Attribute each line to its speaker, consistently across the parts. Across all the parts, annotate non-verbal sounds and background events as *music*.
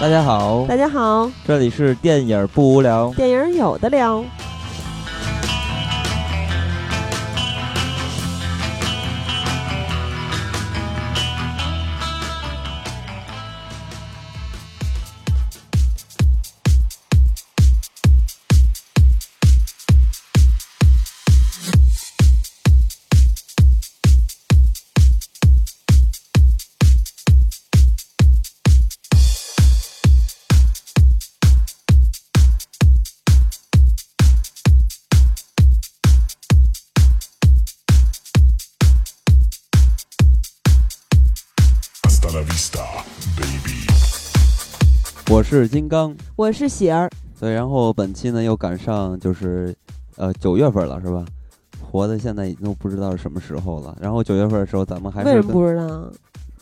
Speaker 1: 大家好，
Speaker 2: 大家好，
Speaker 1: 这里是电影不无聊，
Speaker 2: 电影有的聊。
Speaker 3: Hasta la vista, baby.
Speaker 1: 我是金刚。
Speaker 2: 我是喜儿，
Speaker 1: 对，然后本期呢又赶上就是，呃，九月份了是吧？活的现在已经不知道是什么时候了。然后九月份的时候，咱们还
Speaker 2: 为
Speaker 1: 是
Speaker 2: 什
Speaker 1: 跟
Speaker 2: 么不知道？啊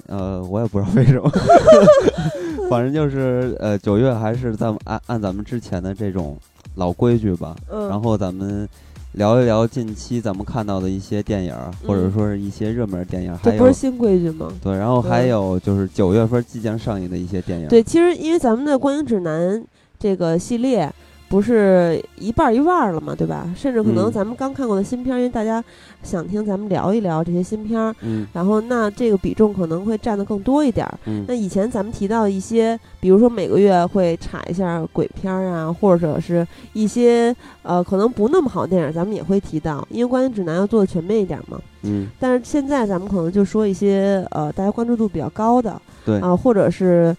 Speaker 1: 呃，我也不知道为什
Speaker 2: *laughs*
Speaker 1: 么，反正就是呃，九月还是咱们按按咱们之前的这种老规矩吧。
Speaker 2: 嗯，
Speaker 1: 然后咱们聊一聊近期咱们看到的一些电影儿，或者
Speaker 2: 嗯
Speaker 1: 说是一些热门电影儿，还
Speaker 2: 这不是
Speaker 1: 有
Speaker 2: 新规矩吗？
Speaker 1: 对，然后还
Speaker 2: 嗯
Speaker 1: 有就是九月份即将上映的一些电影儿。
Speaker 2: 对，其实因为咱们的观影指南这个系列不是一半儿一半儿了嘛，对吧？甚至可能
Speaker 1: 嗯
Speaker 2: 咱们刚看过的新片儿，因为大家想听咱们聊一聊这些新片儿，
Speaker 1: 嗯
Speaker 2: 然后那这个比重可能会占的更多一点儿。
Speaker 1: 嗯
Speaker 2: 那以前咱们提到一些，比如说每个月会查一下鬼片儿啊，或者是一些呃可能不那么好的电影，咱们也会提到，因为观影指南要做的全面一点嘛。
Speaker 1: 嗯，
Speaker 2: 但是现在咱们可能就说一些呃大家关注度比较高的，
Speaker 1: 对
Speaker 2: 啊、或者是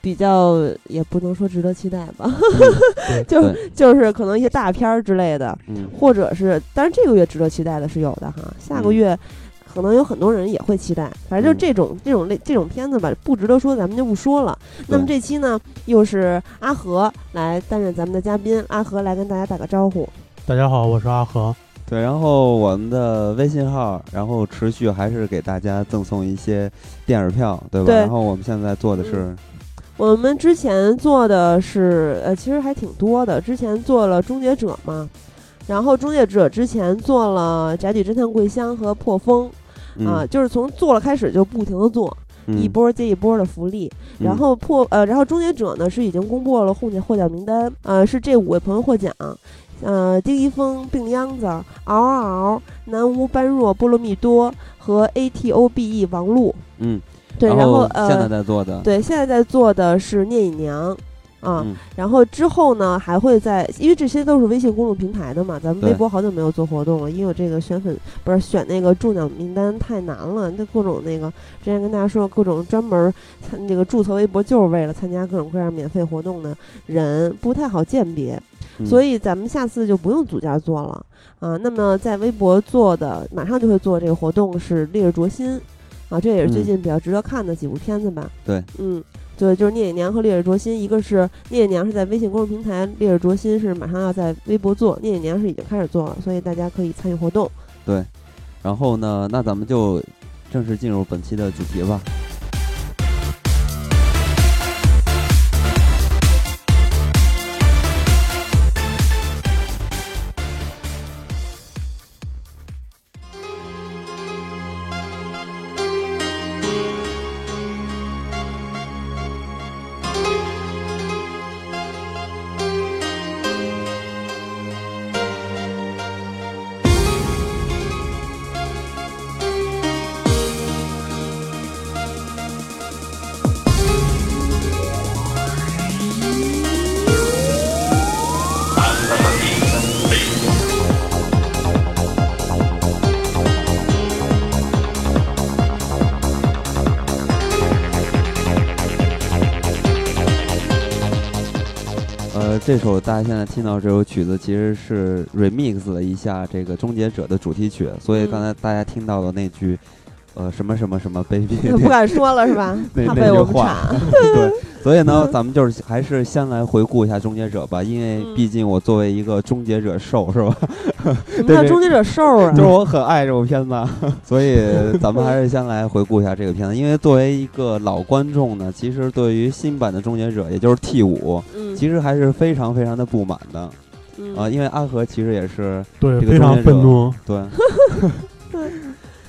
Speaker 2: 比较也不能说值得期待 *laughs* 吧，
Speaker 3: 对
Speaker 2: 就
Speaker 1: 嗯对
Speaker 2: 就是可能一些大片儿之类的，
Speaker 1: 嗯
Speaker 2: 或者是当然这个月值得期待的是有的哈，下个
Speaker 1: 嗯
Speaker 2: 月。可能有很多人也会期待，反正
Speaker 1: 嗯
Speaker 2: 就这种、这种类这种片子吧，不值得说，咱们就不说了。那么
Speaker 1: 对
Speaker 2: 这期呢，又是阿和来担任咱们的嘉宾，阿和来跟大家打个招呼。
Speaker 4: 大家好，我是阿和。
Speaker 1: 对，然后我们的微信号，然后持续还是给大家赠送一些电影票，对吧？
Speaker 2: 对
Speaker 1: 然后我们现在做的是，
Speaker 2: 我们之前做的是，呃，其实还挺多的。之前做了《终结者》嘛，然后《终结者》之前做了《宅女侦探桂香》和《破风》
Speaker 1: 嗯
Speaker 2: 啊，就是从做了开始就不停的做，
Speaker 1: 嗯
Speaker 2: 一波接一波的福利。
Speaker 1: 嗯
Speaker 2: 然后破呃，然后《终结者呢》是已经公布了获奖获奖名单，呃，是这五位朋友获奖。呃，丁一峰、病秧子、嗷嗷嗷、南无般若波罗蜜多和 A T O B E 王璐。
Speaker 1: 嗯，
Speaker 2: 对，然
Speaker 1: 后
Speaker 2: 呃，
Speaker 1: 现在在做的，
Speaker 2: 对，现在在做的是聂隐娘啊，
Speaker 1: 嗯
Speaker 2: 然后之后呢还会在，因为这些都是微信公众平台的嘛，咱们微
Speaker 1: 对
Speaker 2: 博好久没有做活动了，因为我这个选粉不是选那个中奖名单太难了，那各种那个之前跟大家说各种专门儿参这个注册微博就是为了参加各种各样免费活动的人不太好鉴别，
Speaker 1: 嗯
Speaker 2: 所以咱们下次就不用组家做了啊。那么在微博做的马上就会做这个活动是《烈日灼心》。啊，这也是最
Speaker 1: 嗯
Speaker 2: 近比较值得看的几部片子吧。
Speaker 1: 对，
Speaker 2: 嗯，对，就是《聂隐娘》和《烈日灼心》，一个是《聂隐娘》是在微信公众平台，《烈日灼心》是马上要在微博做，《聂隐娘》是已经开始做了，所以大家可以参与活动。
Speaker 1: 然后呢，那咱们就正式进入本期的主题吧。呃，这首大家现在听到这首曲子其实是 remix 了一下这个《终结者》的主题曲，所以
Speaker 2: 嗯
Speaker 1: 刚才大家听到的那句，呃，什么什么什么 baby，？
Speaker 2: *laughs* 不敢说了是吧
Speaker 1: *laughs* 那
Speaker 2: 怕
Speaker 1: 那
Speaker 2: 被
Speaker 1: 句
Speaker 2: 我们
Speaker 1: 话
Speaker 2: 查。
Speaker 1: *laughs* 对，所以呢，
Speaker 2: 嗯
Speaker 1: 咱们就是还是先来回顾一下《终结者》吧，因为
Speaker 2: 嗯
Speaker 1: 毕竟我作为一个终结者兽 *laughs* 是吧，
Speaker 2: 什么叫
Speaker 1: 对
Speaker 2: 终结者兽啊？
Speaker 1: 就是我很爱这部片子 *laughs* 啊，所以咱们还是先来回顾一下这个片子，因为作为一个老观众呢，其实对于新版的《终结者》，也就是 T 五，
Speaker 2: 嗯
Speaker 1: 其实还是非常非常的不满的
Speaker 2: 嗯
Speaker 1: 啊、因为阿和其实也
Speaker 2: *laughs*
Speaker 1: 是
Speaker 4: 对，
Speaker 1: 这个
Speaker 4: 非常愤怒，
Speaker 1: 对，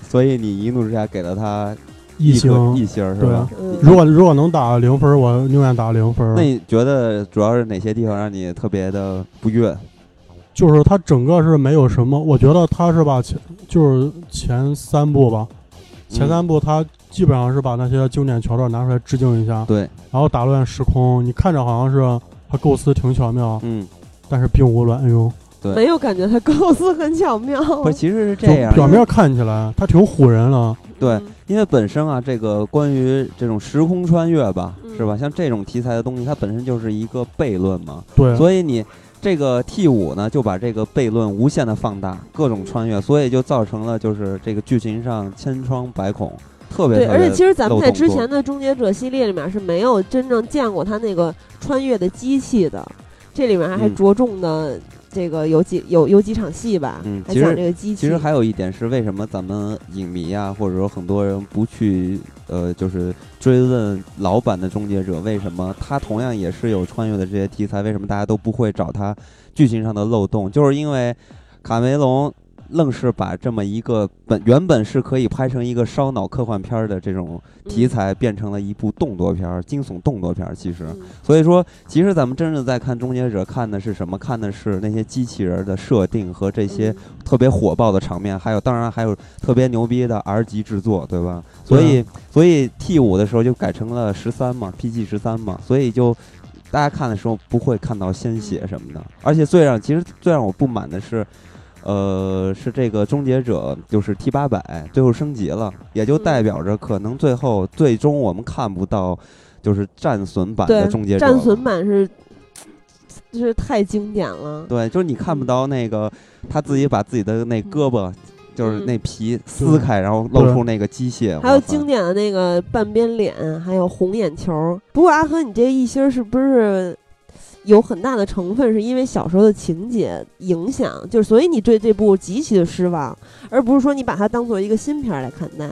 Speaker 1: 所以你一怒之下给了他
Speaker 4: 一
Speaker 1: 颗
Speaker 4: 星。
Speaker 1: 一星儿是
Speaker 4: 对
Speaker 1: 吧？
Speaker 2: 嗯
Speaker 4: 如果如果能打零分儿，我宁愿打零分儿
Speaker 1: 那。你觉得主要是哪些地方让你特别的不悦？
Speaker 4: 就是它整个是没有什么，我觉得它是把前就是前三部
Speaker 1: 嗯
Speaker 4: 吧，前三部它基本上是把那些经典桥段拿出来致敬一下，
Speaker 1: 对，
Speaker 4: 然后打乱时空。你看着好像是它构思挺巧妙，
Speaker 1: 嗯，
Speaker 4: 但是并无卵用。
Speaker 1: 对
Speaker 2: 没有感觉他构思很巧妙。
Speaker 1: 不，其实是
Speaker 4: 就
Speaker 1: 这样，
Speaker 4: 表面看起来它挺唬人啊的，
Speaker 1: 对
Speaker 2: 嗯，
Speaker 1: 因为本身啊，这个关于这种时空穿越吧，
Speaker 2: 嗯
Speaker 1: 是吧？像这种题材的东西，它本身就是一个悖论嘛，
Speaker 4: 对，
Speaker 1: 所以你这个 T 五呢，就把这个悖论无限的放大，各种穿越，所以就造成了就是这个剧情上千疮百孔，特别
Speaker 2: 对，
Speaker 1: 特
Speaker 2: 而
Speaker 1: 别
Speaker 2: 且其实咱们
Speaker 1: 漏
Speaker 2: 在
Speaker 1: 洞
Speaker 2: 之
Speaker 1: 多
Speaker 2: 前的《终结者》系列里面是没有真正见过他那个穿越的机器的，这里面还
Speaker 1: 嗯
Speaker 2: 着重的这个有几有有几场戏吧，
Speaker 1: 嗯
Speaker 2: 还
Speaker 1: 其实
Speaker 2: 讲这个机器。
Speaker 1: 其实还有一点是，为什么咱们影迷啊，或者说很多人不去呃，就是追问老版的《终结者》为什么他同样也是有穿越的这些题材，为什么大家都不会找他剧情上的漏洞？就是因为卡梅隆愣是把这么一个本原本是可以拍成一个烧脑科幻片儿的这种
Speaker 2: 嗯
Speaker 1: 题材，变成了一部动作片儿、惊悚动作片儿，其实。
Speaker 2: 嗯，
Speaker 1: 所以说，其实咱们真正在看《终结者》，看的是什么？看的是那些机器人的设定和这
Speaker 2: 这
Speaker 1: 些特别火爆的场面，还有当然还有特别牛逼的 R 级制作，对吧？所
Speaker 2: 啊
Speaker 1: 以所以 T 五的时候就改成了十三嘛，PG 十三嘛，所以就大家看的时候不会看到鲜血什么的。而且最让其实最让我不满的是，呃，是这个终结者就是 T 八百最后升级了，也就
Speaker 2: 嗯
Speaker 1: 代表着可能最后最终我们看不到就是战损版的
Speaker 2: 对
Speaker 1: 终结者了，
Speaker 2: 战损版是是太经典了。
Speaker 1: 对，就是你看不到那个他自己把自己的那胳膊，就是那皮撕开，然后露出那个机械。
Speaker 2: 还有
Speaker 1: 我操
Speaker 2: 经典的那个半边脸，还有红眼球。不过阿和，你这一星儿是不是有很大的成分是因为小时候的情节影响？就是所以你对这部极其的失望，而不是说你把它当做一个新片儿来看待。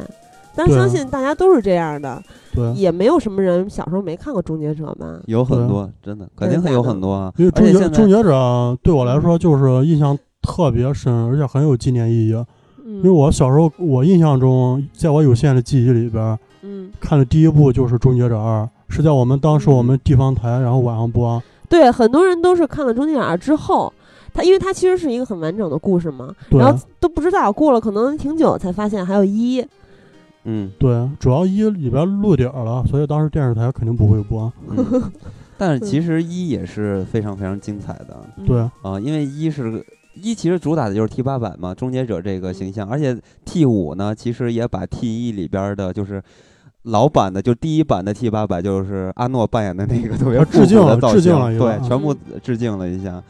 Speaker 2: 但是
Speaker 4: 对啊啊
Speaker 2: 相信大家都是这样的，
Speaker 4: 对，
Speaker 2: 也没有什么人小时候没看过《终结者》吧？
Speaker 1: 有很多，真的肯定会有很多啊
Speaker 4: 啊因
Speaker 1: 而
Speaker 4: 为。终
Speaker 1: 且
Speaker 4: 结
Speaker 1: 现
Speaker 4: 终
Speaker 1: 在
Speaker 4: 结者对我来说就是印象特别深，而且很有纪念意义。
Speaker 2: 嗯，
Speaker 4: 因为我小时候，我印象中，在我有限的记忆里边，
Speaker 2: 嗯，
Speaker 4: 看的第一部就是《终结者二》，是在我们当时我们地方台，然后晚上播。
Speaker 2: 对，很多人都是看了《终结者》之后，他因为它其实是一个很完整的故事嘛，
Speaker 4: 对啊
Speaker 2: 然后都不知道过了可能挺久才发现还有一。
Speaker 1: 嗯，
Speaker 4: 对，主要一里边露点儿了，所以当时电视台肯定不会播。
Speaker 1: 嗯但是其实一也是非常非常精彩的
Speaker 2: 嗯
Speaker 4: 对，
Speaker 1: 啊、因为一是。一其实主打的就是 T 八百嘛，终结者
Speaker 2: 嗯
Speaker 1: 这个形象，而且 T 五呢，其实也把 T 一里边的，就是老版的，就第一版的 T 八百，就是阿诺扮演的那个特别
Speaker 4: 啊致敬
Speaker 1: 复古的
Speaker 4: 了
Speaker 1: 造
Speaker 4: 致敬
Speaker 1: 型
Speaker 4: 了一
Speaker 2: 嗯
Speaker 4: 个
Speaker 1: 对，
Speaker 4: 啊
Speaker 1: 全部致敬了一下。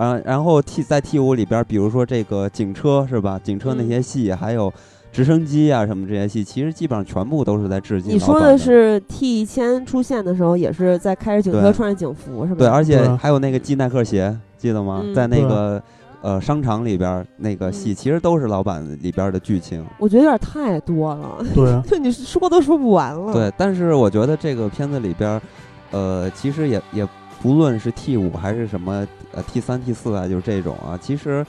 Speaker 1: 嗯，然后 T 在 T 五里边，比如说这个警车是吧？警车那
Speaker 2: 嗯
Speaker 1: 些戏，还有直升机啊什么这些戏，其实基本上全部都是在致敬。
Speaker 2: 你说
Speaker 1: 的
Speaker 2: 的是 T 一千出现的时候，也是在开着警车
Speaker 1: 对
Speaker 2: 穿着警服是吧？
Speaker 1: 对，而且
Speaker 4: 对啊
Speaker 1: 还有那个系耐克鞋，记得吗？
Speaker 2: 嗯
Speaker 1: 在那个呃商场里边儿那个戏，
Speaker 2: 嗯
Speaker 1: 其实都是老版里边儿的剧情。
Speaker 2: 我觉得有点太多了，
Speaker 4: 对，
Speaker 2: 就你说都说不完了。，
Speaker 1: 对，但是我觉得这个片子里边儿，呃，其实也也不论是 T 五还是什么呃 T 三、T 四啊，就是这种啊，其实。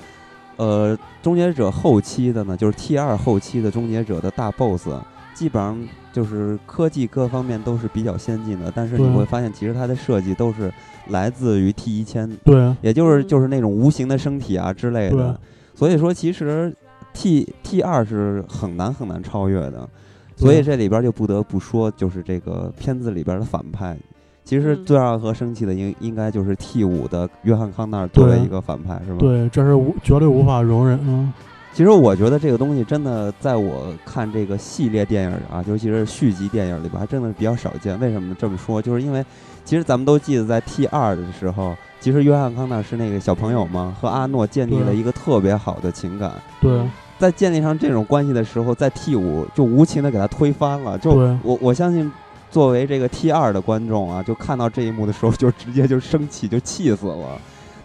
Speaker 1: 呃，终结者后期的呢，就是 T 二后期的终结者的大 BOSS，基啊本上就是科技各方面都是比较先进的，但是你
Speaker 4: 对啊
Speaker 1: 会发现，其实它的设计都是来自于 T 一千
Speaker 4: 对，
Speaker 1: 也就是
Speaker 2: 嗯
Speaker 1: 就是那种无形的身体啊之类
Speaker 4: 对
Speaker 1: 的。所以说，其实 T T 二是很难很难超越的。所以
Speaker 4: 对
Speaker 1: 这里边就不得不说，就是这个片子里边的反派，其实
Speaker 2: 嗯
Speaker 1: 最让和生气的应应该就是 T 五的约翰康纳尔作为
Speaker 4: 对
Speaker 1: 一个反派，是吧？。
Speaker 4: 对，这是无绝对无法容忍。嗯，
Speaker 1: 其实我觉得这个东西真的，在我看这个系列电影啊，尤其是续集电影里边，还真的比较少见。为什么这么说？就是因为其实咱们都记得，在 T 二的时候，其实约翰康纳是那个小朋友嘛，和阿诺建立了一个特别好的情感。
Speaker 4: 对，
Speaker 2: 嗯
Speaker 1: 在建立上这种关系的时候，在 T 五就无情的给他推翻了。就
Speaker 4: 对
Speaker 1: 我我相信，作为这个 T 二的观众啊，就看到这一幕的时候， *laughs* 就直接就生气，就气死了。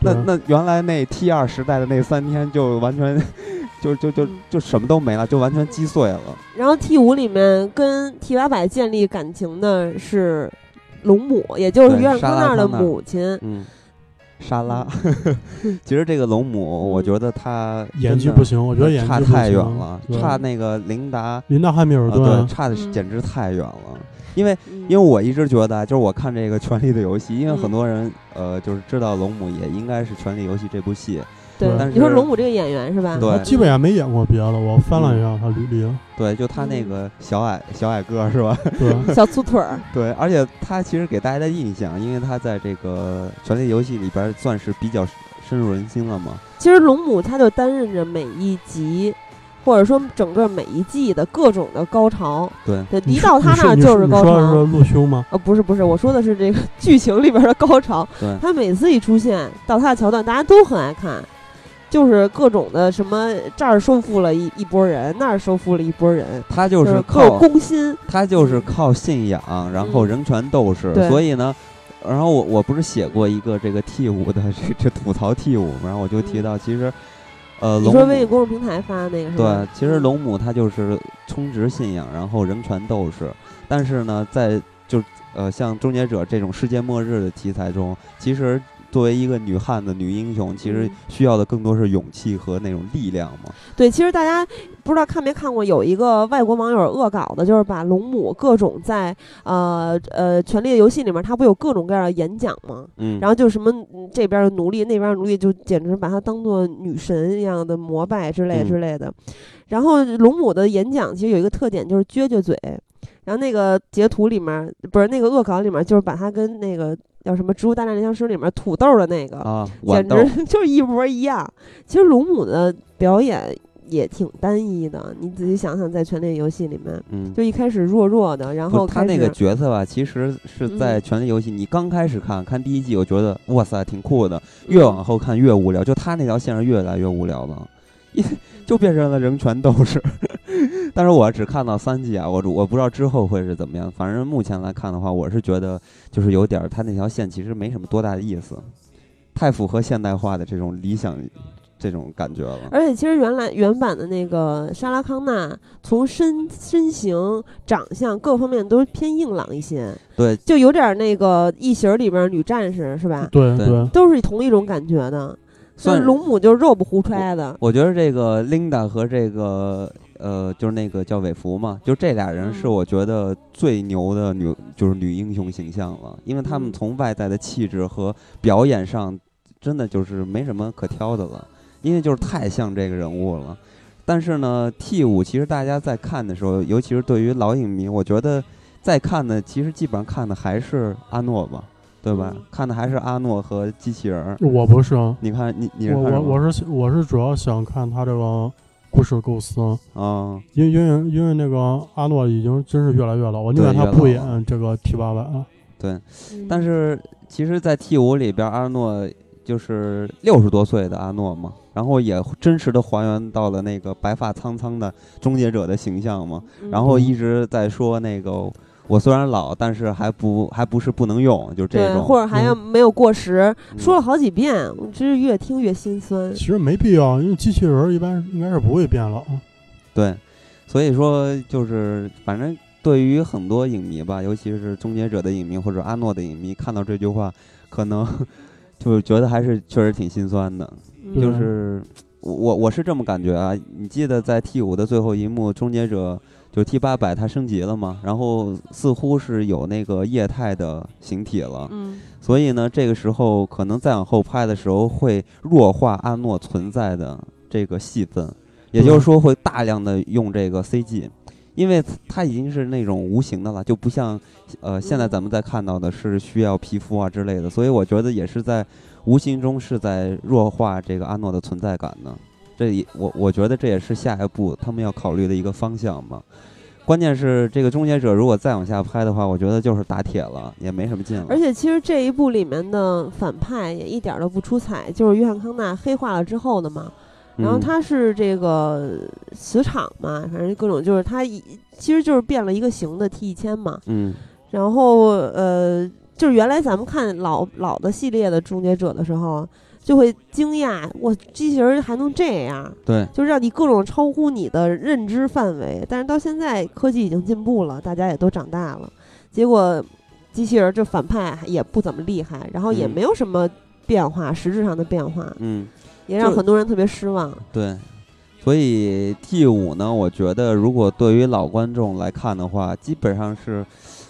Speaker 1: 那
Speaker 4: 对
Speaker 1: 那原来那 T 二时代的那三天就完全就就就
Speaker 2: 嗯
Speaker 1: 就什么都没了，就完全击碎了。
Speaker 2: 然后 T 五里面跟 T 八百建立感情的是龙母，也就是
Speaker 1: 对
Speaker 2: 约翰
Speaker 1: 莎
Speaker 2: 康
Speaker 1: 拉
Speaker 2: 纳尔的
Speaker 1: 康纳尔
Speaker 2: 母亲。
Speaker 1: 嗯，沙拉。
Speaker 2: 嗯
Speaker 1: *laughs* 其实这个龙母，我觉得她
Speaker 4: 嗯演技
Speaker 1: 真的
Speaker 4: 不行，我觉得演技
Speaker 1: 差
Speaker 4: 不行
Speaker 1: 太远了，
Speaker 4: 对
Speaker 1: 差那个琳达啊，
Speaker 4: 琳达汉密尔
Speaker 1: 对，
Speaker 4: 顿，
Speaker 1: 差的是
Speaker 2: 嗯
Speaker 1: 简直太远了。因为
Speaker 2: 嗯
Speaker 1: 因为我一直觉得啊，就是我看这个《权力的游戏》，因为
Speaker 2: 嗯
Speaker 1: 很多人呃，就是知道龙母也应该是《权力游戏》这部戏，
Speaker 4: 对
Speaker 2: 对
Speaker 1: 但，
Speaker 2: 你说
Speaker 1: 是
Speaker 2: 龙母这个演员是吧？
Speaker 1: 对嗯
Speaker 4: 她基本也没演过别的。我翻了一下她履历，
Speaker 1: 对，就她那
Speaker 2: 嗯
Speaker 1: 个小矮小矮个儿是吧？
Speaker 4: 对，
Speaker 2: 小粗腿儿，
Speaker 1: 对，而且她其实给大家的印象，因为她在这个《权力游戏》里边算是比较深入人心了嘛。
Speaker 2: 其实龙母她就担任着每一集，或者说整个每一季的各种的高潮。
Speaker 1: 对，
Speaker 2: 对，
Speaker 4: 你
Speaker 2: *laughs* 一到
Speaker 4: 是
Speaker 2: 她
Speaker 4: 你
Speaker 2: 那儿
Speaker 4: 你
Speaker 2: 就是高
Speaker 4: 你说的是
Speaker 2: 潮。
Speaker 4: 陆兄吗？
Speaker 2: 呃、不是不是，我说的是这个剧情里边的高潮。
Speaker 1: 对
Speaker 2: 她每次一出现，到她的桥段，大家都很爱看，就是各种的什么这儿收复了一一波人，那儿收复了一波人，
Speaker 1: 她
Speaker 2: 就
Speaker 1: 就是
Speaker 2: 各种
Speaker 1: 靠
Speaker 2: 攻心。
Speaker 1: 她就是靠信仰，然后
Speaker 2: 嗯
Speaker 1: 人权斗士，
Speaker 2: 对
Speaker 1: 所以呢。然后我我不是写过一个这个 T 五的这这吐槽 T 五，然后我就提到其实，呃，
Speaker 2: 嗯你
Speaker 1: 龙
Speaker 2: 说
Speaker 1: 母
Speaker 2: 微信公众平台发的那个是吧
Speaker 1: 对？，其实龙母她就是充值信仰，然后人权斗士。但是呢，在就呃像终结者这种世界末日的题材中，其实作为一个女汉子、女英雄，其实
Speaker 2: 嗯
Speaker 1: 需要的更多是勇气和那种力量嘛。
Speaker 2: 对，其实大家不知道看没看过，有一个外国网友恶搞的，就是把龙母各种在呃呃《权力的游戏》里面，他不有各种各样的演讲吗？
Speaker 1: 嗯，
Speaker 2: 然后就什么嗯这边的奴隶，那边的奴隶，就简直把她当做女神一样的膜拜之类
Speaker 1: 嗯
Speaker 2: 之类的。然后龙母的演讲其实有一个特点，就是撅撅嘴。然后那个截图里面，不是那个恶搞里面，就是把她跟那个叫什么《植物大战僵尸》里面土豆的那个
Speaker 1: 啊，豌
Speaker 2: 简
Speaker 1: 豆，
Speaker 2: 直 *laughs* 就是一模一样。其实龙母的表演也挺单一的，你仔细想想，在《权力游戏》里面，
Speaker 1: 嗯。
Speaker 2: 就一开始弱弱的，然
Speaker 1: 不
Speaker 2: 后
Speaker 1: 是他
Speaker 2: 开
Speaker 1: 那个
Speaker 2: 始
Speaker 1: 角色吧，其实是在《
Speaker 2: 嗯
Speaker 1: 权力游戏》，你刚开始看看第一季，我觉得哇塞挺酷的，越往后看越无聊，就他那条线是越来越无聊了，因为就变成了人权斗士。 *laughs* 但是我只看到三季啊，我我不知道之后会是怎么样。反正目前来看的话，我是觉得就是有点儿他那条线其实没什么多大的意思，太符合现代化的这种理想这种感觉了。
Speaker 2: 而且其实原来原版的那个莎拉康纳，从身身形、长相各方面都偏硬朗一些，
Speaker 1: 对，
Speaker 2: 就有点那个《异形》里边女战士是吧？
Speaker 4: 对
Speaker 1: 对
Speaker 4: 对，
Speaker 2: 都是同一种感觉的。
Speaker 1: 算
Speaker 2: 但
Speaker 1: 是
Speaker 2: 龙母就是肉不胡揣的，
Speaker 1: 我觉得这个琳达和这个呃，就是那个叫韦弗嘛，就这俩人是
Speaker 2: 嗯
Speaker 1: 我觉得最牛的女，就是女英雄形象了，因为她们
Speaker 2: 嗯
Speaker 1: 从外在的气质和表演上，真的就是没什么可挑的了，因为就是太像这个人物了。但是呢，T 五其实大家在看的时候，尤其是对于老影迷，我觉得在看的其实基本上看的还是阿诺吧，对吧？
Speaker 2: 嗯
Speaker 1: 看的还是阿诺和机器人儿。
Speaker 4: 我不是啊，
Speaker 1: 你看，你你是
Speaker 4: 我
Speaker 1: 看什么
Speaker 4: 我我是我是主要想看他这个故事构思，
Speaker 1: 啊、
Speaker 4: 因为因为因为那个阿诺已经真是越来越老，我宁
Speaker 1: 对
Speaker 4: 愿他
Speaker 1: 越
Speaker 4: 不
Speaker 1: 老
Speaker 4: 演这个 T 八百啊了。
Speaker 1: 对。
Speaker 2: 嗯
Speaker 1: 但是其实，在 T 五里边，阿诺就是六十多岁的阿诺嘛，然后也真实的还原到了那个白发苍苍的终结者的形象嘛，
Speaker 2: 嗯，
Speaker 1: 然后一直在说那个我虽然老，但是还不还不是不能用，就这
Speaker 2: 对，
Speaker 1: 种。
Speaker 2: 或者还要没有过时，
Speaker 1: 嗯
Speaker 2: 说了好几遍，我真是越听越心酸。
Speaker 4: 其实没必要，因为机器人儿一般应该是不会变老。
Speaker 1: 对，所以说就是反正对于很多影迷吧，尤其是终结者的影迷或者阿诺的影迷，看到这句话，可能 *laughs* 就是觉得还是确实挺心酸的。
Speaker 2: 嗯
Speaker 1: 就
Speaker 4: 对
Speaker 1: 是我我我是这么感觉啊，你记得在 T 五的最后一幕，终结者就是 T 八百它升级了嘛，然后似乎是有那个液态的形体了，
Speaker 2: 嗯，
Speaker 1: 所以呢，这个时候可能再往后拍的时候会弱化阿诺存在的这个戏份，也就是说会大量的用这个 CG。因为它已经是那种无形的了，就不像，呃，现在咱们在看到的是需要皮肤啊之类的，所以我觉得也是在无形中是在弱化这个阿诺的存在感呢。这也我我觉得这也是下一步他们要考虑的一个方向嘛。关键是这个终结者如果再往下拍的话，我觉得就是打铁了，也没什么劲了。
Speaker 2: 而且其实这一部里面的反派也一点儿都不出彩，就是约翰康纳黑化了之后的嘛。然后
Speaker 1: 嗯
Speaker 2: 他是这个磁场嘛，反正各种就是他一其实就是变了一个型的 T 一千嘛。
Speaker 1: 嗯，
Speaker 2: 然后呃，就是原来咱们看老老的系列的终结者的时候，就会惊讶，我机器人还能这样。
Speaker 1: 对，
Speaker 2: 就是让你各种超乎你的认知范围。但是到现在科技已经进步了，大家也都长大了，结果机器人这反派也不怎么厉害，然后也
Speaker 1: 嗯
Speaker 2: 没有什么变化，实质上的变化，
Speaker 1: 嗯，
Speaker 2: 也让
Speaker 1: 就
Speaker 2: 很多人特别失望。
Speaker 1: 对。所以 T 五呢，我觉得如果对于老观众来看的话，基本上是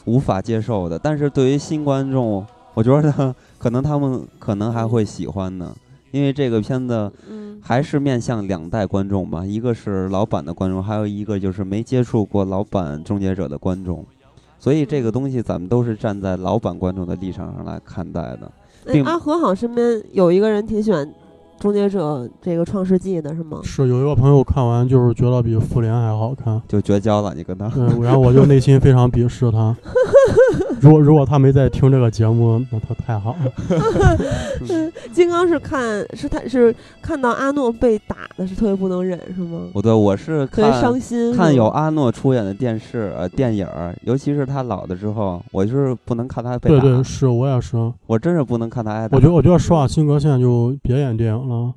Speaker 1: 无法接受的。但是对于新观众，我觉得可能他们可能还会喜欢呢，因为这个片子
Speaker 2: 嗯，
Speaker 1: 还是面向两代观众吧，一个是老版的观众，还有一个就是没接触过老版《终结者》的观众，所以这个东西咱们都是站在老版观众的立场上来看待的。
Speaker 2: 哎，
Speaker 1: 并
Speaker 2: 阿和好像身边有一个人挺喜欢《终结者》这个《创世纪》的，是吗？
Speaker 4: 是有一个朋友看完就是觉得比复联还好看，
Speaker 1: 就绝交了，你跟他。 *laughs*
Speaker 4: 对，然后我就内心非常鄙视他。如果如果他没在听这个节目，那他太好
Speaker 1: *laughs*
Speaker 4: 了。
Speaker 1: 嗯
Speaker 2: 嗯金刚是看是他是看到阿诺被打的是特别不能忍是吗？
Speaker 1: 我对我是
Speaker 2: 特别
Speaker 1: 看
Speaker 2: 伤心。
Speaker 1: 看
Speaker 2: 是
Speaker 1: 有
Speaker 2: 吗
Speaker 1: 阿诺出演的电视呃电影儿，尤其是他老的之后，我就是不能看他被
Speaker 4: 对
Speaker 1: 打，
Speaker 4: 对，是我也是。
Speaker 1: 我真是不能看他挨打。
Speaker 4: 我觉得我觉得施瓦辛格现在就别演电影了，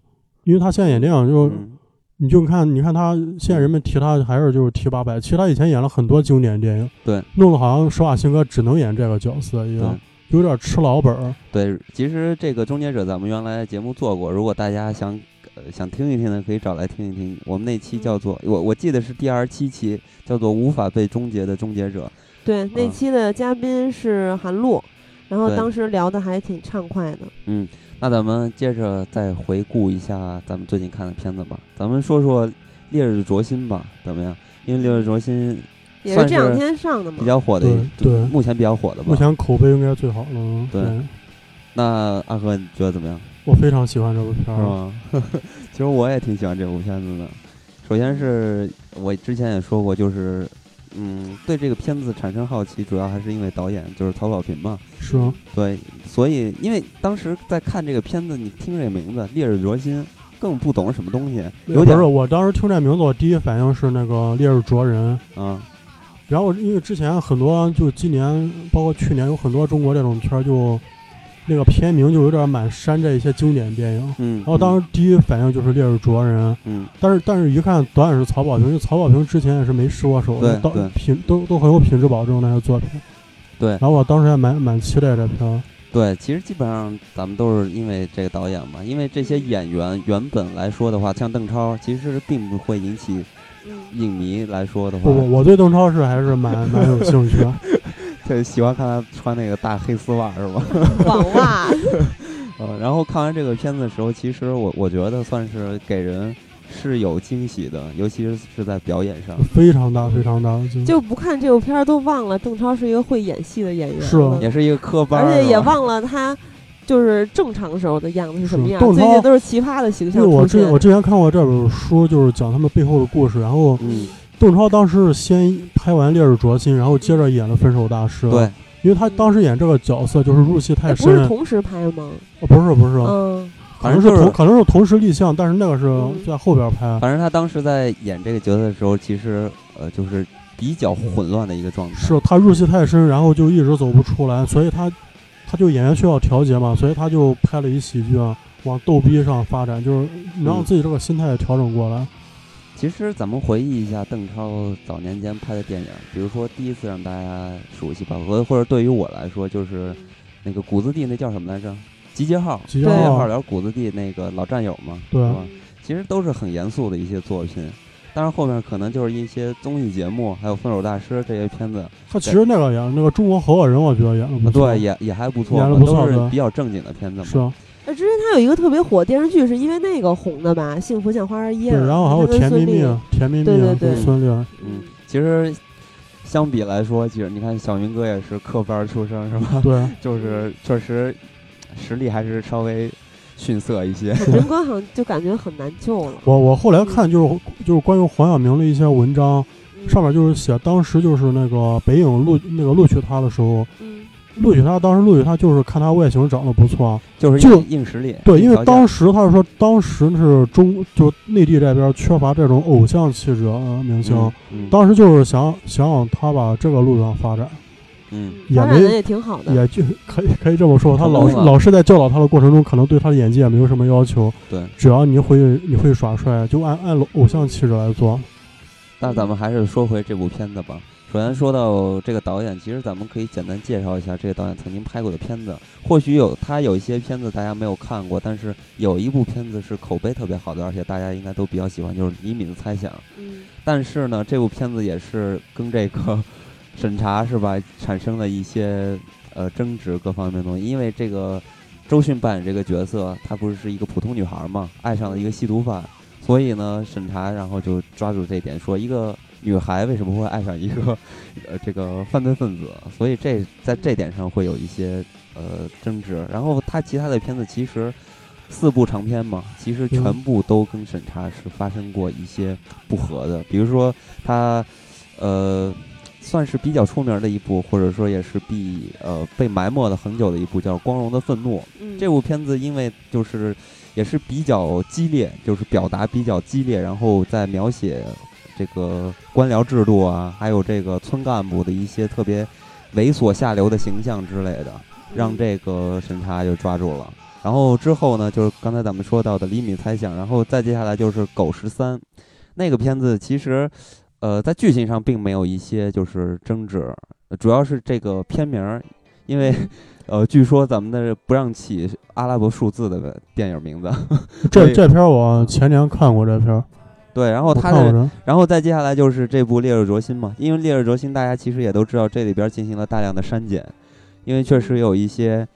Speaker 4: 因为他现在演电影就、
Speaker 1: 嗯
Speaker 4: 你就看你看他现在人们提他还是就是提八百，其实他以前演了很多经典电影，
Speaker 1: 对，
Speaker 4: 弄得好像施瓦辛格只能演这个角色一样，有点吃老本儿。
Speaker 1: 对，其实这个《终结者》咱们原来节目做过，如果大家想、呃、想听一听的，可以找来听一听。我们那期叫做我我记得是第二十七期，叫做《无法被终结的终结者》。
Speaker 2: 对那
Speaker 1: 嗯
Speaker 2: 期的嘉宾是韩露，然后
Speaker 1: 对
Speaker 2: 当时聊的还挺畅快的。
Speaker 1: 嗯，那咱们接着再回顾一下咱们最近看的片子吧。咱们说说《烈日灼心》吧，怎么样？因为《烈日灼心》
Speaker 2: 也
Speaker 1: 算
Speaker 2: 这两
Speaker 1: 是
Speaker 2: 天上的嘛
Speaker 1: 比。较火的一，
Speaker 4: 对对
Speaker 1: 目前比较火的吧。
Speaker 4: 目前口碑应该最好了。嗯
Speaker 1: 对那二哥你觉得怎么样？
Speaker 4: 我非常喜欢这部片
Speaker 1: 是
Speaker 4: 儿，
Speaker 1: 吗？ *laughs* 其实我也挺喜欢这部片子的。首先是我之前也说过，就是嗯，对这个片子产生好奇，主要还是因为导演就是曹保平嘛。
Speaker 4: 是
Speaker 1: 对，所以因为当时在看这个片子，你听这名字《烈日灼心》，更不懂是什么东西，有
Speaker 4: 不
Speaker 1: 点
Speaker 4: 是？我当时听这名字，我第一反应是那个《烈日灼人》，
Speaker 1: 啊，
Speaker 4: 然后因为之前很多就今年包括去年有很多中国这种片儿，就那个片名就有点满山寨一些经典电影。
Speaker 1: 嗯。
Speaker 4: 然后哦当
Speaker 1: 时
Speaker 4: 时第一反应就是《烈日灼人》，
Speaker 1: 嗯
Speaker 4: 但是但是一看导演是曹保平，就曹保平之前也是没失过手的，
Speaker 1: 对
Speaker 4: 导
Speaker 1: 对
Speaker 4: 品都都很有品质保证的那些作品。
Speaker 1: 对
Speaker 4: 然后我当时还蛮蛮期待这片儿，
Speaker 1: 对，其实基本上咱们都是因为这个导演嘛，因为这些演员原本来说的话，像邓超，其实并不会引起
Speaker 2: 嗯
Speaker 1: *laughs* 影迷来说的话，
Speaker 4: 不不，我对邓超是还是蛮蛮有兴趣的。 *laughs*
Speaker 1: *laughs* 对，喜欢看他穿那个大黑丝袜是吧？
Speaker 2: 网袜
Speaker 1: *laughs* 呃，然后看完这个片子的时候，其实我我觉得算是给人是有惊喜的，尤其是是在表演上，
Speaker 4: 非常大非常大的兴趣，
Speaker 2: 就不看这部片儿都忘了邓超是一个会演戏的演员了，
Speaker 4: 是啊
Speaker 1: 也是一个科班儿啊
Speaker 2: 而
Speaker 1: 是吧，
Speaker 2: 且也忘了他就是正常时候的样子是什么
Speaker 4: 是
Speaker 2: 样。
Speaker 4: 邓
Speaker 2: 最
Speaker 4: 超
Speaker 2: 近都是奇葩的形
Speaker 4: 因
Speaker 2: 象
Speaker 4: 为我
Speaker 2: 出
Speaker 4: 之
Speaker 2: 现
Speaker 4: 我。之前看过这本书，就是讲他们背后的故事，然后。
Speaker 1: 嗯，
Speaker 4: 邓超当时是先拍完《烈日灼心》，然后接着演了《分手大师》。
Speaker 1: 对，，
Speaker 4: 因为他当时演这个角色就是入戏
Speaker 2: 哎
Speaker 4: 太
Speaker 2: 不是
Speaker 4: 深，
Speaker 2: 同时拍吗？
Speaker 4: 哦不是不是，
Speaker 2: 嗯，
Speaker 4: 可
Speaker 1: 反
Speaker 4: 能
Speaker 1: 正
Speaker 4: 是
Speaker 1: 就是
Speaker 4: 同可能是同时立项，但是那个
Speaker 2: 嗯
Speaker 4: 是在后边拍。
Speaker 1: 反正他当时在演这个角色的时候，其实呃就是比较混乱的一个状态，
Speaker 4: 是他入戏太深，然后就一直走不出来，所以他他就演员需要调节嘛，所以他就拍了一喜剧啊，往逗逼上发展，就是能让
Speaker 1: 嗯
Speaker 4: 自己这个心态调整过来。
Speaker 1: 其实咱们回忆一下邓超早年间拍的电影，比如说第一次让大家熟悉吧，或或者对于我来说就是那个谷子地那叫什么来着？集结号，
Speaker 4: 集结
Speaker 1: 集结
Speaker 4: 号
Speaker 1: 号聊谷子地那个老战友嘛，
Speaker 4: 对啊
Speaker 1: 是吧？其实都是很严肃的一些作品，但是后面可能就是一些综艺节目，还有分手大师这些片子，
Speaker 4: 他其实那个演那个中国合伙人，我觉得演的不
Speaker 1: 啊
Speaker 4: 错。
Speaker 1: 对，也也还不错
Speaker 4: 演
Speaker 1: 嘛，
Speaker 4: 得不错
Speaker 1: 都是
Speaker 4: 对
Speaker 1: 比较正经的片子
Speaker 4: 是
Speaker 1: 嘛。
Speaker 4: 啊，
Speaker 2: 呃，之前他有一个特别火的电视剧，是因为那个红的吧，《幸福像花儿一
Speaker 4: 对，
Speaker 2: 样》。
Speaker 4: 然后还有
Speaker 2: 他跟
Speaker 4: 甜蜜
Speaker 2: 孙
Speaker 4: 蜜啊
Speaker 2: 俪，
Speaker 4: 甜蜜蜜
Speaker 2: 对对
Speaker 4: 跟
Speaker 1: 对
Speaker 4: 孙
Speaker 1: *laughs*
Speaker 4: 俪，
Speaker 1: 嗯，其实相比来说，其实你看小明哥也是科班出身，是吧？ *laughs*
Speaker 4: 对，嗯
Speaker 1: 就是确实实力还是稍微逊色一些。
Speaker 2: 人哥好像就感觉很难救了。
Speaker 4: 我我后来看就是就是关于黄晓明的一些文章，
Speaker 2: 嗯
Speaker 4: *laughs* 上面就是写当时就是那个北影录那个录取他的时候，
Speaker 2: 嗯
Speaker 4: 录取他当时录取他就是看他外形长得不错，啊
Speaker 1: 就是
Speaker 4: 就
Speaker 1: 硬硬实力。
Speaker 4: 对，
Speaker 1: 硬
Speaker 4: 因为
Speaker 1: 条件
Speaker 4: 当时他是说当时是中就内地这边缺乏这种偶像气质的明星，
Speaker 1: 嗯，
Speaker 4: 当时就是想想往他把这个路上发展，
Speaker 1: 嗯
Speaker 4: 也
Speaker 2: 发展的
Speaker 4: 没
Speaker 2: 也挺好的。
Speaker 4: 也就可以可以这么说，他老
Speaker 1: 成
Speaker 4: 师
Speaker 1: 功了
Speaker 4: 老师在教导他的过程中，可能对他的演技也没有什么要求，
Speaker 1: 对。
Speaker 4: 只要你会你会耍帅，就按按偶像气质来做。
Speaker 1: 那咱们还是说回这部片子吧。首先说到这个导演，其实咱们可以简单介绍一下这个导演曾经拍过的片子。或许有他有一些片子大家没有看过，但是有一部片子是口碑特别好的，而且大家应该都比较喜欢，就是《李敏的猜想》。
Speaker 2: 嗯，
Speaker 1: 但是呢，这部片子也是跟这个 *laughs* 审查是吧产生了一些呃争执各方面的东西，因为这个周迅扮演这个角色，她不是是一个普通女孩嘛，爱上了一个吸毒犯，所以呢，审查然后就抓住这一点，说一个女孩为什么会爱上一个呃这个犯罪分子，所以这在这点上会有一些呃争执。然后她其他的片子其实。四部长片嘛，其实全
Speaker 4: 嗯
Speaker 1: 部都跟审查是发生过一些不合的。比如说他，呃，算是比较出名的一部，或者说也是被呃被埋没了很久的一部，叫《光荣的愤怒》。
Speaker 2: 嗯
Speaker 1: 这部片子因为就是也是比较激烈，就是表达比较激烈，然后在描写这个官僚制度啊，还有这个村干部的一些特别猥琐下流的形象之类的，让
Speaker 2: 嗯
Speaker 1: 这个审查就抓住了。然后之后呢，就是刚才咱们说到的《厘米猜想》，然后再接下来就是《狗十三》，那个片子其实，呃，在剧情上并没有一些就是争执，呃主要是这个片名儿，因为
Speaker 4: 嗯
Speaker 1: 呃，据说咱们的不让起阿拉伯数字的电影名字，
Speaker 4: 这
Speaker 1: 对
Speaker 4: 这片儿我前年看过这片儿，
Speaker 1: 对，然后
Speaker 4: 我
Speaker 1: 他
Speaker 4: 看过
Speaker 1: 的
Speaker 4: 这，
Speaker 1: 然后再接下来就是这部《烈日灼心》嘛，因为《烈日灼心》大家其实也都知道，这里边进行了大量的删减，因为确实有一些，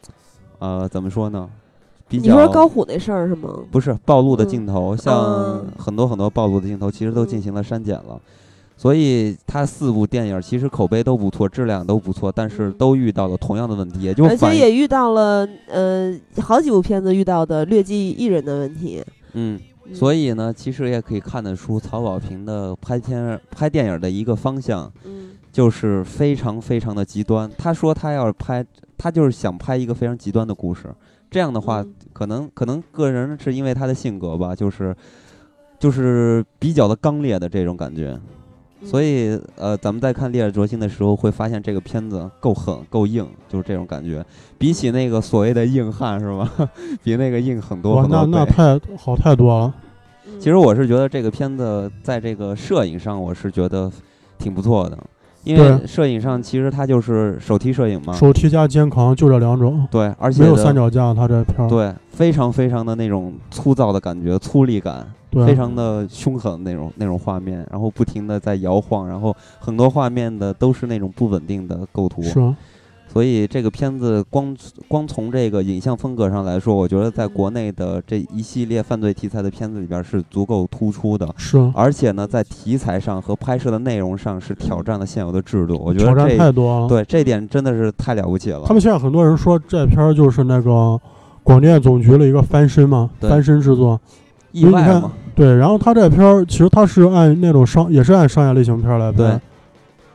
Speaker 1: 呃，怎么说呢，比
Speaker 2: 你
Speaker 1: 较
Speaker 2: 说高虎那事儿是吗？
Speaker 1: 不是暴露的
Speaker 2: 嗯
Speaker 1: 镜头，像
Speaker 2: 嗯
Speaker 1: 很多很多暴露的镜头，其实都进
Speaker 2: 嗯
Speaker 1: 行了删减了。所以他四部电影其实口碑都不错，质量都不错，但是
Speaker 2: 嗯
Speaker 1: 都遇到了同样的问题，也就
Speaker 2: 而且
Speaker 1: 反映
Speaker 2: 也遇到了呃好几部片子遇到的劣迹艺人的问题，
Speaker 1: 嗯，所
Speaker 2: 以
Speaker 1: 以呢，其实也可以看得出曹保平的拍片拍电影的一个方向，
Speaker 2: 嗯
Speaker 1: 就是非常非常的极端。他说他要是拍，他就是想拍一个非常极端的故事。这样的话，
Speaker 2: 嗯
Speaker 1: 可能可能个人是因为他的性格吧，就是就是比较的刚烈的这种感觉。
Speaker 2: 嗯
Speaker 1: 所以呃，咱们在看《烈日灼心》的时候，会发现这个片子够狠、够硬，就是这种感觉。比起那个所谓的硬汉是吧， *laughs* 比那个硬很多
Speaker 4: 哇，
Speaker 1: 很
Speaker 4: 那
Speaker 1: 多
Speaker 4: 那
Speaker 1: 倍。
Speaker 4: 太好太多了。
Speaker 2: 嗯
Speaker 1: 其实我是觉得这个片子在这个摄影上，我是觉得挺不错的，因为
Speaker 4: 对啊
Speaker 1: 摄影上其实它就是手提摄影嘛，
Speaker 4: 手提加肩扛就这两种，
Speaker 1: 对，而且
Speaker 4: 没有
Speaker 1: 的
Speaker 4: 三脚架，他这片儿
Speaker 1: 啊对，非常非常的那种粗糙的感觉，粗粝感，
Speaker 4: 对啊
Speaker 1: 非常的凶狠那种那种画面，然后不停的在摇晃，然后很多画面的都是那种不稳定的构图，
Speaker 4: 是
Speaker 1: 所以这个片子光光从这个影像风格上来说，我觉得在国内的这一系列犯罪题材的片子里边是足够突出的。
Speaker 4: 是，
Speaker 1: 而且呢，在题材上和拍摄的内容上是挑战了现有的制度，我觉
Speaker 4: 挑
Speaker 1: 得
Speaker 4: 战
Speaker 1: 这
Speaker 4: 太多了。
Speaker 1: 对这点真的是太了不起了。
Speaker 4: 他们现在很多人说这片儿就是那个广电总局的一个翻身嘛，
Speaker 1: 对
Speaker 4: 翻身制作。
Speaker 1: 意
Speaker 4: 你
Speaker 1: 外
Speaker 4: 看
Speaker 1: 嘛，
Speaker 4: 对，然后他这片儿其实他是按那种商，也是按商业类型片儿来
Speaker 1: 对
Speaker 4: 拍，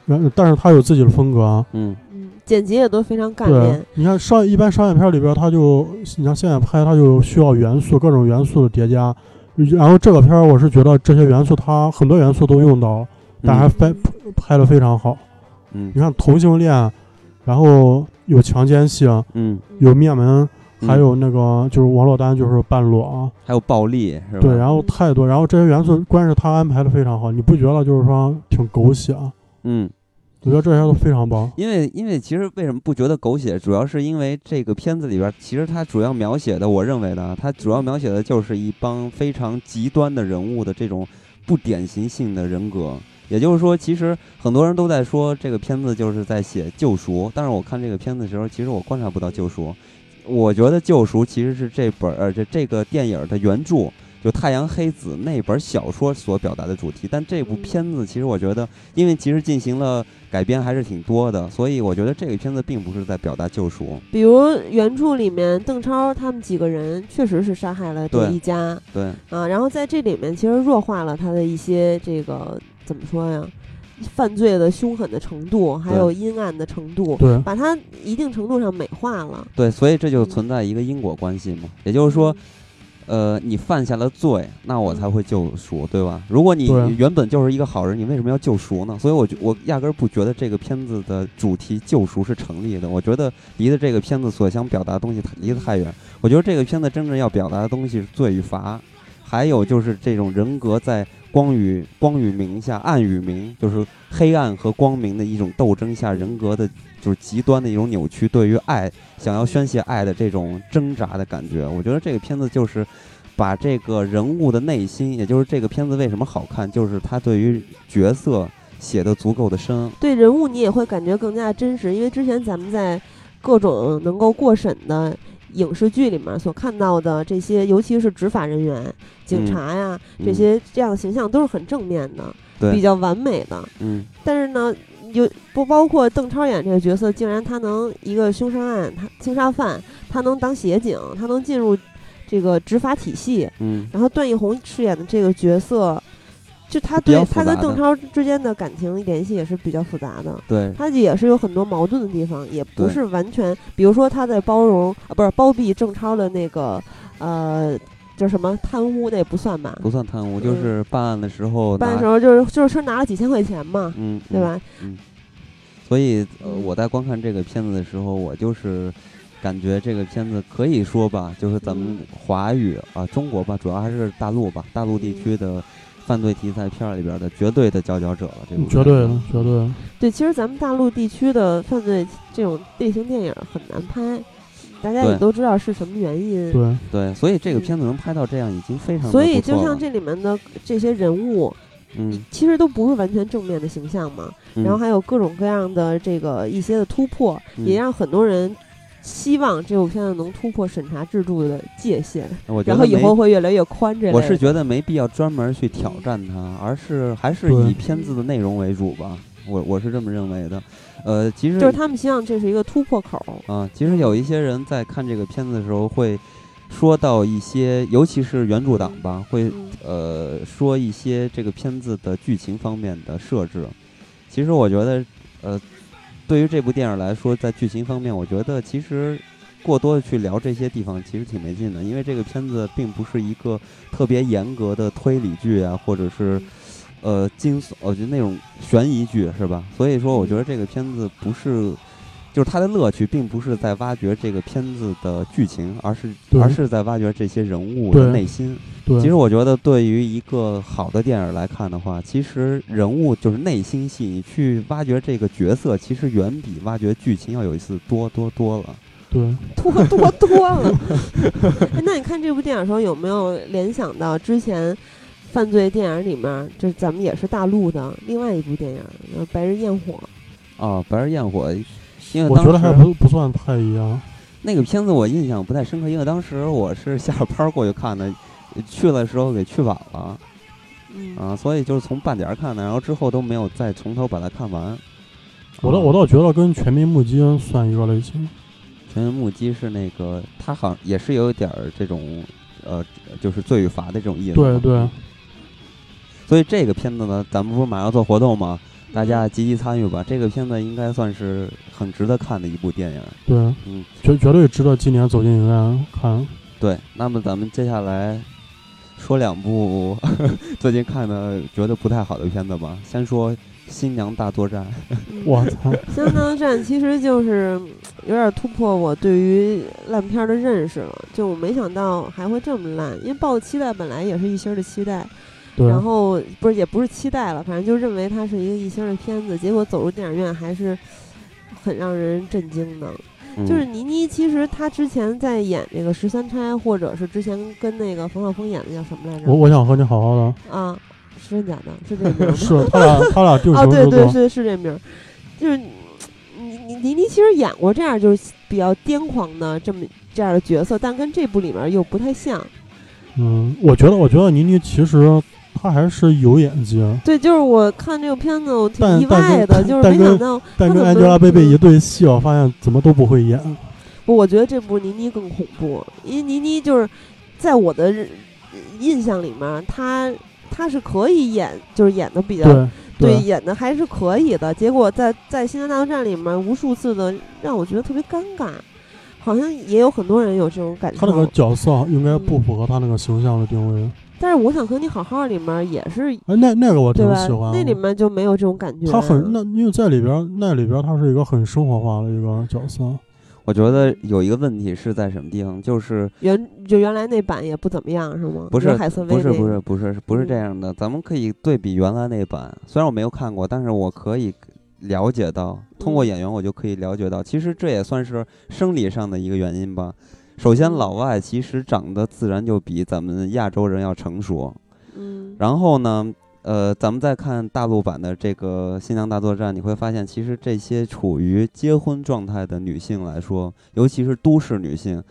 Speaker 4: 然但是他有自己的风格啊。
Speaker 1: 嗯，
Speaker 2: 嗯剪辑也都非常干
Speaker 4: 对啊
Speaker 2: 练，，
Speaker 4: 你看商一般商业片儿里边，他就你像现在拍，他就需要元素各种元素的叠加。然后这个片儿，我是觉得这些元素它很多元素都用到了，但还
Speaker 1: 嗯
Speaker 4: 拍拍的非常好。
Speaker 1: 嗯
Speaker 4: 你看同性恋，然后有强奸戏，
Speaker 1: 嗯，
Speaker 4: 有灭门，
Speaker 1: 嗯
Speaker 4: 还有那个就是王珞丹就是半裸啊，
Speaker 1: 还有暴力是吧？
Speaker 4: 对，然后
Speaker 2: 嗯
Speaker 4: 太多，然后这些元素，关键是他安排的非常好，你不觉得就是说挺狗血啊？
Speaker 1: 嗯，
Speaker 4: 我觉得这些都非常棒。
Speaker 1: 因为因为其实为什么不觉得狗血，主要是因为这个片子里边，其实它主要描写的，我认为呢，它主要描写的就是一帮非常极端的人物的这种不典型性的人格。也就是说，其实很多人都在说这个片子就是在写救赎，但是我看这个片子的时候，其实我观察不到救赎。我觉得救赎其实是这本儿呃这这个电影的原著，就《太阳黑子》那本小说所表达的主题。但这部
Speaker 2: 嗯
Speaker 1: 片子其实我觉得，因为其实进行了改编还是挺多的，所以我觉得这个片子并不是在表达救赎。
Speaker 2: 比如原著里面邓超他们几个人确实是杀害了这
Speaker 1: 对
Speaker 2: 一家
Speaker 1: 对，
Speaker 2: 啊，然后在这里面其实弱化了他的一些这个怎么说呀，犯罪的凶狠的程度，还
Speaker 1: 对
Speaker 2: 有阴暗的程度，
Speaker 4: 对，
Speaker 2: 把它一定程度上美化了。
Speaker 1: 对，所以这就
Speaker 2: 嗯
Speaker 1: 存在一个因果关系嘛。也就是说，呃，你犯下了罪，那我
Speaker 2: 嗯
Speaker 1: 才会救赎，对吧？如果你
Speaker 4: 对
Speaker 1: 原本就是一个好人，你为什么要救赎呢？所以我觉，我压根儿不觉得这个片子的主题救赎是成立的。我觉得离的这个片子所想表达的东西太离得太远。我觉得这个片子真正要表达的东西是罪与罚，还有就是这种人格在光与光与明下，暗与明，就是黑暗和光明的一种斗争下，人格的就是极端的一种扭曲，对于爱想要宣泄爱的这种挣扎的感觉。我觉得这个片子就是把这个人物的内心，也就是这个片子为什么好看，就是他对于角色写的足够的深。
Speaker 2: 对人物你也会感觉更加真实，因为之前咱们在各种能够过审的影视剧里面所看到的这些，尤其是执法人员、警
Speaker 1: 嗯
Speaker 2: 察呀、
Speaker 1: 嗯
Speaker 2: 这些这样的形象都是很正面的，
Speaker 1: 对
Speaker 2: 比较完美的。
Speaker 1: 嗯，
Speaker 2: 但是呢，有不包括邓超演这个角色，竟然他能一个凶杀案，他凶杀犯，他能当协警，他能进入这个执法体系，
Speaker 1: 嗯，
Speaker 2: 然后段奕宏饰演的这个角色。就他
Speaker 1: 比较
Speaker 2: 对
Speaker 1: 复
Speaker 2: 他跟
Speaker 1: 杂
Speaker 2: 邓
Speaker 1: 的
Speaker 2: 超之间的感情联系也是比较复杂的，
Speaker 1: 对，
Speaker 2: 他也是有很多矛盾的地方，也不
Speaker 1: 对
Speaker 2: 是完全，比如说他在包容啊，不是包庇郑超的那个呃，叫什么贪污，那也不算吧？
Speaker 1: 不算贪污，就是办案的时候
Speaker 2: 嗯办
Speaker 1: 拿
Speaker 2: 的时候就是就是说拿了几千块钱嘛，
Speaker 1: 嗯，
Speaker 2: 对
Speaker 1: 嗯？
Speaker 2: 吧？
Speaker 1: 所以、呃、
Speaker 2: 嗯
Speaker 1: 我在观看这个片子的时候，我就是感觉这个片子可以说吧，就是咱
Speaker 2: 嗯
Speaker 1: 们华语啊，中国吧，主要还是大陆吧，大陆地
Speaker 2: 嗯
Speaker 1: 区的犯罪题材片儿里边的绝对的佼佼者了。这部
Speaker 4: 绝对
Speaker 1: 片
Speaker 4: 的
Speaker 1: 子，
Speaker 4: 绝对的。
Speaker 2: 对，其实咱们大陆地区的犯罪这种类型电影很难拍，大家也
Speaker 1: 对
Speaker 2: 都知道是什么原因。
Speaker 4: 对，
Speaker 1: 对，所以这个片子能拍到这样已经非常
Speaker 2: 所
Speaker 1: 的
Speaker 2: 以，
Speaker 1: 不错
Speaker 2: 就像
Speaker 1: 了
Speaker 2: 这里面的这些人物，
Speaker 1: 嗯，
Speaker 2: 其实都不是完全正面的形象嘛。
Speaker 1: 嗯
Speaker 2: 然后还有各种各样的这个一些的突破，
Speaker 1: 嗯
Speaker 2: 也让很多人希望这部片子能突破审查制度的界限，
Speaker 1: 我觉
Speaker 2: 然
Speaker 1: 得
Speaker 2: 后以
Speaker 1: 没
Speaker 2: 后会越来越宽这类的。
Speaker 1: 我是觉得没必要专门去挑战它，而是还是
Speaker 4: 对
Speaker 1: 以片子的内容为主吧。我我是这么认为的。呃，其实
Speaker 2: 就是他们希望这是一个突破口。
Speaker 1: 啊，其实有一些人在看这个片子的时候会说到一些，尤其是原著党吧，会
Speaker 2: 嗯
Speaker 1: 呃说一些这个片子的剧情方面的设置。其实我觉得，呃，对于这部电影来说，在剧情方面，我觉得其实过多的去聊这些地方其实挺没劲的，因为这个片子并不是一个特别严格的推理剧啊，或者是。呃，惊悚，我觉得那种悬疑剧是吧？所以说，我觉得这个片子不是，就是它的乐趣，并不是在挖掘这个片子的剧情，而是
Speaker 4: 对
Speaker 1: 而是在挖掘这些人物的
Speaker 4: 对
Speaker 1: 内心。
Speaker 4: 对，
Speaker 1: 其实我觉得，对于一个好的电影来看的话，其实人物就是内心戏，你去挖掘这个角色，其实远比挖掘剧情要有意思多多多了。
Speaker 4: 对，
Speaker 2: 多多多了。 *laughs* 哎那你看这部电影的时候，有没有联想到之前犯罪电影里面，就是咱们也是大陆的另外一部电影呃《白日焰火》？
Speaker 1: 啊，《白日焰火》，因为
Speaker 4: 我觉
Speaker 1: 当
Speaker 4: 得还
Speaker 1: 时
Speaker 4: 不不算太一样。
Speaker 1: 那个片子我印象不太深刻，因为当时我是下班儿过去看的，去的时候给去晚了
Speaker 2: 嗯，
Speaker 1: 啊，所以就是从半点儿看的，然后之后都没有再从头把它看完。
Speaker 4: 我倒
Speaker 1: 啊
Speaker 4: 我倒觉得跟《全民目击》算一个类型。
Speaker 1: 全员目击是那个，他好像也是有点儿这种，呃，就是罪与罚的这种意思。
Speaker 4: 对对。
Speaker 1: 所以这个片子呢，咱们不是马上要做活动吗？大家积极参与吧。这个片子应该算是很值得看的一部电影。
Speaker 4: 对，
Speaker 1: 嗯，
Speaker 4: 绝绝对值得今年走进影院看。
Speaker 1: 对。那么咱们接下来说两部 *laughs* 最近看的觉得不太好的片子吧。先说《新娘大作战》。
Speaker 2: 嗯
Speaker 4: 我
Speaker 1: *laughs*
Speaker 4: 操！
Speaker 2: 相当战其实就是嗯有点突破我对于烂片儿的认识了，就我没想到还会这么烂，因为抱的期待本来也是一星儿的期待，
Speaker 4: 对，啊
Speaker 2: 然后不是也不是期待了，反正就认为它是一个一星儿的片子，结果走入电影院还是很让人震惊的。
Speaker 1: 嗯、
Speaker 2: 就是倪妮，其实她之前在演这个《十三钗》，或者是之前跟那个冯绍峰演的叫什么来着？
Speaker 4: 我我想和你好好的。
Speaker 2: 啊，是真假的？是这个
Speaker 4: *laughs*
Speaker 2: 名儿吗？
Speaker 4: 是他俩他
Speaker 2: *laughs*
Speaker 4: 俩定
Speaker 2: 哦，
Speaker 4: 情
Speaker 2: 对
Speaker 4: 之
Speaker 2: 对
Speaker 4: 作。
Speaker 2: 是是这名儿，就是你你你你其实演过这样就是比较癫狂的这么这样的角色，但跟这部里面又不太像。
Speaker 4: 嗯，我觉得我觉得倪妮其实她还是有演技，
Speaker 2: 对，就是我看这个片子，我挺
Speaker 4: 但
Speaker 2: 意外的，
Speaker 4: 但跟
Speaker 2: 就是
Speaker 4: 但
Speaker 2: 没
Speaker 4: 跟
Speaker 2: 想到
Speaker 4: 但跟
Speaker 2: 她怎么
Speaker 4: Angelababy
Speaker 2: 嗯
Speaker 4: 一对戏，我发现怎么都不会演。
Speaker 2: 不，我觉得这部倪妮更恐怖，因为倪妮就是在我的认印象里面，她她是可以演，就是演的比较
Speaker 4: 对
Speaker 2: 对，演的还是可以的。结果在在《星球大作战》里面，无数次的让我觉得特别尴尬，好像也有很多人有这种感
Speaker 4: 他那个
Speaker 2: 受。
Speaker 4: 角色应该不符合他那个形象的定位。
Speaker 2: 但是我想和你好好里面也是，
Speaker 4: 哎，那那个我挺
Speaker 2: 对吧
Speaker 4: 喜欢？啊
Speaker 2: 那里
Speaker 4: 的。
Speaker 2: 面就没有这种感觉。
Speaker 4: 他很那因为在里边儿那里边儿他是一个很生活化的一个角色，
Speaker 1: 我觉得有一个问题是在什么地方，就是
Speaker 2: 原就原来那版也不怎么样是吗？
Speaker 1: 不
Speaker 2: 就是海瑟薇
Speaker 1: 不是
Speaker 2: 那
Speaker 1: 不
Speaker 2: 个
Speaker 1: 是不是不是这样的，咱们可以对比原来那版，虽然我没有看过，但是我可以了解到，通过
Speaker 2: 嗯
Speaker 1: 演员我就可以了解到，其实这也算是生理上的一个原因吧。首先，
Speaker 2: 嗯
Speaker 1: 老外其实长得自然就比咱们亚洲人要成熟，
Speaker 2: 嗯，
Speaker 1: 然后呢，呃，咱们再看大陆版的这个《新娘大作战》，你会发现，其实这些处于结婚状态的女性来说，尤其是都市女性，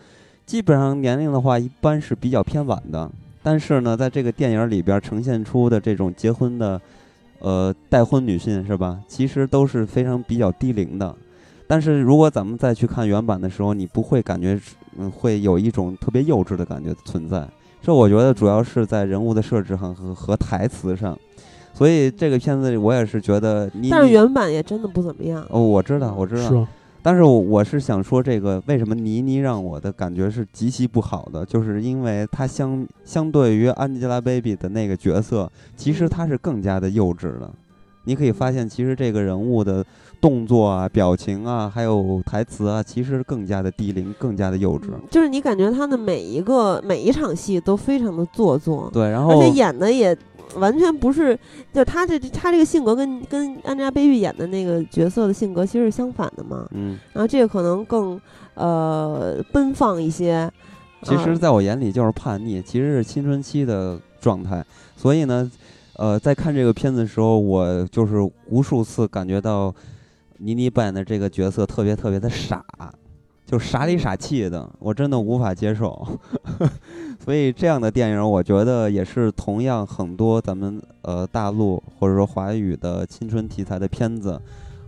Speaker 1: 基本上年龄的话，一般是比较偏晚的。但是呢，在这个电影里边呈现出的这种结婚的，呃，待婚女性是吧？其实都是非常比较低龄的。但是如果咱们再去看原版的时候，你不会感觉，嗯，会有一种特别幼稚的感觉存在。这我觉得主要是在人物的设置上和和台词上，所以这个片子里我也是觉得你，
Speaker 2: 但是
Speaker 1: 你
Speaker 2: 原版也真的不怎么样。
Speaker 1: 哦，我知道，我知道，
Speaker 4: 是
Speaker 1: 但是我我是想说，这个为什么倪妮让我的感觉是极其不好的，就是因为她相相对于 Angelababy 的那个角色，其
Speaker 2: 嗯
Speaker 1: 实她是更加的幼稚的。你可以发现，其实这个人物的动作啊、表情啊，还有台词啊，其实更加的低龄，更加的幼稚。
Speaker 2: 嗯就是你感觉他的每一个每一场戏都非常的做作，
Speaker 1: 对，然
Speaker 2: 而
Speaker 1: 后
Speaker 2: 且演的也完全不是，就他这他这个性格跟跟 Angelababy 演的那个角色的性格其实是相反的嘛。
Speaker 1: 嗯，
Speaker 2: 然后这个可能更呃奔放一些。
Speaker 1: 其实
Speaker 2: 啊
Speaker 1: 在我眼里就是叛逆，其实是青春期的状态。所以呢，呃，在看这个片子的时候，我就是无数次感觉到倪妮扮演的这个角色特别特别的傻，就傻里傻气的，我真的无法接受。 *laughs* 所以这样的电影，我觉得也是同样很多咱们呃大陆或者说华语的青春题材的片子，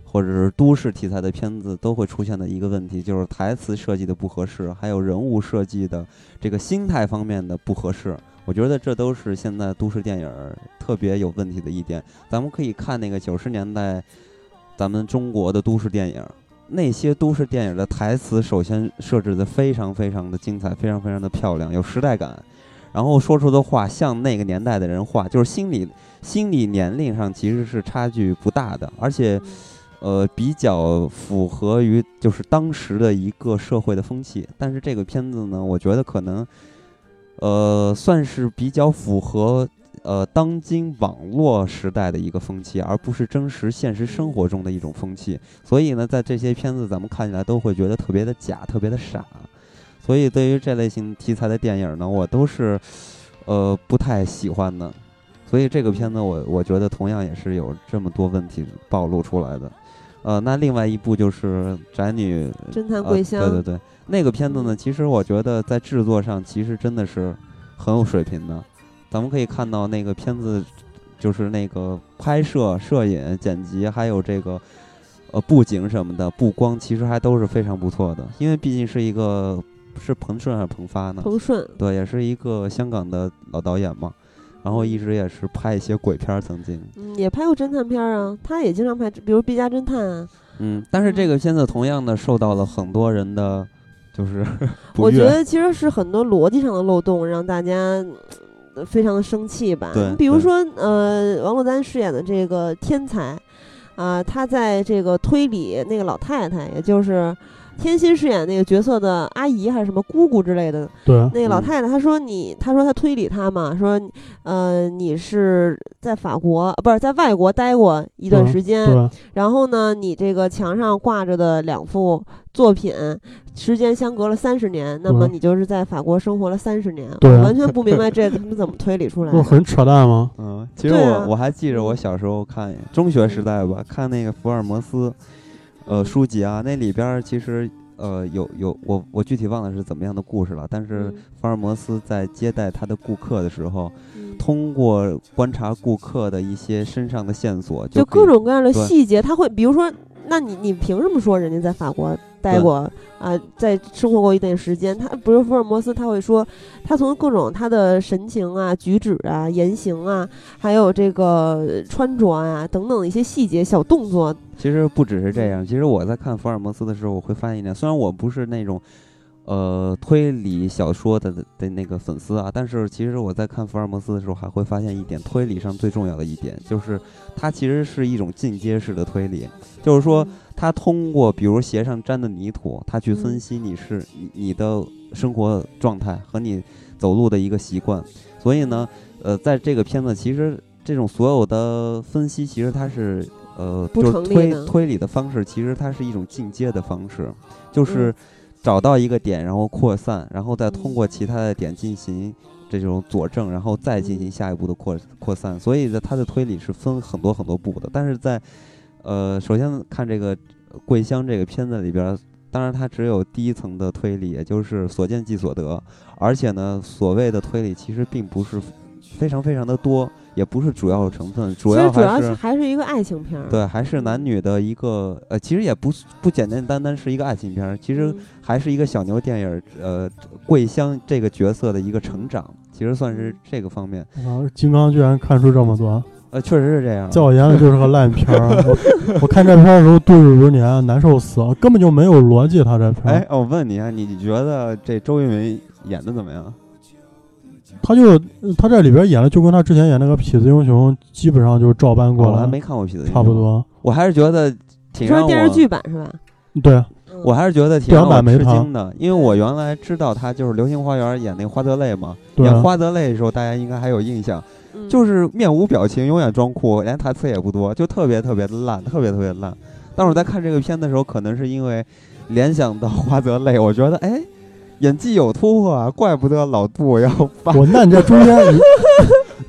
Speaker 1: 或者是都市题材的片子都会出现的一个问题，就是台词设计的不合适，还有人物设计的这个心态方面的不合适。我觉得这都是现在都市电影儿特别有问题的一点。咱们可以看那个九十年代，咱们中国的都市电影儿，那些都市电影儿的台词首先设置的非常非常的精彩，非常非常的漂亮，有时代感。然后说出的话像那个年代的人话，就是心理心理年龄上其实是差距不大的，而且呃比较符合于就是当时的一个社会的风气。但是这个片子呢，我觉得可能呃算是比较符合呃当今网络时代的一个风气，而不是真实现实生活中的一种风气。所以呢，在这些片子咱们看起来都会觉得特别的假，特别的傻。所以对于这类型题材的电影呢，我都是呃不太喜欢的。所以这个片子我我觉得同样也是有这么多问题暴露出来的。呃，那另外一部就是《宅女
Speaker 2: 侦探桂香、
Speaker 1: 啊。对对对，那个片子呢，
Speaker 2: 嗯
Speaker 1: 其实我觉得在制作上其实真的是很有水平的。咱们可以看到那个片子，就是那个拍摄、摄影、剪辑，还有这个呃布景什么的，布光其实还都是非常不错的。因为毕竟是一个是彭顺还是彭发呢？
Speaker 2: 彭顺，
Speaker 1: 对，也是一个香港的老导演嘛。然后一直也是拍一些鬼片儿，曾经，
Speaker 2: 嗯，也拍过侦探片儿啊，他也经常拍，比如《毕加侦探》啊。
Speaker 1: 嗯，但是这个片子同样的受到了很多人的，就是 *laughs* 不
Speaker 2: 我觉
Speaker 1: 悦
Speaker 2: 得其实是很多逻辑上的漏洞，让大家。呃非常的生气吧？
Speaker 1: 对
Speaker 2: 你比如
Speaker 1: 对
Speaker 2: 说，呃，王珞丹饰演的这个天才，啊、她在这个推理那个老太太，也就是天心饰演那个角色的阿姨还是什么姑姑之类的，
Speaker 4: 对
Speaker 2: 那个老
Speaker 1: 嗯
Speaker 2: 太太她说你，她说她推理她嘛，说，呃，你是在法国啊不是在外国待过一段
Speaker 4: 嗯
Speaker 2: 时间，
Speaker 4: 对
Speaker 2: 然后呢，你这个墙上挂着的两幅作品，时间相隔了三十年，那么
Speaker 4: 嗯
Speaker 2: 你就是在法国生活了三十年。
Speaker 4: 对啊
Speaker 2: 我完全不明白这他们怎么推理出来
Speaker 4: 不是
Speaker 2: 的。
Speaker 4: 很扯淡吗？
Speaker 1: 嗯，其实
Speaker 2: 对
Speaker 1: 我、
Speaker 2: 啊
Speaker 1: 我还记着我小时候看中学时代吧，看那个福尔摩斯，呃，
Speaker 2: 嗯
Speaker 1: 书籍啊，那里边儿其实呃有有我我具体忘了是怎么样的故事了，但是
Speaker 2: 嗯
Speaker 1: 福尔摩斯在接待他的顾客的时候，
Speaker 2: 嗯
Speaker 1: 通过观察顾客的一些身上的线索，
Speaker 2: 就
Speaker 1: 可以
Speaker 2: 各种各样的
Speaker 1: 对
Speaker 2: 细节，他会比如说，那你你凭什么说人家在法国待
Speaker 1: 对
Speaker 2: 过啊、在生活过一段时间？他不是福尔摩斯，他会说，他从各种他的神情啊、举止啊、言行啊，还有这个呃穿着啊等等一些细节、小动作，
Speaker 1: 其实不只是这样，其实我在看福尔摩斯的时候，我会发现一点，虽然我不是那种。呃推理小说的的那个粉丝啊，但是其实我在看福尔摩斯的时候，还会发现一点推理上最重要的一点，就是它其实是一种进阶式的推理，就是说他通过比如鞋上沾的泥土，他去
Speaker 2: 嗯
Speaker 1: 分析你是你你的生活状态和你走路的一个习惯，所以呢，呃，在这个片子其实这种所有的分析，其实它是呃，
Speaker 2: 不
Speaker 1: 就是
Speaker 2: 成立
Speaker 1: 推
Speaker 2: 的
Speaker 1: 推理的方式，其实它是一种进阶的方式，
Speaker 2: 嗯
Speaker 1: 就是找到一个点，然后扩散，然后再通过其他的点进行。这种佐证，然后再进
Speaker 2: 嗯
Speaker 1: 行下一步的扩扩散，所以呢，它的推理是分很多很多步的。但是在，呃，首先看这个《桂香》这个片子里边儿，当然它只有第一层的推理，也就是所见即所得，而且呢，所谓的推理其实并不是非常非常的多，也不是主要成分，主
Speaker 2: 其实
Speaker 1: 要
Speaker 2: 主
Speaker 1: 还
Speaker 2: 要是
Speaker 1: 是
Speaker 2: 还是一个爱情片儿，
Speaker 1: 对，还是男女的一个呃，其实也不是不简简单单是一个爱情片儿，其实
Speaker 2: 嗯
Speaker 1: 还是一个小牛电影儿，呃，桂香这个角色的一个成长，其实算
Speaker 2: 嗯
Speaker 1: 是这个方面，
Speaker 4: 啊，金刚居然看出这么多，
Speaker 1: 呃，确实是这样。
Speaker 4: 在我眼里就是个烂片儿。啊我我 *laughs* 看这片儿的时候度日如年，难受死了，根本就没有逻辑。他这片
Speaker 1: 哎
Speaker 4: 儿，，
Speaker 1: 我问你啊，你觉得这周渝民演的怎么样？
Speaker 4: 他就他这里边演的就跟他之前演那个《痞子英雄》基本上就是照搬过
Speaker 1: 我哦还
Speaker 4: 来，
Speaker 1: 没看过《痞子英雄
Speaker 4: 差不》，多。
Speaker 1: 我还是觉得
Speaker 2: 你
Speaker 1: 挺
Speaker 2: 说
Speaker 1: 让
Speaker 2: 是
Speaker 1: 我
Speaker 2: 电视剧版是吧？
Speaker 4: 对，
Speaker 2: 嗯
Speaker 1: 我还是觉得挺
Speaker 4: 短
Speaker 1: 让我
Speaker 4: 板没
Speaker 1: 吃
Speaker 4: 他
Speaker 1: 惊的，因为我原来知道他就是《流星花园》演那个花泽类嘛，
Speaker 4: 对啊
Speaker 1: 演花泽类的时候大家应该还有印象，
Speaker 2: 嗯
Speaker 1: 就是面无表情，永远装酷，连台词也不多，就特别特别的烂，特别特别烂。但是我在看这个片的时候，可能是因为联想到花泽类，我觉得哎，演技有突破啊，怪不得老杜要发，
Speaker 4: 我那你这中
Speaker 1: *laughs*
Speaker 4: 间，你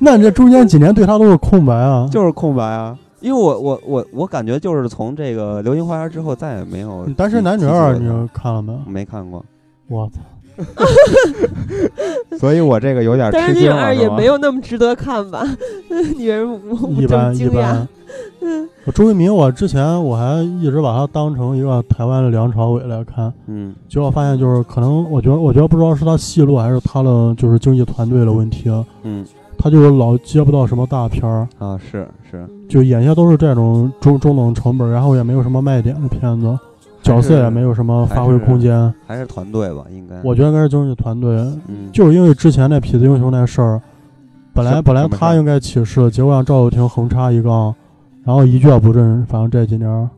Speaker 4: 那你这中间几年对他都是空白啊。
Speaker 1: 就是空白啊。因为我我我我感觉就是从这个《流星花园》之后再也没有
Speaker 4: 《
Speaker 1: 记
Speaker 4: 单身男女二》
Speaker 1: 记起过
Speaker 4: 你看了没？
Speaker 1: 他没看过，
Speaker 4: 我操！
Speaker 1: *laughs* 所以我这个有点
Speaker 2: 但
Speaker 1: 吃
Speaker 2: 是
Speaker 1: 惊
Speaker 2: 女
Speaker 1: 了。
Speaker 2: 二也
Speaker 1: 吧
Speaker 2: 没有那么值得看吧？ *laughs* 你为什么
Speaker 1: *laughs*
Speaker 2: 不不
Speaker 4: 一
Speaker 2: 这么
Speaker 4: 般一
Speaker 2: 惊讶 *laughs*
Speaker 4: 般？。我周渝民，我之前我还一直把他当成一个台湾的梁朝伟来看，
Speaker 1: 嗯，
Speaker 4: 结果发现就是可能，我觉得我觉得不知道是他戏路还是他的就是经济团队的问题，啊
Speaker 1: 嗯
Speaker 4: 他就是老接不到什么大片儿，
Speaker 1: 啊，是是，
Speaker 2: 嗯
Speaker 4: 就演一些都是这种中中等成本，然后也没有什么卖点的片子，角色也没有什么发挥空间。
Speaker 1: 还是团队吧，应该。
Speaker 4: 我觉得应该是经济团队，
Speaker 1: 嗯，
Speaker 4: 就是因为之前那痞子英雄那事儿，本
Speaker 1: 什
Speaker 4: 来本来
Speaker 1: 什么事
Speaker 4: 他
Speaker 1: 儿
Speaker 4: 应该起势，结果让赵又廷横插一杠，然后一蹶不振，反正这几年啊儿。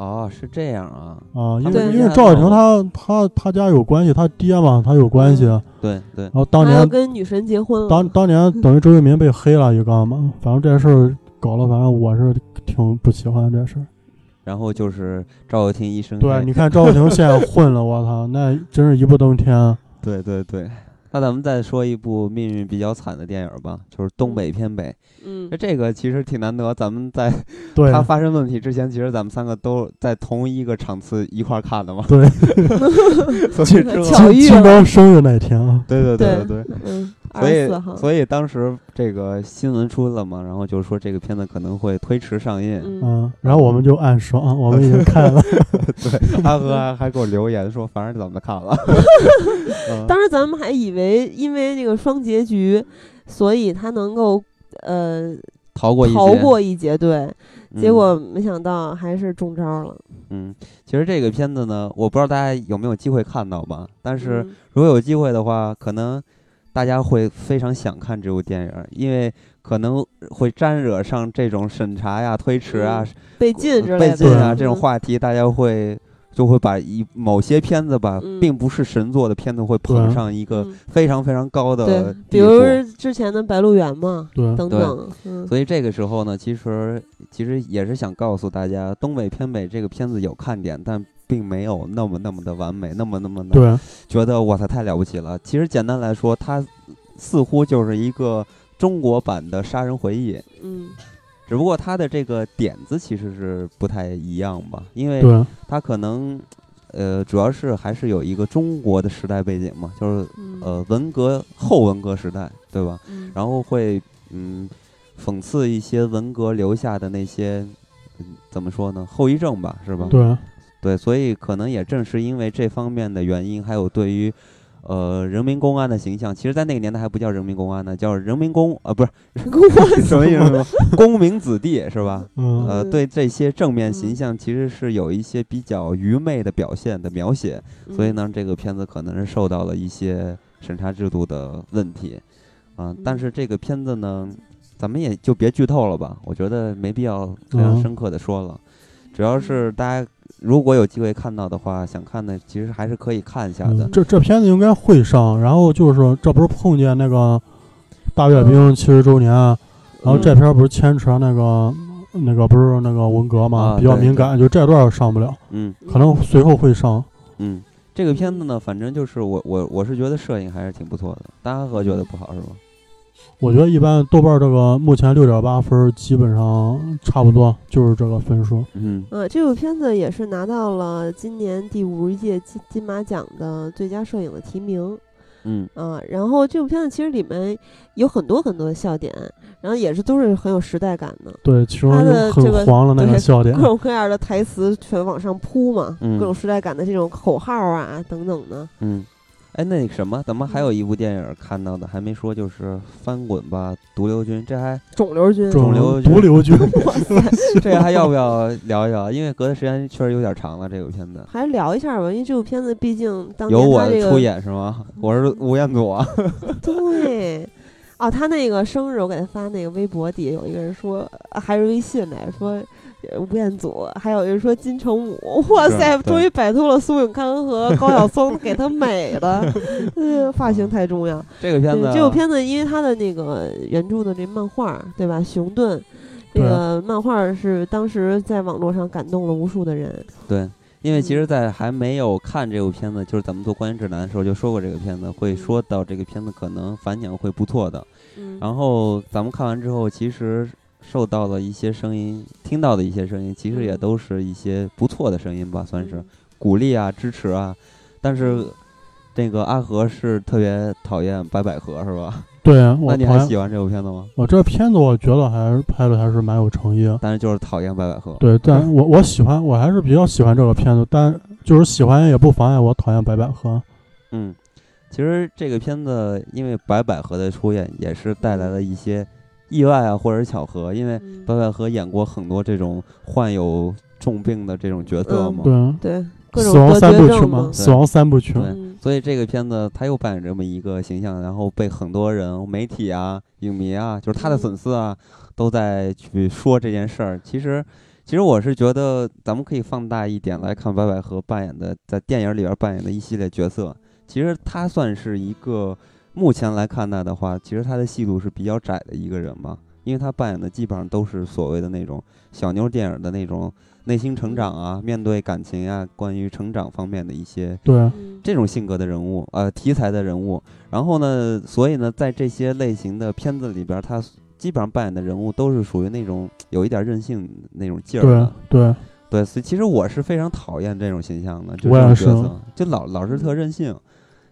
Speaker 1: 哦，是这样啊，
Speaker 4: 啊，因
Speaker 1: 他
Speaker 4: 为
Speaker 1: 们
Speaker 4: 因
Speaker 1: 家
Speaker 4: 为赵又廷
Speaker 1: 闹
Speaker 4: 他他他家有关系，他爹嘛他有关系，然
Speaker 1: 对对，
Speaker 4: 后当
Speaker 2: 他要
Speaker 4: 年
Speaker 2: 跟女神结婚了，
Speaker 4: 当当年等于周渝民被黑了一杠嘛，反正这事儿搞了，反正我是挺不喜欢这事儿。
Speaker 1: 然后就是赵又廷医生，
Speaker 4: 对，你看赵又廷现在混了，我操，那真是一步登天。啊
Speaker 1: 对对对。那咱们再说一部命运比较惨的电影吧，就是《东北偏北》。
Speaker 2: 嗯
Speaker 1: 那，这个其实挺难得，咱们在
Speaker 4: 对
Speaker 1: 它发生问题之前，其实咱们三个都在同一个场次一块儿看
Speaker 2: *laughs*
Speaker 1: 的嘛。 *laughs*
Speaker 4: 对，
Speaker 1: 所以之后，
Speaker 2: 巧
Speaker 4: 金
Speaker 2: 遇
Speaker 4: 金
Speaker 2: 了
Speaker 4: 刚生日那天啊，
Speaker 1: 对对对对
Speaker 2: 对
Speaker 1: 对，
Speaker 2: 嗯，
Speaker 1: 哎
Speaker 2: 二
Speaker 1: 所
Speaker 2: 十四
Speaker 1: 以
Speaker 2: 号，
Speaker 1: 所以当时这个新闻出了嘛，然后就说这个片子可能会推迟上映， *laughs*
Speaker 2: 嗯，
Speaker 4: 嗯，然后我们就暗爽，啊我们已经看了，
Speaker 1: 对，阿和还还给我留言说，反正怎么看
Speaker 2: *laughs*
Speaker 1: 了。嗯
Speaker 2: 当时咱们还以为因为这个双结局，所以他能够呃
Speaker 1: 逃过一劫
Speaker 2: 逃过一劫，对，
Speaker 1: 嗯
Speaker 2: 结果没想到还是中招了。
Speaker 1: 嗯，其实这个片子呢，我不知道大家有没有机会看到吧，但是
Speaker 2: 嗯
Speaker 1: 如果有机会的话，可能大家会非常想看这部电影，因为可能会沾惹上这种审查呀、推迟啊、
Speaker 2: 被禁嗯之类的，
Speaker 1: 被禁啊
Speaker 2: 嗯
Speaker 1: 这种，话题，大家会。就会把一某些片子吧，
Speaker 2: 嗯
Speaker 1: 并不是神作的片子，会捧
Speaker 4: 对
Speaker 1: 上一个
Speaker 2: 嗯
Speaker 1: 非常非常高的地
Speaker 2: 对
Speaker 1: 步。，
Speaker 2: 比如之前的《白鹿原》嘛，
Speaker 4: 对，
Speaker 2: 等等，嗯，
Speaker 1: 所以这个时候呢，其实其实也是想告诉大家，《东北偏北》这个片子有看点，但并没有那么那么的完美，那么那么的
Speaker 4: 对，
Speaker 1: 觉得哇塞太了不起了。其实简单来说，它似乎就是一个中国版的《杀人回忆》，
Speaker 2: 嗯，
Speaker 1: 只不过它的这个点子其实是不太一样吧，因为
Speaker 4: 对，
Speaker 1: 它可能呃主要是还是有一个中国的时代背景嘛，就是
Speaker 2: 嗯，
Speaker 1: 呃文革后文革时代，对吧？
Speaker 2: 嗯，
Speaker 1: 然后会嗯讽刺一些文革留下的那些。嗯怎么说呢？后遗症吧，是吧？
Speaker 4: 对，
Speaker 1: 对，所以可能也正是因为这方面的原因，还有对于，呃人民公安的形象。其实，在那个年代还不叫人民公安呢，叫人民公啊、不是 *laughs*
Speaker 2: 公安
Speaker 1: 什么意思？公民子弟是吧？
Speaker 4: 嗯，
Speaker 1: 呃，
Speaker 2: 嗯
Speaker 1: 对这些正面形
Speaker 2: 嗯
Speaker 1: 象其实是有一些比较愚昧的表现的描写，所
Speaker 2: 嗯
Speaker 1: 以，呢，这个片子可能是受到了一些审查制度的问题，啊、但
Speaker 2: 嗯
Speaker 1: 是这个片子呢，咱们也就别剧透了吧，我觉得没必要非常
Speaker 4: 嗯
Speaker 1: 深刻的说了，主要是大家如果有机会看到的话，想看的其实还是可以看一下的
Speaker 4: 嗯，这这片子应该会上，然后就是这不是碰见那个大阅
Speaker 1: 嗯
Speaker 4: 兵七十周年，啊
Speaker 2: 嗯
Speaker 4: 然后这片儿不是牵扯那个那个不是那个文革嘛，
Speaker 1: 啊
Speaker 4: 比较
Speaker 1: 对
Speaker 4: 敏感，就这段儿上不了，
Speaker 1: 嗯
Speaker 4: 可能随后会上。
Speaker 1: 嗯。这个片子呢，反正就是我我我是觉得摄影还是挺不错的，大家和觉得不好是吗？
Speaker 4: 我觉得一般豆瓣儿这个目前六点八分儿，基本上差不多就是这个分数。
Speaker 1: 嗯，
Speaker 2: 呃，这部片子也是拿到了今年第五十届金金马奖的最佳摄影的提名。
Speaker 1: 嗯
Speaker 2: 啊，然后这部片子其实里面有很多很多的笑点，然后也是都是很有时代感的，
Speaker 4: 对，其中
Speaker 2: 它的这个
Speaker 4: 很黄了那
Speaker 2: 对
Speaker 4: 个笑点
Speaker 2: 各。种各样的台词全往上扑嘛，
Speaker 1: 啊嗯
Speaker 2: 各种时代感的这种口号啊等等的。
Speaker 1: 嗯，哎，那个什么，咱们还有一部电影看到的还没说，就是《翻滚吧，毒瘤君》，这还
Speaker 2: 肿瘤君，
Speaker 1: 肿瘤
Speaker 4: 毒瘤君，
Speaker 2: *laughs* 哇塞，
Speaker 1: 这个还要不要聊一聊？因为隔的时间确实有点长了，这个片子。
Speaker 2: 还是聊一下吧，因为这部片子毕竟当
Speaker 1: 由
Speaker 2: 年
Speaker 1: 我
Speaker 2: 他这个嗯
Speaker 1: 出演是吗？我是吴彦祖啊。 *laughs*
Speaker 2: *laughs* 对。哦，他那个生日，我给他发那个微博底下有一个人说，呃还是微信来说呃吴彦祖，还有人说金城武，哇
Speaker 1: 是
Speaker 2: 塞，
Speaker 1: 对
Speaker 2: 终于摆脱了苏永康和高晓松给他美的，嗯，发型太重要。
Speaker 1: 这个片
Speaker 2: 对
Speaker 1: 子，
Speaker 2: 这部片子，因为他的那个原著的这漫画，对吧？熊顿这个漫画是当时在网络上感动了无数的人，
Speaker 1: 对，因为其
Speaker 2: 嗯
Speaker 1: 实，在还没有看这部片子，就是咱们做观影指南的时候就说过这个片子，会说到这个片子可能反响会不错的。
Speaker 2: 嗯，
Speaker 1: 然后咱们看完之后，其实受到了一些声音，听到的一些声音，其实也都是一些不错的声音吧，算是
Speaker 2: 嗯
Speaker 1: 鼓励啊、支持啊。但是这个阿和是特别讨厌白百合是吧？
Speaker 4: 对
Speaker 1: *laughs*
Speaker 4: 我
Speaker 1: 那你
Speaker 4: 朋
Speaker 1: 还
Speaker 4: 友
Speaker 1: 喜欢这部片子吗？
Speaker 4: 我这片子我觉得还是拍的还是蛮有诚意的。
Speaker 1: 但是就是讨厌白百合。
Speaker 4: 对，
Speaker 1: 嗯
Speaker 4: 但我我喜欢，我还是比较喜欢这个片子，但就是喜欢也不妨碍我讨厌白百合。
Speaker 1: 嗯，其实这个片子因为白百合的出演，也是带来了一些意外啊，或者是巧合，因为
Speaker 2: 嗯
Speaker 1: 白百合演过很多这种患有重病的这种角色
Speaker 2: 嗯
Speaker 1: 嘛。
Speaker 4: 对，
Speaker 2: 对各种
Speaker 4: 死亡
Speaker 2: 得
Speaker 4: 三
Speaker 2: 绝
Speaker 4: 部曲
Speaker 2: 症
Speaker 4: 嘛，
Speaker 2: 嘛，
Speaker 4: 死亡三部曲。
Speaker 1: 对
Speaker 2: 嗯。
Speaker 1: 所以这个片子他又扮演这么一个形象，然后被很多人、媒体啊、影迷啊，就是他的
Speaker 2: 嗯
Speaker 1: 粉丝啊，都在去说这件事儿。其实，其实我是觉得咱们可以放大一点来看白百合扮演的在电影里边扮演的一系列角色。其实他算是一个目前来看待的话，其实他的戏路是比较窄的一个人嘛，因为他扮演的基本上都是所谓的那种小妞电影的那种内心成长啊，面对感情啊，关于成长方面的一些
Speaker 4: 对，
Speaker 2: 嗯
Speaker 1: 这种性格的人物，呃，题材的人物。然后呢，所以呢，在这些类型的片子里边儿，他基本上扮演的人物都是属于那种有一点任性那种劲儿
Speaker 4: 对啊
Speaker 1: 的。，
Speaker 4: 对，
Speaker 1: 对，所以其实我是非常讨厌这种形象的，就
Speaker 4: 我
Speaker 1: 这种角
Speaker 4: 也是
Speaker 1: 色，就老老是特任性。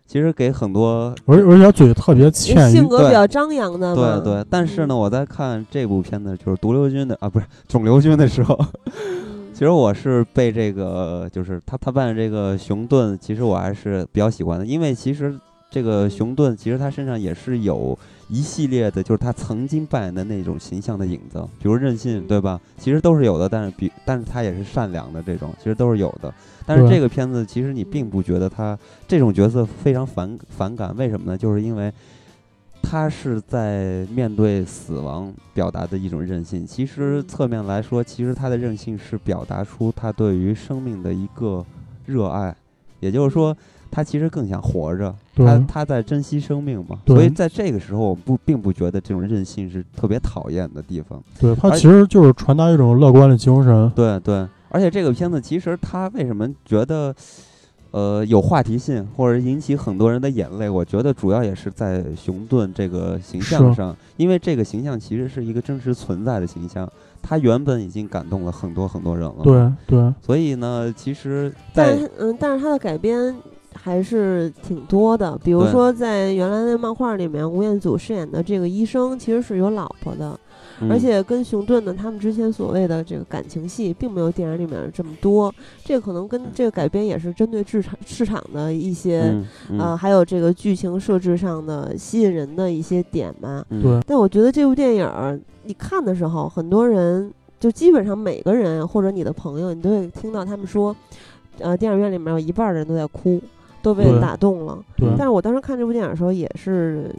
Speaker 1: 其实给很多
Speaker 4: 而而且嘴特别欠
Speaker 2: 性
Speaker 4: 于，
Speaker 2: 格
Speaker 1: 对
Speaker 2: 比较张扬的嘛，嗯
Speaker 1: 对对，但是呢，我在看这部片子就是《毒瘤君》的啊，不是《肿瘤君》的时候，
Speaker 2: 嗯，
Speaker 1: 其实我是被这个，就是他他扮演这个熊顿，其实我还是比较喜欢的，因为其实这个熊顿其实他身上也是有一系列的，就是他曾经扮演的那种形象的影子，比如任性，对吧？其实都是有的，但是比但是他也是善良的这种，其实都是有的。但是
Speaker 4: 对
Speaker 1: 这个片子其实你并不觉得他这种角色非常反反感，为什么呢？就是因为他是在面对死亡表达的一种任性。其实
Speaker 2: 嗯
Speaker 1: 侧面来说，其实他的任性是表达出他对于生命的一个热爱，也就是说，他其实更想活着，
Speaker 4: 对
Speaker 1: 他他在珍惜生命嘛。
Speaker 4: 对
Speaker 1: 所以在这个时候，我不并不觉得这种任性是特别讨厌的地方。
Speaker 4: 对他
Speaker 1: 而哦
Speaker 4: 其实就是传达一种乐观的精神。
Speaker 1: 对对，而且这个片子其实它为什么觉得，呃，有话题性或者引起很多人的眼泪？我觉得主要也是在熊顿这个形象
Speaker 4: 是
Speaker 1: 上，因为这个形象其实是一个真实存在的形象，他原本已经感动了很多很多人了。，
Speaker 4: 对对，
Speaker 1: 所以呢，其实
Speaker 2: 但
Speaker 1: 在
Speaker 2: 是嗯，但是他的改编还是挺多的。比如
Speaker 1: 对
Speaker 2: 说，在原来的漫画里面，吴彦祖饰演的这个医生其实是有老婆的，
Speaker 1: 嗯
Speaker 2: 而且跟熊顿呢，他们之前所谓的这个感情戏，并没有电影里面这么多。这可能跟这个改编也是针对市场市场的一些、
Speaker 1: 嗯嗯
Speaker 2: 呃，还有这个剧情设置上的吸引人的一些点吧。
Speaker 1: 嗯
Speaker 4: 对
Speaker 2: 但我觉得这部电影儿你看的时候，很多人就基本上每个人或者你的朋友，你都会听到他们说，呃，电影院里面有一半儿的人都在哭，都被
Speaker 4: 对
Speaker 2: 打动了。
Speaker 4: 对
Speaker 2: 但是我当时看这部电影的时候也是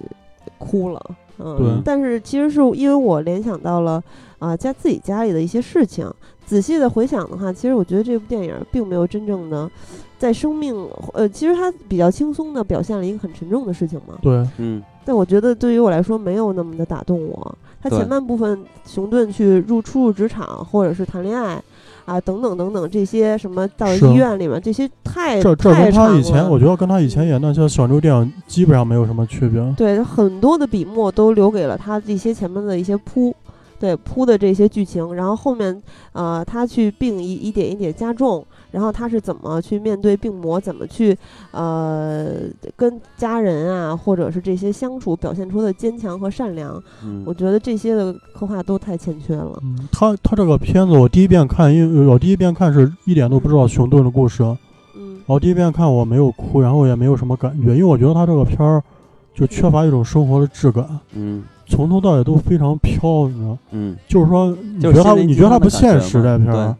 Speaker 2: 哭了，嗯
Speaker 4: 对，
Speaker 2: 但是其实是因为我联想到了啊、家自己家里的一些事情，仔细的回想的话，其实我觉得这部电影并没有真正的在生命，呃，其实它比较轻松的表现了一个很沉重的事情嘛，
Speaker 4: 对
Speaker 1: 嗯
Speaker 2: 但我觉得对于我来说没有那么的打动我。他
Speaker 1: 对
Speaker 2: 前半部分熊顿去入初入职场或者是谈恋爱啊等等等等这些什么到
Speaker 4: 是啊
Speaker 2: 医院里面这些太
Speaker 4: 这这
Speaker 2: 太
Speaker 4: 跟他
Speaker 2: 长
Speaker 4: 以前，
Speaker 2: 了
Speaker 4: 我觉得跟他以前演那些小众电影基本上没有什么区别。
Speaker 2: 对很多的笔墨都留给了他一些前面的一些铺。对铺的这些剧情，然后后面，呃，他去病一一点一点加重，然后他是怎么去面对病魔，怎么去，呃，跟家人啊，或者是这些相处，表现出的坚强和善良，
Speaker 1: 嗯
Speaker 2: 我觉得这些的刻画都太欠缺了。
Speaker 4: 嗯，他他这个片子，我第一遍看，因为我第一遍看是一点都不知道熊顿的故事，啊然
Speaker 2: 嗯，
Speaker 4: 后第一遍看我没有哭，然后也没有什么感觉，因为我觉得他这个片儿就缺乏一种生活的质感，
Speaker 1: 嗯
Speaker 4: 从头到尾都非常飘，你知道，
Speaker 1: 嗯，
Speaker 4: 就是说你
Speaker 1: 就
Speaker 4: 觉
Speaker 1: 是
Speaker 4: 得他
Speaker 1: 心灵
Speaker 4: 你
Speaker 1: 鸡
Speaker 4: 觉得
Speaker 1: 汤
Speaker 4: 他
Speaker 1: 的
Speaker 4: 不
Speaker 1: 感
Speaker 4: 现
Speaker 1: 觉
Speaker 4: 实
Speaker 1: 嘛
Speaker 4: 这片
Speaker 1: 对
Speaker 4: 儿，啊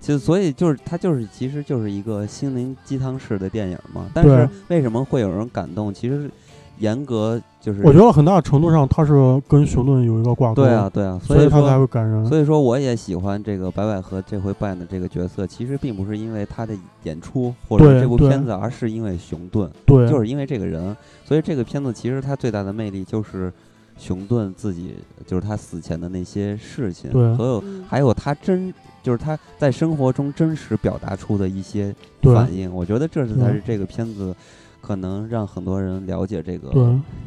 Speaker 1: 就所以就是它就是其实就是一个心灵鸡汤式的电影嘛，但是
Speaker 2: 嗯
Speaker 4: 对
Speaker 1: 为什么会有人感动？其实严格就是
Speaker 4: 我觉得很大程度上他是跟熊顿有一个挂钩，
Speaker 1: 对啊对啊，
Speaker 4: 所以他才
Speaker 1: 说
Speaker 4: 会感人。
Speaker 1: 所以说我也喜欢这个白百合这回扮演的这个角色，其实并不是因为他的演出或者
Speaker 4: 对
Speaker 1: 这部
Speaker 4: 对
Speaker 1: 片子，而是因为熊顿，
Speaker 4: 对，
Speaker 1: 就是因为这个人。所以这个片子其实它最大的魅力就是熊顿自己，就是他死前的那些事情，
Speaker 4: 对
Speaker 1: 所有
Speaker 2: 嗯
Speaker 1: 还有他真就是他在生活中真实表达出的一些
Speaker 4: 对嗯
Speaker 1: 反应，我觉得这是才
Speaker 4: 对
Speaker 1: 是这个片子可能让很多人了解这个
Speaker 4: 对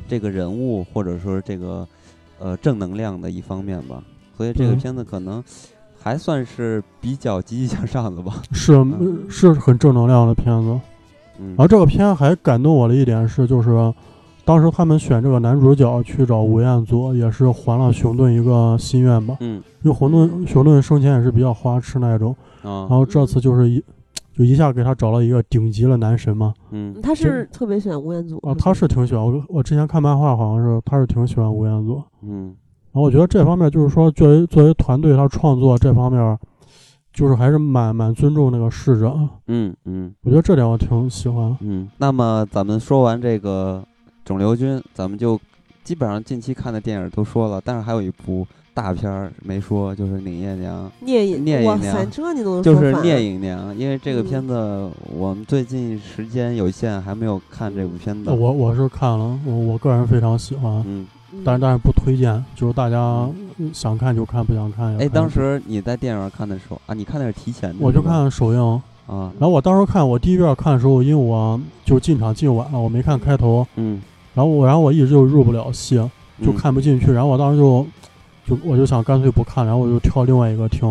Speaker 1: 这个人物或者说这个呃正能量的一方面吧。所以这
Speaker 4: 对
Speaker 1: 个片子可能还算是比较积极向上的
Speaker 4: *laughs*
Speaker 1: 吧。
Speaker 4: 是
Speaker 1: 嗯
Speaker 4: 是很正能量的片子。
Speaker 1: 嗯
Speaker 4: 然后这个片还感动我的一点是，就是当时他们选这个男主角去找吴彦祖，也是还了熊顿一个心愿吧。
Speaker 1: 嗯
Speaker 4: 因为熊顿熊顿生前也是比较花痴那一种，然
Speaker 1: 啊
Speaker 4: 后这次就是一就一下给他找了一个顶级的男神嘛。
Speaker 1: 嗯
Speaker 2: 他是特别喜欢吴彦祖
Speaker 4: 啊，他是挺喜欢我，我之前看漫画好像是他是挺喜欢吴彦祖。
Speaker 1: 嗯
Speaker 4: 然后我觉得这方面就是说，作为作为团队他创作这方面，就是还是蛮蛮尊重那个逝者。啊
Speaker 1: 嗯嗯
Speaker 4: 我觉得这点我挺喜欢。
Speaker 1: 嗯。那么咱们说完这个肿瘤君，咱们就基本上近期看的电影都说了，但是还有一部大片儿没说，就是《宁艳娘》。
Speaker 2: 聂隐，
Speaker 1: 聂隐
Speaker 2: 哇
Speaker 1: 娘
Speaker 2: 塞，这你都能
Speaker 1: 就是
Speaker 2: 说
Speaker 1: 《
Speaker 2: 反
Speaker 1: 聂隐娘》，因为这个
Speaker 2: 嗯
Speaker 1: 片子我们最近时间有限，还没有看这部片子。
Speaker 4: 我我是看了，我我个人非常喜欢。
Speaker 1: 嗯，
Speaker 2: 嗯
Speaker 4: 但是但是不推荐，就是大家想看就看，不想看也
Speaker 1: 哎，
Speaker 4: 看
Speaker 1: 当时你在电影院看的时候啊，你看的是提前的，
Speaker 4: 我就是
Speaker 1: 吧
Speaker 4: 看首映，
Speaker 1: 啊，
Speaker 4: 然后我当时看我第一遍看的时候，因为我就进场进晚了，我没看开头，
Speaker 1: 嗯，
Speaker 4: 然后我然后我一直就入不了戏，就
Speaker 1: 嗯
Speaker 4: 看不进去，然后我当时就就我就想干脆不看，然后我就跳另外一个厅，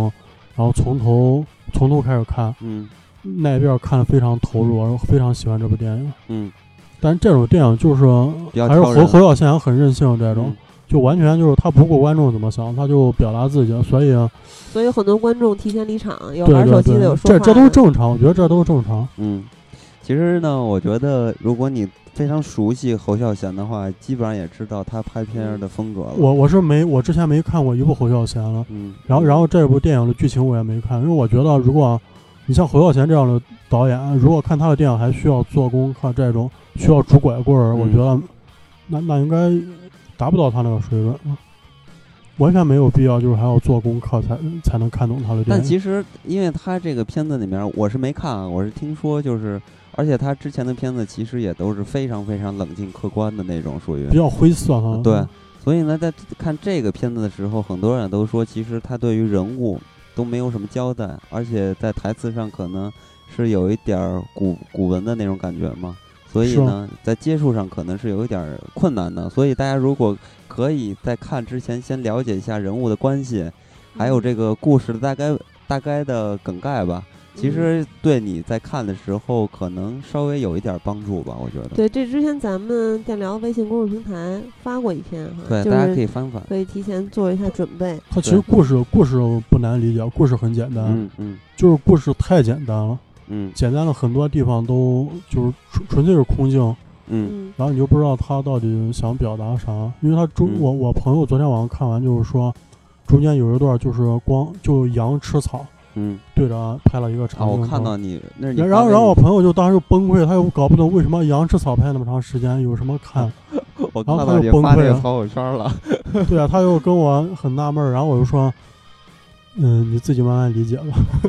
Speaker 4: 然后从头从头开始看，
Speaker 1: 嗯
Speaker 4: 那一遍看的非常投入，然后非常喜欢这部电影。
Speaker 1: 嗯，
Speaker 4: 但是这种电影就是
Speaker 1: 比较
Speaker 4: 还是
Speaker 1: 挑
Speaker 4: 回
Speaker 1: 人
Speaker 4: 回到现场很任性这种
Speaker 1: 嗯，
Speaker 4: 就完全就是他不顾观众怎么想，他就表达自己，所以
Speaker 2: 所以很多观众提前离场，有
Speaker 4: 对
Speaker 2: 玩手机
Speaker 4: 对
Speaker 2: 的，有
Speaker 4: 对，
Speaker 2: 说话
Speaker 4: 这
Speaker 2: 的，
Speaker 4: 这都是正常，我觉得这都是正常。
Speaker 1: 嗯，其实呢，我觉得如果你非常熟悉侯孝贤的话，基本上也知道他拍片儿的风格了。
Speaker 4: 我我是没我之前没看过一部侯孝贤了，
Speaker 1: 嗯，
Speaker 4: 然后然后这部电影的剧情我也没看，因为我觉得如果你像侯孝贤这样的导演，如果看他的电影还需要做功课，这种需要拄拐棍儿，
Speaker 1: 嗯
Speaker 4: 我觉得那那应该达不到他那个水准，完全没有必要，就是还要做功课才才能看懂他的电
Speaker 1: 但
Speaker 4: 影。
Speaker 1: 其实，因为他这个片子里面，我是没看啊，我是听说，就是而且他之前的片子其实也都是非常非常冷静客观的那种，属于
Speaker 4: 比较灰色哈，
Speaker 1: 对。所以呢，在看这个片子的时候，很多人都说，其实他对于人物都没有什么交代，而且在台词上可能是有一点儿古古文的那种感觉嘛。所以
Speaker 4: 是
Speaker 1: 呢，在接触上可能是有一点儿困难的。所以大家如果可以在看之前先
Speaker 2: 嗯
Speaker 1: 了解一下人物的关系，还有这个故事的大概大概的梗概吧。
Speaker 2: 嗯
Speaker 1: 其实对你在看的时候可能稍微有一点帮助吧，我觉得。
Speaker 2: 对，这之前咱们电聊微信公众平台发过一篇哈，
Speaker 1: 对，
Speaker 2: 就
Speaker 1: 大家可
Speaker 2: 是
Speaker 1: 以翻翻。
Speaker 2: 可以提前做一下准备。
Speaker 4: 它其实故事故事不难理解，故事很简单，
Speaker 1: 嗯嗯
Speaker 4: 就是故事太简单了，
Speaker 1: 嗯
Speaker 4: 简单了很多地方都就是纯纯粹是空镜，
Speaker 1: 嗯
Speaker 2: 嗯
Speaker 4: 然后你就不知道他到底想表达啥，因为他中、
Speaker 1: 嗯
Speaker 4: 我我朋友昨天晚上看完就是说，中间有一段就是光就羊吃草
Speaker 1: 嗯。
Speaker 4: 对着拍了一个
Speaker 1: 啊，
Speaker 4: 长镜头。
Speaker 1: 我看到你那是你
Speaker 4: 然嗯然后，
Speaker 1: 发
Speaker 4: 然后我
Speaker 1: 给
Speaker 4: 朋友就当时就崩溃，他又搞不懂为什么羊吃草拍那么长时间，有什
Speaker 1: *laughs*
Speaker 4: 么看？
Speaker 1: 我我
Speaker 4: 然后
Speaker 1: 看
Speaker 4: 他
Speaker 1: 到
Speaker 4: 就
Speaker 1: 你
Speaker 4: 崩
Speaker 1: 发
Speaker 4: 溃
Speaker 1: 那个
Speaker 4: 了
Speaker 1: 朋友圈了。
Speaker 4: 对啊，他又跟我很纳闷儿，然后我就说，嗯，你自己慢慢理解吧。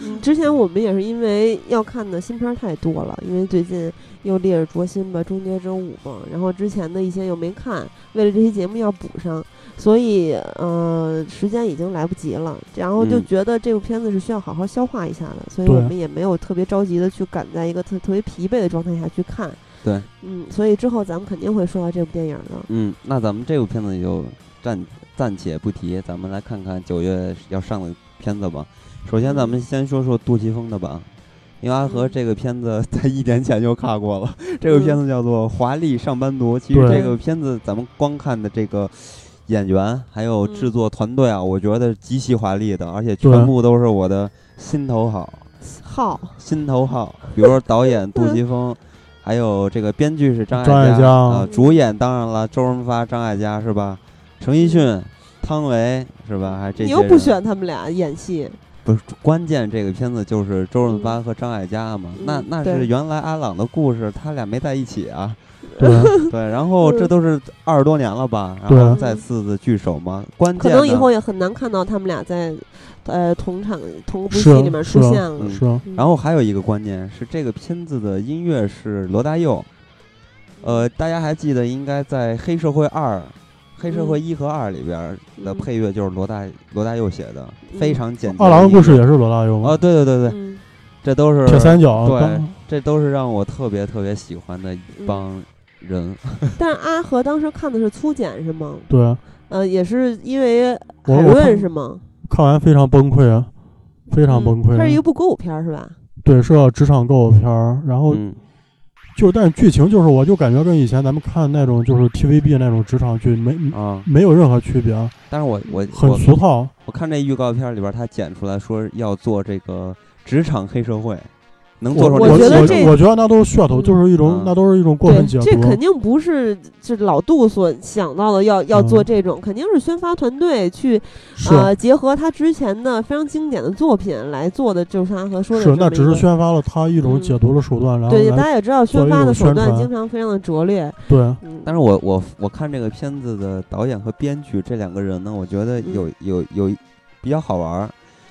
Speaker 2: 嗯，之前我们也是因为要看的新片儿太多了，因为最近又《烈日灼心》吧，《终结者五》嘛，然后之前的一些又没看，为了这期节目要补上，所以呃，时间已经来不及了，然后就
Speaker 1: 嗯
Speaker 2: 觉得这部片子是需要好好消化一下的，所以
Speaker 4: 对
Speaker 2: 我们也没有特别着急的去赶在一个特特别疲惫的状态下去看。
Speaker 1: 对，
Speaker 2: 嗯，所以之后咱们肯定会说到这部电影的。
Speaker 1: 嗯，那咱们这部片子就暂暂且不提，咱们来看看九月要上的片子吧。首先，咱们先说说杜琪峰的吧，因为阿和
Speaker 2: 嗯
Speaker 1: 这个片子在一年前就看过了。这个片子叫做《华丽上班族》。其实
Speaker 4: 嗯对
Speaker 1: 这个片子咱们光看的这个演员还有
Speaker 2: 嗯
Speaker 1: 制作团队啊，我觉得极其华丽的，而且
Speaker 4: 对
Speaker 1: 全部都是我的心头好。
Speaker 2: 好，
Speaker 1: 心头好，比如说导演杜琪峰，还有这个编剧是张
Speaker 4: 张
Speaker 1: 艾
Speaker 4: 艾嘉
Speaker 1: 啊，主演当然了，周润发、张艾嘉是吧？陈奕迅、汤唯是吧？还这
Speaker 2: 你
Speaker 1: 些
Speaker 2: 又不
Speaker 1: 人
Speaker 2: 选他们俩演戏，
Speaker 1: 不是关键，这个片子就是周润发和张艾嘉嘛。
Speaker 2: 嗯
Speaker 1: 那
Speaker 2: 嗯
Speaker 1: 那
Speaker 2: 对
Speaker 1: 是原来阿朗的故事，他俩没在一起
Speaker 2: *laughs*
Speaker 1: 啊。
Speaker 4: 对，
Speaker 1: 对，然后
Speaker 2: 嗯
Speaker 1: 这都是二十多年了吧？然
Speaker 4: 对
Speaker 1: 后再次的聚首嘛。关
Speaker 2: 可
Speaker 1: 键
Speaker 2: 能以
Speaker 1: 呢
Speaker 2: 后也很难看到他们俩在呃同场同部
Speaker 4: 是啊
Speaker 2: 戏里面
Speaker 4: 是
Speaker 2: 出现了。
Speaker 1: 嗯
Speaker 4: *laughs* 是啊，
Speaker 2: 嗯
Speaker 1: 然后还有一个关键是，这个片子的音乐是罗大佑，呃，大家还记得应该在《黑社会二》《黑社会一》和《二》里边儿的
Speaker 2: 嗯
Speaker 1: 配乐就是罗大罗大佑写的，
Speaker 2: 嗯
Speaker 1: 非常简洁。
Speaker 4: 二郎的故事也是罗大佑
Speaker 1: 啊，
Speaker 4: 嘛，
Speaker 1: 对对对对，
Speaker 2: 嗯
Speaker 1: 这都是
Speaker 4: 铁三角，
Speaker 1: 对
Speaker 4: 刚
Speaker 1: 这都是让我特别特别喜欢的一帮人。
Speaker 2: 嗯但是阿和当时看的是粗剪是吗？
Speaker 4: 对，
Speaker 2: 呃，也是因为海
Speaker 4: 我我
Speaker 2: 润
Speaker 4: 看
Speaker 2: 是吗？
Speaker 4: 看完非常崩溃，啊，非常
Speaker 2: 嗯
Speaker 4: 崩溃。啊
Speaker 2: 它是一部歌舞片儿是吧？
Speaker 4: 对，是个职场歌舞片儿，然后
Speaker 1: 嗯，
Speaker 4: 就但是剧情就是，我就感觉跟以前咱们看那种就是 TVB 那种职场剧没
Speaker 1: 啊，
Speaker 4: 没有任何区别，
Speaker 1: 但是我我
Speaker 4: 很
Speaker 1: 我
Speaker 4: 俗套。
Speaker 1: 我看这预告片里边，他剪出来说要做这个职场黑社会，能做
Speaker 4: 我
Speaker 1: 出这
Speaker 4: 我
Speaker 2: 觉得
Speaker 1: 个
Speaker 2: 这
Speaker 1: 效
Speaker 4: 我
Speaker 1: 果
Speaker 4: 我觉得那都是噱头，
Speaker 2: 嗯
Speaker 4: 就是一种、
Speaker 1: 啊
Speaker 4: 那都是一种过
Speaker 2: 对
Speaker 4: 分解，读。
Speaker 2: 这肯定不是就是老杜所想到的要要做
Speaker 4: 嗯
Speaker 2: 这种，肯定是宣发团队去
Speaker 4: 是、
Speaker 2: 呃结合他之前的非常经典的作品来做的，就是阿和说的
Speaker 4: 是，
Speaker 2: 这么
Speaker 4: 那
Speaker 2: 一
Speaker 4: 只是
Speaker 2: 个
Speaker 4: 宣发了他一种
Speaker 2: 嗯
Speaker 4: 解读的手段，然后
Speaker 2: 对，大
Speaker 4: 来
Speaker 2: 家也知道宣
Speaker 4: 做一
Speaker 2: 发的
Speaker 4: 种
Speaker 2: 手
Speaker 4: 宣
Speaker 2: 段
Speaker 4: 传
Speaker 2: 经常非常的拙劣，
Speaker 4: 对
Speaker 2: 嗯，
Speaker 1: 但是我我我看这个片子的导演和编剧这两个人呢，我觉得
Speaker 2: 嗯
Speaker 1: 有有有一比较好玩儿，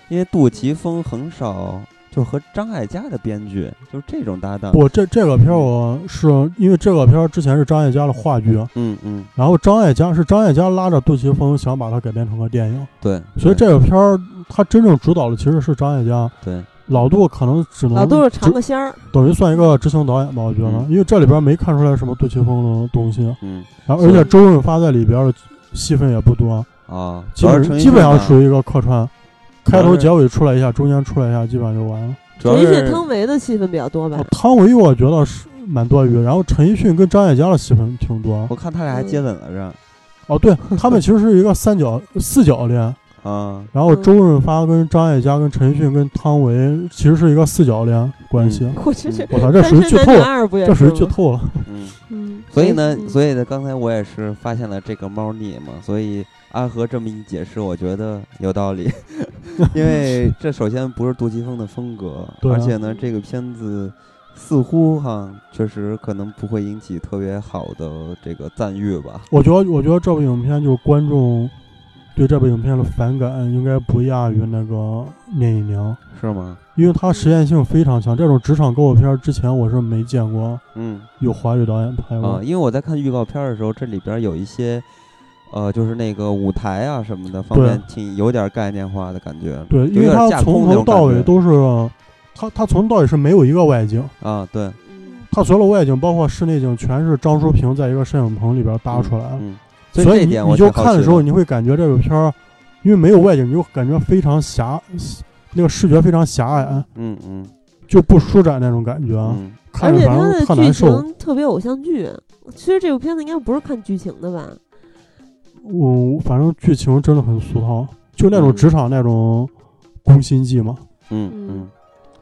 Speaker 1: 因为杜琪峰很少就是和张艾嘉的编剧就是这种搭档。
Speaker 4: 不这这个片儿我是因为这个片儿之前是张艾嘉的话剧，
Speaker 1: 嗯嗯，
Speaker 4: 然后张艾嘉是张艾嘉拉着杜琪峰想把它改编成个电影，
Speaker 1: 对，
Speaker 4: 所
Speaker 1: 对
Speaker 4: 以这个片儿他真正主导的其实是张艾嘉，
Speaker 1: 对
Speaker 4: 老杜可能只能
Speaker 2: 老杜是尝
Speaker 4: 只
Speaker 2: 个鲜儿，
Speaker 4: 等于算一个执行导演吧，我觉得，
Speaker 1: 嗯
Speaker 4: 因为这里边没看出来什么杜琪峰的东西，
Speaker 1: 嗯
Speaker 4: 然后
Speaker 1: 所
Speaker 4: 而
Speaker 1: 以
Speaker 4: 且周润发在里边的戏份也不多，
Speaker 1: 啊，
Speaker 4: 基
Speaker 1: 主要是
Speaker 4: 本
Speaker 1: 陈奕
Speaker 4: 基本上
Speaker 1: 迅
Speaker 4: 属
Speaker 1: 吧
Speaker 4: 于一个客串，
Speaker 1: 主要
Speaker 4: 开头
Speaker 1: 是
Speaker 4: 结尾出来一下，中间出来一下，基本上就完了。
Speaker 1: 主
Speaker 2: 陈
Speaker 1: 要
Speaker 2: 奕
Speaker 1: 是
Speaker 2: 迅、汤唯的戏份比较多吧
Speaker 4: 啊？汤唯我觉得是蛮多余，然后陈奕迅跟张艾嘉的戏份挺多
Speaker 1: 我。看他俩还接吻了着。
Speaker 4: 哦，对他们其实是一个三角四角恋，
Speaker 1: 啊，
Speaker 4: 然后
Speaker 2: 嗯
Speaker 4: 周润发跟张艾嘉跟陈奕迅跟汤唯其实是一个四角恋关系。
Speaker 2: *laughs* 我真是
Speaker 1: 嗯
Speaker 4: 我操，啊这
Speaker 2: 单
Speaker 4: 属于
Speaker 2: 身
Speaker 4: 剧
Speaker 2: 男
Speaker 4: 透
Speaker 2: 女
Speaker 4: 了，
Speaker 2: 二不也
Speaker 4: 这属于
Speaker 2: 是
Speaker 4: 剧
Speaker 2: 吗
Speaker 4: 透了。
Speaker 1: 嗯，
Speaker 2: 嗯，
Speaker 1: 所以呢，
Speaker 2: 嗯
Speaker 1: 所以呢，刚才我也是发现了这个猫腻嘛，所以阿和这么一解释，我觉得有道理， *laughs* 因为这首先不是杜琪峰的风格，
Speaker 4: 对啊
Speaker 1: 而且呢，这个片子似乎哈，确实可能不会引起特别好的这个赞誉吧。
Speaker 4: 我觉得，我觉得这部影片就是观众对这部影片的反感应该不亚于那个《聂隐娘》，
Speaker 1: 是吗？
Speaker 4: 因为它实验性非常强。这种职场歌舞片儿之前我是没见过
Speaker 1: 嗯
Speaker 4: 有华语导演拍过。
Speaker 1: 啊，因为我在看预告片儿的时候，这里边有一些。呃，就是那个舞台啊什么的方
Speaker 4: 对
Speaker 1: 面，挺有点概念化的感觉。
Speaker 4: 对，因
Speaker 1: 有
Speaker 4: 为
Speaker 1: 点
Speaker 4: 它
Speaker 1: 架空那
Speaker 4: 从头
Speaker 1: 种
Speaker 4: 到
Speaker 1: 感
Speaker 4: 尾
Speaker 1: 觉
Speaker 4: 都是，它它从头到尾是没有一个外景，
Speaker 1: 啊，对，
Speaker 4: 它所有的外景包括室内景全是张淑平在一个摄影棚里边搭出来的。
Speaker 1: 嗯，嗯所以
Speaker 4: 所
Speaker 1: 这
Speaker 4: 以
Speaker 1: 一
Speaker 4: 你
Speaker 1: 点我
Speaker 4: 你就
Speaker 1: 挺好
Speaker 4: 看
Speaker 1: 奇
Speaker 4: 的时候，
Speaker 1: 的
Speaker 4: 你会感觉这个片儿，因为没有外景，你就感觉非常狭那个视觉非常狭隘，
Speaker 1: 嗯嗯
Speaker 4: 就不舒展那种感觉，啊，
Speaker 1: 嗯，
Speaker 4: 看
Speaker 2: 而
Speaker 4: 着
Speaker 2: 且它的
Speaker 4: 反正特
Speaker 2: 剧
Speaker 4: 难受。
Speaker 2: 情特别偶像剧。其实这部片子应该不是看剧情的吧？
Speaker 4: 嗯，反正剧情真的很俗套，就那种
Speaker 2: 嗯
Speaker 4: 职场那种攻心计嘛。
Speaker 1: 嗯
Speaker 2: 嗯
Speaker 1: 嗯，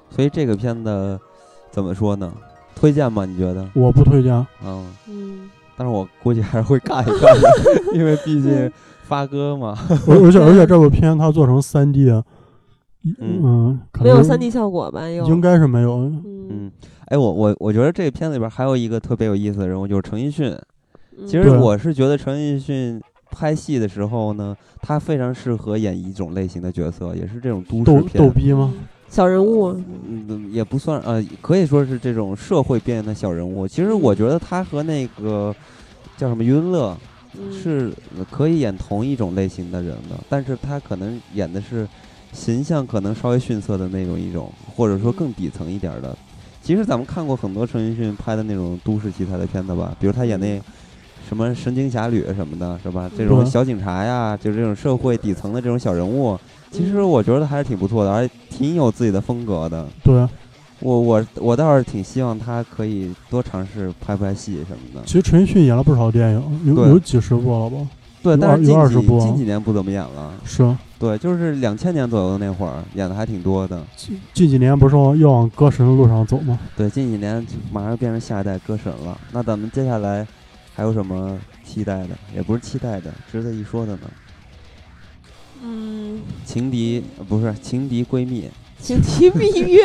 Speaker 1: 所以这个片子怎么说呢？推荐吗？你觉得？
Speaker 4: 我
Speaker 1: *laughs*
Speaker 4: 不推荐，
Speaker 1: 嗯，
Speaker 2: 嗯，
Speaker 1: 但是我估计还是会看一看的，
Speaker 4: *laughs*
Speaker 1: 因为毕
Speaker 4: 嗯
Speaker 1: 竟发哥嘛。
Speaker 4: 而而且而且这部片它做成三 D，
Speaker 1: 嗯
Speaker 4: 嗯，可
Speaker 2: 没有
Speaker 4: 能
Speaker 2: 三 D 效果吧？又
Speaker 4: 应该是没有。
Speaker 2: 嗯，
Speaker 1: 嗯，哎，我我我觉得这个片子里边还有一个特别有意思的人物，就是陈奕迅。
Speaker 2: 嗯
Speaker 1: 其实
Speaker 4: 对啊
Speaker 1: 我是觉得陈奕迅拍戏的时候呢，他非常适合演一种类型的角色，也是这种都
Speaker 4: 逗
Speaker 1: 市片
Speaker 4: 逗，逼吗？
Speaker 2: 嗯小人物，
Speaker 1: 嗯，也不算呃，可以说是这种社会边缘的小人物。其实我觉得他和那个叫什么余文乐
Speaker 2: 嗯
Speaker 1: 是呃可以演同一种类型的人的，但是他可能演的是形象可能稍微逊色的那种一种，或者说更底层一点儿的。其实咱们看过很多陈奕迅拍的那种都市题材的片子吧，比如他演那什么《神经侠侣》什么的，是吧？这种
Speaker 4: 嗯
Speaker 1: 小警察呀，就这种社会底层的这种小人物，其实我觉得还是挺不错的，而且挺有自己的风格的。
Speaker 4: 对，啊
Speaker 1: 我我我倒是挺希望他可以多尝试拍拍戏什么的。
Speaker 4: 其实陈奕迅演了不少电影，有
Speaker 1: 对
Speaker 4: 有几十部了吧？
Speaker 1: 对，但是
Speaker 4: 有二
Speaker 1: 近
Speaker 4: 有二十
Speaker 1: 几
Speaker 4: 部啊
Speaker 1: 近几年不怎么演了。
Speaker 4: 是，啊
Speaker 1: 对，就是两千年左右的那会儿，演的还挺多的。
Speaker 4: 近近几年不是说要往歌神的路上走吗？
Speaker 1: 对，近几年就马上变成下一代歌神了。那咱们接下来还有什么期待的？也不是期待的，值得一说的呢。
Speaker 2: 嗯，
Speaker 1: 情敌呃不是情敌闺蜜，
Speaker 2: 情敌蜜
Speaker 4: *laughs*
Speaker 2: 月，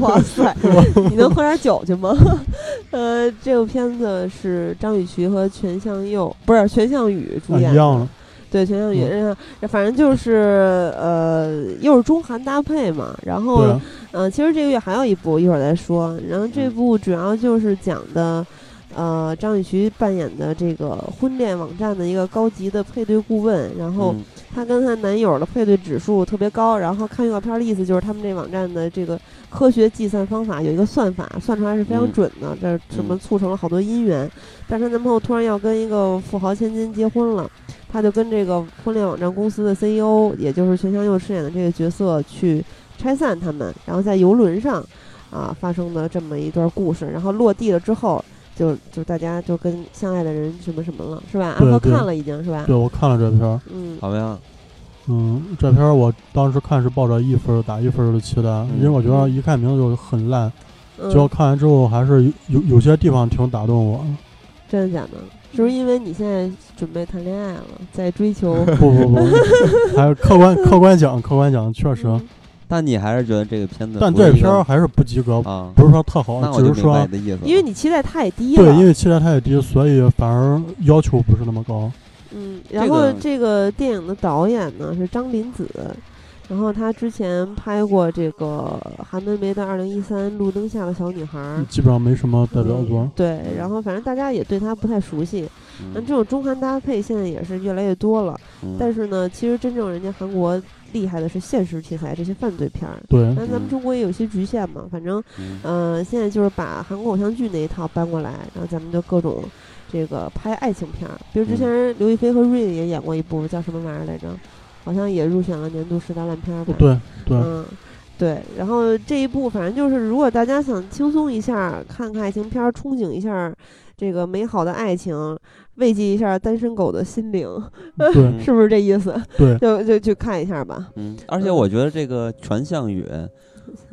Speaker 2: 哇塞，你能喝点酒去吗？ *laughs* 呃，这部片子是张雨绮和全相佑，不是全相宇主
Speaker 4: 啊，
Speaker 2: 演、
Speaker 4: 一样了。，
Speaker 2: 对，全相宇，嗯、反正就是呃，又是中韩搭配嘛。然后，
Speaker 4: 对
Speaker 2: 嗯、
Speaker 4: 啊，
Speaker 2: 其实这个月还有一部，一会儿再说。然后这部主要就是讲的。呃，张雨绮扮演的这个婚恋网站的一个高级的配对顾问，然后
Speaker 1: 嗯
Speaker 2: 她跟她男友的配对指数特别高，然后看预告片儿的意思就是他们这网站的这个科学计算方法有一个算法，算出来是非常
Speaker 1: 嗯
Speaker 2: 准的，这什么
Speaker 1: 嗯
Speaker 2: 促成了好多姻缘。但是她男朋友突然要跟一个富豪千金结婚了，她就跟这个婚恋网站公司的 CEO，也就是全相佑饰演的这个角色去拆散他们，然后在游轮上啊发生的这么一段故事，然后落地了之后。就就大家就跟相爱的人什么什么了，是吧？阿
Speaker 4: 对
Speaker 2: 和
Speaker 4: 对
Speaker 2: 看了已经是吧？
Speaker 4: 对我看了这片儿，
Speaker 2: 嗯，
Speaker 1: 好像
Speaker 4: 嗯，这片儿我当时看是抱着一分儿打一分儿的期待，因为我觉得一看名字就很烂，
Speaker 2: 嗯
Speaker 4: 结果看完之后还是有有有些地方挺打动我。
Speaker 2: 真的假的？是不是因为你现在准备谈恋爱了，在追
Speaker 4: *laughs*
Speaker 2: 求？
Speaker 4: 不不不，还有客观客观讲，客观讲确实，
Speaker 2: 嗯
Speaker 1: 但你还是觉得这个片子不是
Speaker 4: 但
Speaker 1: 一个，
Speaker 4: 这片儿还是不及格，
Speaker 1: 啊，
Speaker 4: 不是说特好
Speaker 1: 那，我
Speaker 4: 只
Speaker 1: 就是明白
Speaker 4: 说
Speaker 1: 你的意思了，
Speaker 2: 因为你期待太低了。
Speaker 4: 对，因为期待太低，所以反而要求不是那么高。
Speaker 2: 嗯，
Speaker 1: 这
Speaker 2: 然后
Speaker 1: 个
Speaker 2: 这个电影的导演呢是张林子，然后他之前拍过这个韩梅梅的《二零一三路灯下的小女孩》。
Speaker 4: 基本上没什么代表嗯作
Speaker 2: 嗯。对，然后反正大家也对他不太熟悉。那
Speaker 1: 嗯
Speaker 2: 这种中韩搭配现在也是越来越多了，
Speaker 1: 嗯
Speaker 2: 但是呢，其实真正人家韩国厉害的是现实题材这些犯罪片儿，
Speaker 4: 对，
Speaker 2: 但咱
Speaker 1: 嗯
Speaker 2: 们中国也有些局限嘛。反正
Speaker 1: 嗯
Speaker 2: 嗯，现在就是把韩国偶像剧那一套搬过来，然后咱们就各种这个拍爱情片儿，比如之
Speaker 4: 嗯
Speaker 2: 前刘亦菲和瑞也演过一部叫什么玩意儿来着，好像也入选了年度十大烂片儿吧。，
Speaker 4: 哦对对，
Speaker 2: 嗯，对。然后这一部反正就是，如果大家想轻松一下儿，看看爱情片儿，憧憬一下儿这个美好的爱情，慰藉一下儿单身狗的心灵，
Speaker 4: 对
Speaker 2: 是不是这意思？
Speaker 4: 嗯 *laughs* 对，
Speaker 2: 就就去看一下儿吧。
Speaker 1: 嗯，而且我觉得这个全相宇，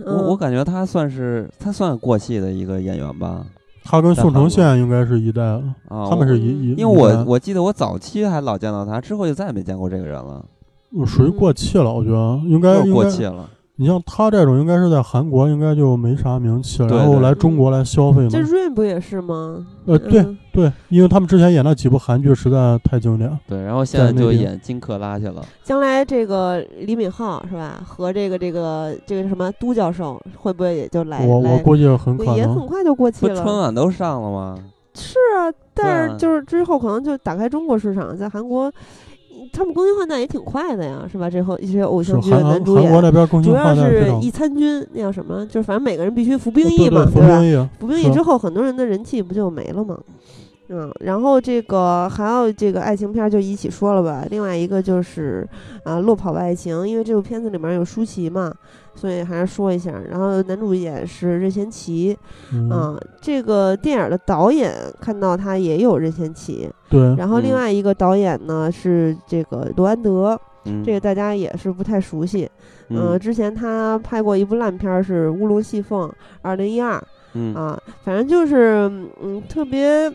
Speaker 1: 我我
Speaker 2: 嗯
Speaker 1: 感觉他算是他算过气的一个演员吧。
Speaker 4: 他跟宋承宪应该是一代了，
Speaker 1: 啊，
Speaker 4: 他
Speaker 1: 我
Speaker 4: 们是
Speaker 2: 嗯
Speaker 4: 一一，
Speaker 1: 因为
Speaker 4: 一代
Speaker 1: 我我记得我早期还老见到他，之后就再也没见过这个人了，
Speaker 4: 我属于过气了，我觉得应该
Speaker 1: 就是
Speaker 4: 应
Speaker 1: 过
Speaker 4: 该
Speaker 1: 气。了。
Speaker 4: 你像他这种，应该是在韩国应该就没啥名气了，
Speaker 1: 对
Speaker 4: 然后
Speaker 1: 对
Speaker 4: 来中国来消费
Speaker 2: 这
Speaker 4: 嘛。
Speaker 2: 瑞不也是吗？
Speaker 4: 呃，对
Speaker 2: 嗯
Speaker 4: 对，因为他们之前演那几部韩剧实在太经典，
Speaker 1: 对，然后现在
Speaker 4: 在那
Speaker 1: 就
Speaker 4: 边
Speaker 1: 演金克拉去了。
Speaker 2: 将来这个李敏镐是吧，和这个这个这个什么都教授会不会也就哎来
Speaker 4: 我我
Speaker 2: 来？
Speaker 4: 估计很可
Speaker 2: 也很
Speaker 4: 能。
Speaker 2: 快就过期
Speaker 1: 不，春
Speaker 2: 了。
Speaker 1: 晚都上了吗？
Speaker 2: 是啊，但
Speaker 1: 对啊
Speaker 2: 是就是之后可能就打开中国市场，在韩国，嗯他们更新换代也挺快的呀，是吧？这后一些偶
Speaker 4: 是
Speaker 2: 像剧的
Speaker 4: 韩韩
Speaker 2: 男主
Speaker 4: 国
Speaker 2: 演，
Speaker 4: 那边更新
Speaker 2: 主要
Speaker 4: 换代非
Speaker 2: 是
Speaker 4: 常，
Speaker 2: 一参军那叫什么，就是反正每个人必须服兵
Speaker 4: 对
Speaker 2: 役嘛，
Speaker 4: 对，服
Speaker 2: 吧？
Speaker 4: 兵役，
Speaker 2: 服兵役
Speaker 4: 是
Speaker 2: 之后，很多人的人气不就没了吗？嗯，然后这个还有这个爱情片儿就一起说了吧。另外一个就是啊，《落跑吧爱情》，因为这部片子里面有舒淇嘛，所以还是说一下。然后男主演是任贤齐，
Speaker 4: 嗯，
Speaker 2: 啊，这个电影的导演看到他也有任贤齐，
Speaker 4: 对，
Speaker 2: 然后另
Speaker 1: 嗯
Speaker 2: 外一个导演呢是这个罗安德，
Speaker 1: 嗯，
Speaker 2: 这个大家也是不太熟悉。呃，
Speaker 1: 嗯
Speaker 2: 之前他拍过一部烂片儿是《乌龙戏凤》，二零一二
Speaker 1: 嗯
Speaker 2: 啊，反正就是嗯特别。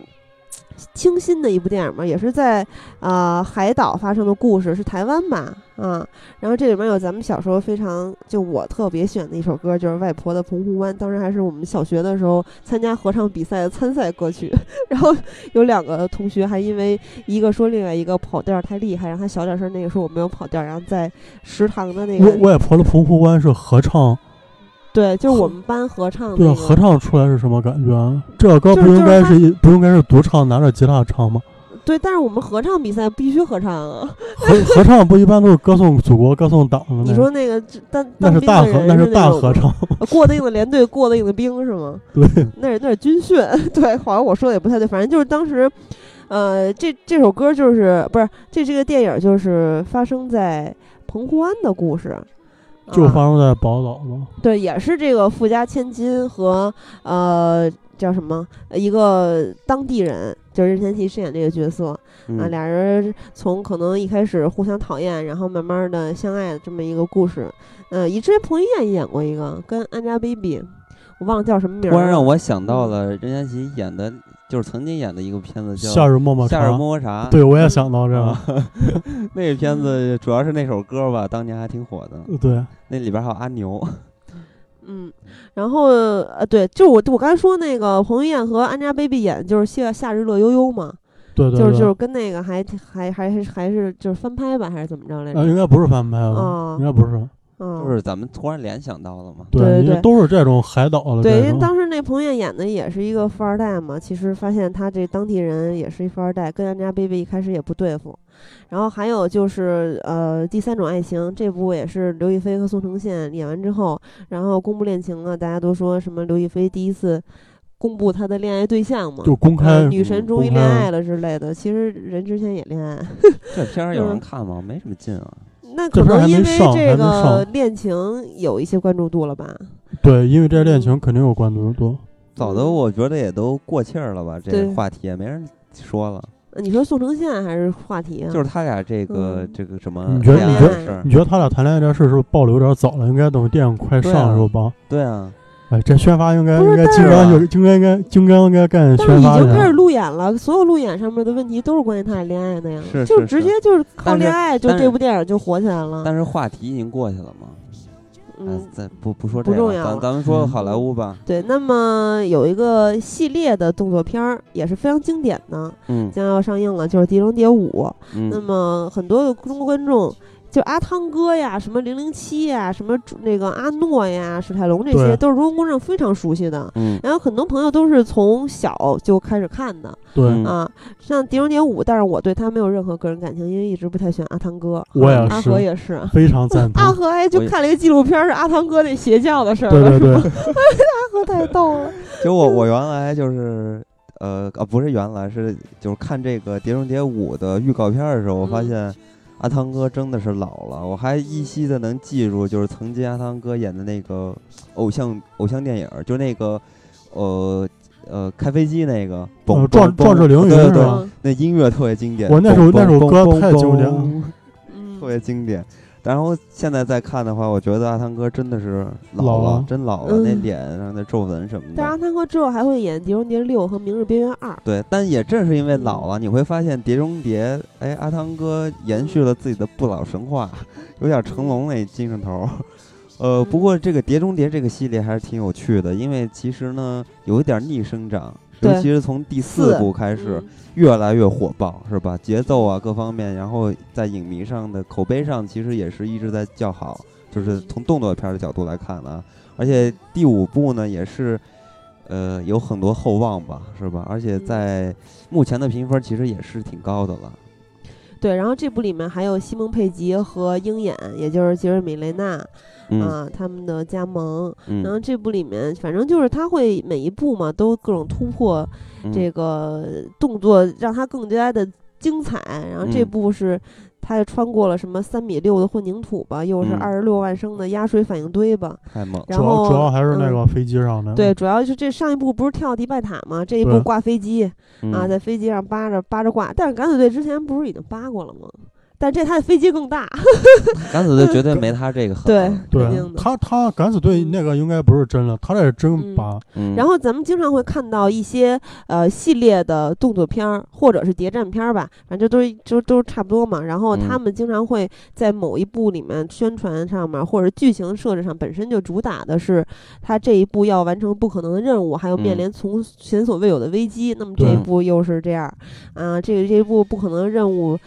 Speaker 2: 清新的一部电影嘛，也是在啊、呃海岛发生的故事，是台湾吧？啊，然后这里面有咱们小时候非常就我特别喜欢的一首歌，就是外婆的澎湖湾，当时还是我们小学的时候参加合唱比赛的参赛歌曲。 *laughs* 然后有两个同学还因为一个说另外一个跑调儿太厉害，让他小点声，那个说我没有跑调儿，然后在食堂的那个
Speaker 4: 我我也婆了澎湖湾是合唱，
Speaker 2: 对，就是我
Speaker 4: 合
Speaker 2: 们班合唱那
Speaker 4: 对
Speaker 2: 个
Speaker 4: 啊，合唱出来是什么感觉啊？这首歌
Speaker 2: 就
Speaker 4: 不
Speaker 2: 是
Speaker 4: 应
Speaker 2: 就是
Speaker 4: 该
Speaker 2: 他
Speaker 4: 是一不应该是独唱拿着吉他唱吗？
Speaker 2: 对，但是我们合唱比赛必须合唱啊！
Speaker 4: 合合唱不一般都是歌颂祖国、歌颂党的
Speaker 2: 你
Speaker 4: 吗？
Speaker 2: 说那个这当
Speaker 4: 那
Speaker 2: 当
Speaker 4: 是
Speaker 2: 兵
Speaker 4: 大
Speaker 2: 的
Speaker 4: 合
Speaker 2: 人
Speaker 4: 那
Speaker 2: 是
Speaker 4: 是大
Speaker 2: 种
Speaker 4: 合唱，
Speaker 2: 呃过得硬的连队，过得硬的兵是吗？ *laughs*
Speaker 4: 对，
Speaker 2: 那是那是军训， *laughs* 对，好像我说的也不太对，反正就是当时，呃，这这首歌就是不是这这个电影就是发生在澎湖湾的故事，
Speaker 4: 就
Speaker 2: 啊
Speaker 4: 发生在宝岛嘛。
Speaker 2: 对，也是这个富家千金和呃叫什么呃一个当地人，就是任贤齐饰演这个角色啊，
Speaker 1: 嗯
Speaker 2: 俩人从可能一开始互相讨厌，然后慢慢的相爱的这么一个故事。呃，以之前彭于晏也演过一个，跟 Angelababy，我忘了叫什么名
Speaker 1: 忽然
Speaker 2: 儿嗯
Speaker 1: 让
Speaker 2: 了。
Speaker 1: 我想到了任贤齐演的，就是曾经演的一个片子叫
Speaker 4: 夏日么么
Speaker 1: 《夏
Speaker 4: 茶
Speaker 1: 日，么么茶》。啊
Speaker 4: 对我也想到这个，
Speaker 1: 那个片子主要是那首歌吧，当年还挺火的。
Speaker 4: 对，
Speaker 1: 那里边还有阿牛，
Speaker 2: 哦嗯，然后呃，对，就是我我刚才说那个彭于晏和 Angelababy 演的就是《夏夏日乐悠悠》嘛，
Speaker 4: 对对
Speaker 2: 就是就
Speaker 4: 对
Speaker 2: 是，跟那个还还还还是还是就是翻拍吧，还是怎么着来着？
Speaker 1: 啊
Speaker 4: 呃，应该不是翻拍
Speaker 2: 哦
Speaker 4: 的，应该不是，
Speaker 2: 嗯，
Speaker 1: 就是咱们突然联想到了嘛。
Speaker 2: 对对
Speaker 4: 因为
Speaker 2: 对
Speaker 4: 都是这种海岛的
Speaker 2: 对，因
Speaker 4: 这
Speaker 2: 为
Speaker 4: 种，
Speaker 2: 当时那彭于晏演的也是一个富二代嘛，其实发现他这当地人也是一富二代，跟人家 baby 一开始也不对付。然后还有就是呃，第三种爱情这部也是刘亦菲和宋承宪演完之后，然后公布恋情了，大家都说什么刘亦菲第一次公布她的恋爱对象嘛。
Speaker 4: 就公
Speaker 2: 呃
Speaker 4: 开
Speaker 2: 女神终于
Speaker 4: 公
Speaker 2: 恋
Speaker 4: 开
Speaker 2: 爱了之类的，其实人之前也恋爱，
Speaker 1: 这片儿有
Speaker 2: 嗯
Speaker 1: 人看吗？没什么劲啊。
Speaker 2: 那
Speaker 4: 这
Speaker 2: 可
Speaker 4: 片
Speaker 2: 能
Speaker 4: 儿还
Speaker 2: 因
Speaker 4: 没
Speaker 2: 为
Speaker 4: 上还
Speaker 2: 这
Speaker 4: 没
Speaker 2: 个
Speaker 4: 上
Speaker 2: 恋情有一些关注度了吧？
Speaker 4: 对，因为这恋情肯定有关注
Speaker 1: 嗯
Speaker 4: 度，
Speaker 1: 早的我觉得也都过气儿了吧，这
Speaker 2: 对
Speaker 1: 个话题也没人说了。
Speaker 2: 呃你说宋承宪还是话题啊？
Speaker 1: 就是他俩这个
Speaker 2: 嗯
Speaker 1: 这个什么
Speaker 4: 你觉得
Speaker 1: 恋爱
Speaker 2: 你觉
Speaker 1: 的事儿
Speaker 4: 你，觉得他俩谈恋爱这事儿是不是暴露有点早了？应该等电影快上的时候吧。
Speaker 1: 对啊，
Speaker 4: 哎，这宣发应该
Speaker 2: 不是
Speaker 4: 应该
Speaker 2: 但
Speaker 4: 金刚
Speaker 1: 是
Speaker 4: 就金刚应该金刚应该干
Speaker 2: 但是
Speaker 4: 宣
Speaker 2: 已
Speaker 4: 发
Speaker 2: 经开始
Speaker 4: 去。
Speaker 2: 路演了，所有路演上面的问题都是关于他俩恋爱的呀，
Speaker 1: 是
Speaker 2: 就是直
Speaker 1: 是
Speaker 2: 接就是靠
Speaker 1: 但是
Speaker 2: 恋爱，就
Speaker 1: 但是
Speaker 2: 这部电影就火起来了。
Speaker 1: 但是话题已经过去了嘛。哎
Speaker 2: 嗯，，
Speaker 1: 咱不不说
Speaker 2: 不
Speaker 1: 这
Speaker 2: 重
Speaker 1: 个
Speaker 2: 要
Speaker 1: 了，
Speaker 2: 了
Speaker 1: 咱咱们说
Speaker 4: 嗯
Speaker 1: 好莱坞
Speaker 2: *laughs*
Speaker 1: 吧。
Speaker 2: 对。那么有一个系列的动作片儿也是非常经典的，
Speaker 1: 嗯
Speaker 2: 将要上映了，就是《碟中谍五》。那
Speaker 1: 嗯，
Speaker 2: 么很多的中国观众。就阿汤哥呀，什么零零七呀，什么主那个阿诺呀，史泰龙这些
Speaker 4: 对
Speaker 2: 都是中国观众非常熟悉的。
Speaker 1: 嗯
Speaker 2: 然后很多朋友都是从小就开始看的，
Speaker 4: 对
Speaker 1: 嗯，
Speaker 2: 啊，像《碟中谍五》，但是我对他没有任何个人感情，因为一直不太喜欢阿汤哥。
Speaker 4: 我也
Speaker 2: 嗯阿
Speaker 4: 啊是
Speaker 2: 和也是，
Speaker 4: 非常 *laughs* 赞
Speaker 2: 阿
Speaker 4: 同。
Speaker 2: 和还就
Speaker 1: 我也
Speaker 2: 看了一个纪录片儿，是阿汤哥那邪教的 *laughs* 事儿。
Speaker 4: 对对对，
Speaker 2: 阿和太逗了。
Speaker 1: 就我我原来就是呃啊不是原来是就是看这个《碟中谍五》的预告片儿的时候，我发
Speaker 2: 嗯
Speaker 1: 现阿汤哥真的是老了，我还依稀的能记住，就是曾经阿汤哥演的那个偶像偶像电影儿，就那个呃呃开飞机那个，嘣
Speaker 4: 呃
Speaker 1: 嘣
Speaker 4: 壮
Speaker 1: 嘣
Speaker 4: 壮志凌云
Speaker 1: 对对
Speaker 4: 是
Speaker 1: 对
Speaker 4: 吧
Speaker 2: 嗯
Speaker 1: 那音乐特别经典。
Speaker 4: 我那首
Speaker 1: 嘣
Speaker 4: 那首
Speaker 1: 嘣
Speaker 4: 歌
Speaker 1: 嘣
Speaker 4: 太经典了
Speaker 1: 嘣特
Speaker 2: 嗯，
Speaker 1: 别经典。然后现在再看的话，我觉得阿汤哥真的是老
Speaker 4: 老
Speaker 1: 了，
Speaker 4: 了
Speaker 1: 真老了，
Speaker 2: 嗯
Speaker 1: 那脸上的皱纹什么
Speaker 2: 但是阿
Speaker 1: 的。
Speaker 2: 汤哥之后还会演《碟中谍六》和《明日边缘二》。
Speaker 1: 对，但也正是因为老了，你会发现《碟中谍》，哎，阿汤哥延续了自己的不老神话， *laughs* 有点成龙那精神头儿。呃，
Speaker 2: 嗯
Speaker 1: 不过这个《碟中谍》这个系列还是挺有趣的，因为其实呢有一点逆生长，尤
Speaker 2: 对
Speaker 1: 其是从第四
Speaker 2: 四
Speaker 1: 部开始，
Speaker 2: 嗯
Speaker 1: 越来越火爆，是吧？节奏啊，各方面，然后在影迷上的口碑上，其实也是一直在较好。就是从动作片的角度来看啊，而且第五部呢，也是呃有很多厚望吧，是吧？而且在目前的评分其实也是挺高的了。
Speaker 2: 对，然后这部里面还有西蒙佩吉和鹰眼，也就是杰瑞米雷纳啊、
Speaker 1: 嗯
Speaker 2: 他们的加盟。然后
Speaker 1: 嗯，
Speaker 2: 这部里面，反正就是他会每一部嘛，都各种突破
Speaker 1: 嗯
Speaker 2: 这个动作，让它更加的精彩。然后这
Speaker 1: 嗯
Speaker 2: 部是，他又穿过了什么三米六的混凝土吧，又是
Speaker 1: 嗯
Speaker 2: 二十六万升的压水反应堆吧。
Speaker 1: 太猛，
Speaker 2: 然
Speaker 4: 主要
Speaker 2: 后
Speaker 4: 主要还是那
Speaker 2: 嗯
Speaker 4: 个飞机上的，
Speaker 2: 对，主要是这上一部不是跳迪拜塔吗？这一部
Speaker 4: 对
Speaker 2: 挂飞机啊，
Speaker 1: 嗯
Speaker 2: 在飞机上扒着扒着挂。但是敢死队之前不是已经扒过了吗？但这他的飞机更大，
Speaker 1: 敢死队绝对没他这个狠。
Speaker 2: 对，肯
Speaker 4: 对 *laughs*
Speaker 2: 定，的。
Speaker 4: 他他敢死队
Speaker 2: 嗯
Speaker 4: 那个应该不是真的，他这是真
Speaker 2: 嗯
Speaker 4: 把
Speaker 1: 嗯，
Speaker 2: 然后咱们经常会看到一些呃系列的动作片儿或者是谍战片儿吧，反正都是就都差不多嘛。然后他
Speaker 1: 嗯
Speaker 2: 们经常会在某一部里面宣传上面或者剧情设置上本身就主打的是他这一部要完成不可能的任务，还有面
Speaker 1: 嗯
Speaker 2: 临从前所未有的危机。那么这一
Speaker 4: 对
Speaker 2: 部又是这样，啊、这个这一部不可能任务。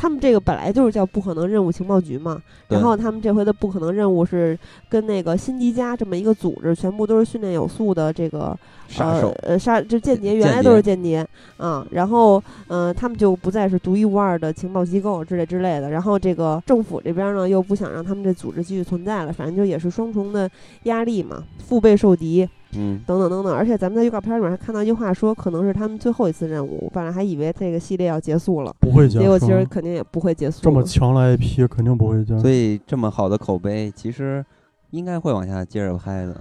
Speaker 2: 他们这个本来就是叫不可能任务情报局嘛，
Speaker 1: 对
Speaker 2: 然后呃他们这回的不可能任务是跟那个辛迪加这么一个组织，全部都是训练有素的这个
Speaker 1: 杀手，
Speaker 2: 呃呃杀就间谍，原
Speaker 1: 间
Speaker 2: 来
Speaker 1: 谍
Speaker 2: 都是间谍啊。然后嗯、呃他们就不再是独一无二的情报机构之类之类的。然后这个政府这边呢又不想让他们这组织继续存在了，反正就也是双重的压力嘛，腹背受敌
Speaker 1: 嗯
Speaker 2: 等等等等。而且咱们在预告片里面还看到一句话说，可能是他们最后一次任务。我本来还以为这个系列要结束了，
Speaker 4: 不会结
Speaker 2: 结果其实
Speaker 4: 束。
Speaker 2: 肯定也不会结束了。
Speaker 4: 这么强的 IP 肯定不会结束
Speaker 1: 所。以这么好的口碑，其实应该会往下接着拍的。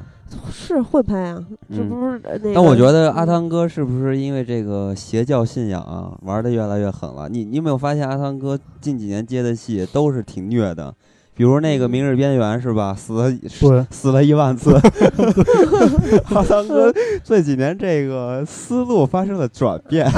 Speaker 2: 是会拍啊，这
Speaker 1: 嗯
Speaker 2: 不是呃那个。
Speaker 1: 但我觉得阿
Speaker 2: 嗯
Speaker 1: 汤哥是不是因为这个邪教信仰啊，玩的越来越狠了？你你有没有发现阿汤哥近几年接的戏都是挺虐的？比如那个《明日边缘》是吧？死了
Speaker 4: 对
Speaker 1: 死了一万
Speaker 2: *laughs*
Speaker 1: 次。 *laughs* 阿汤哥这几年这个思路发生了转 *laughs* 变，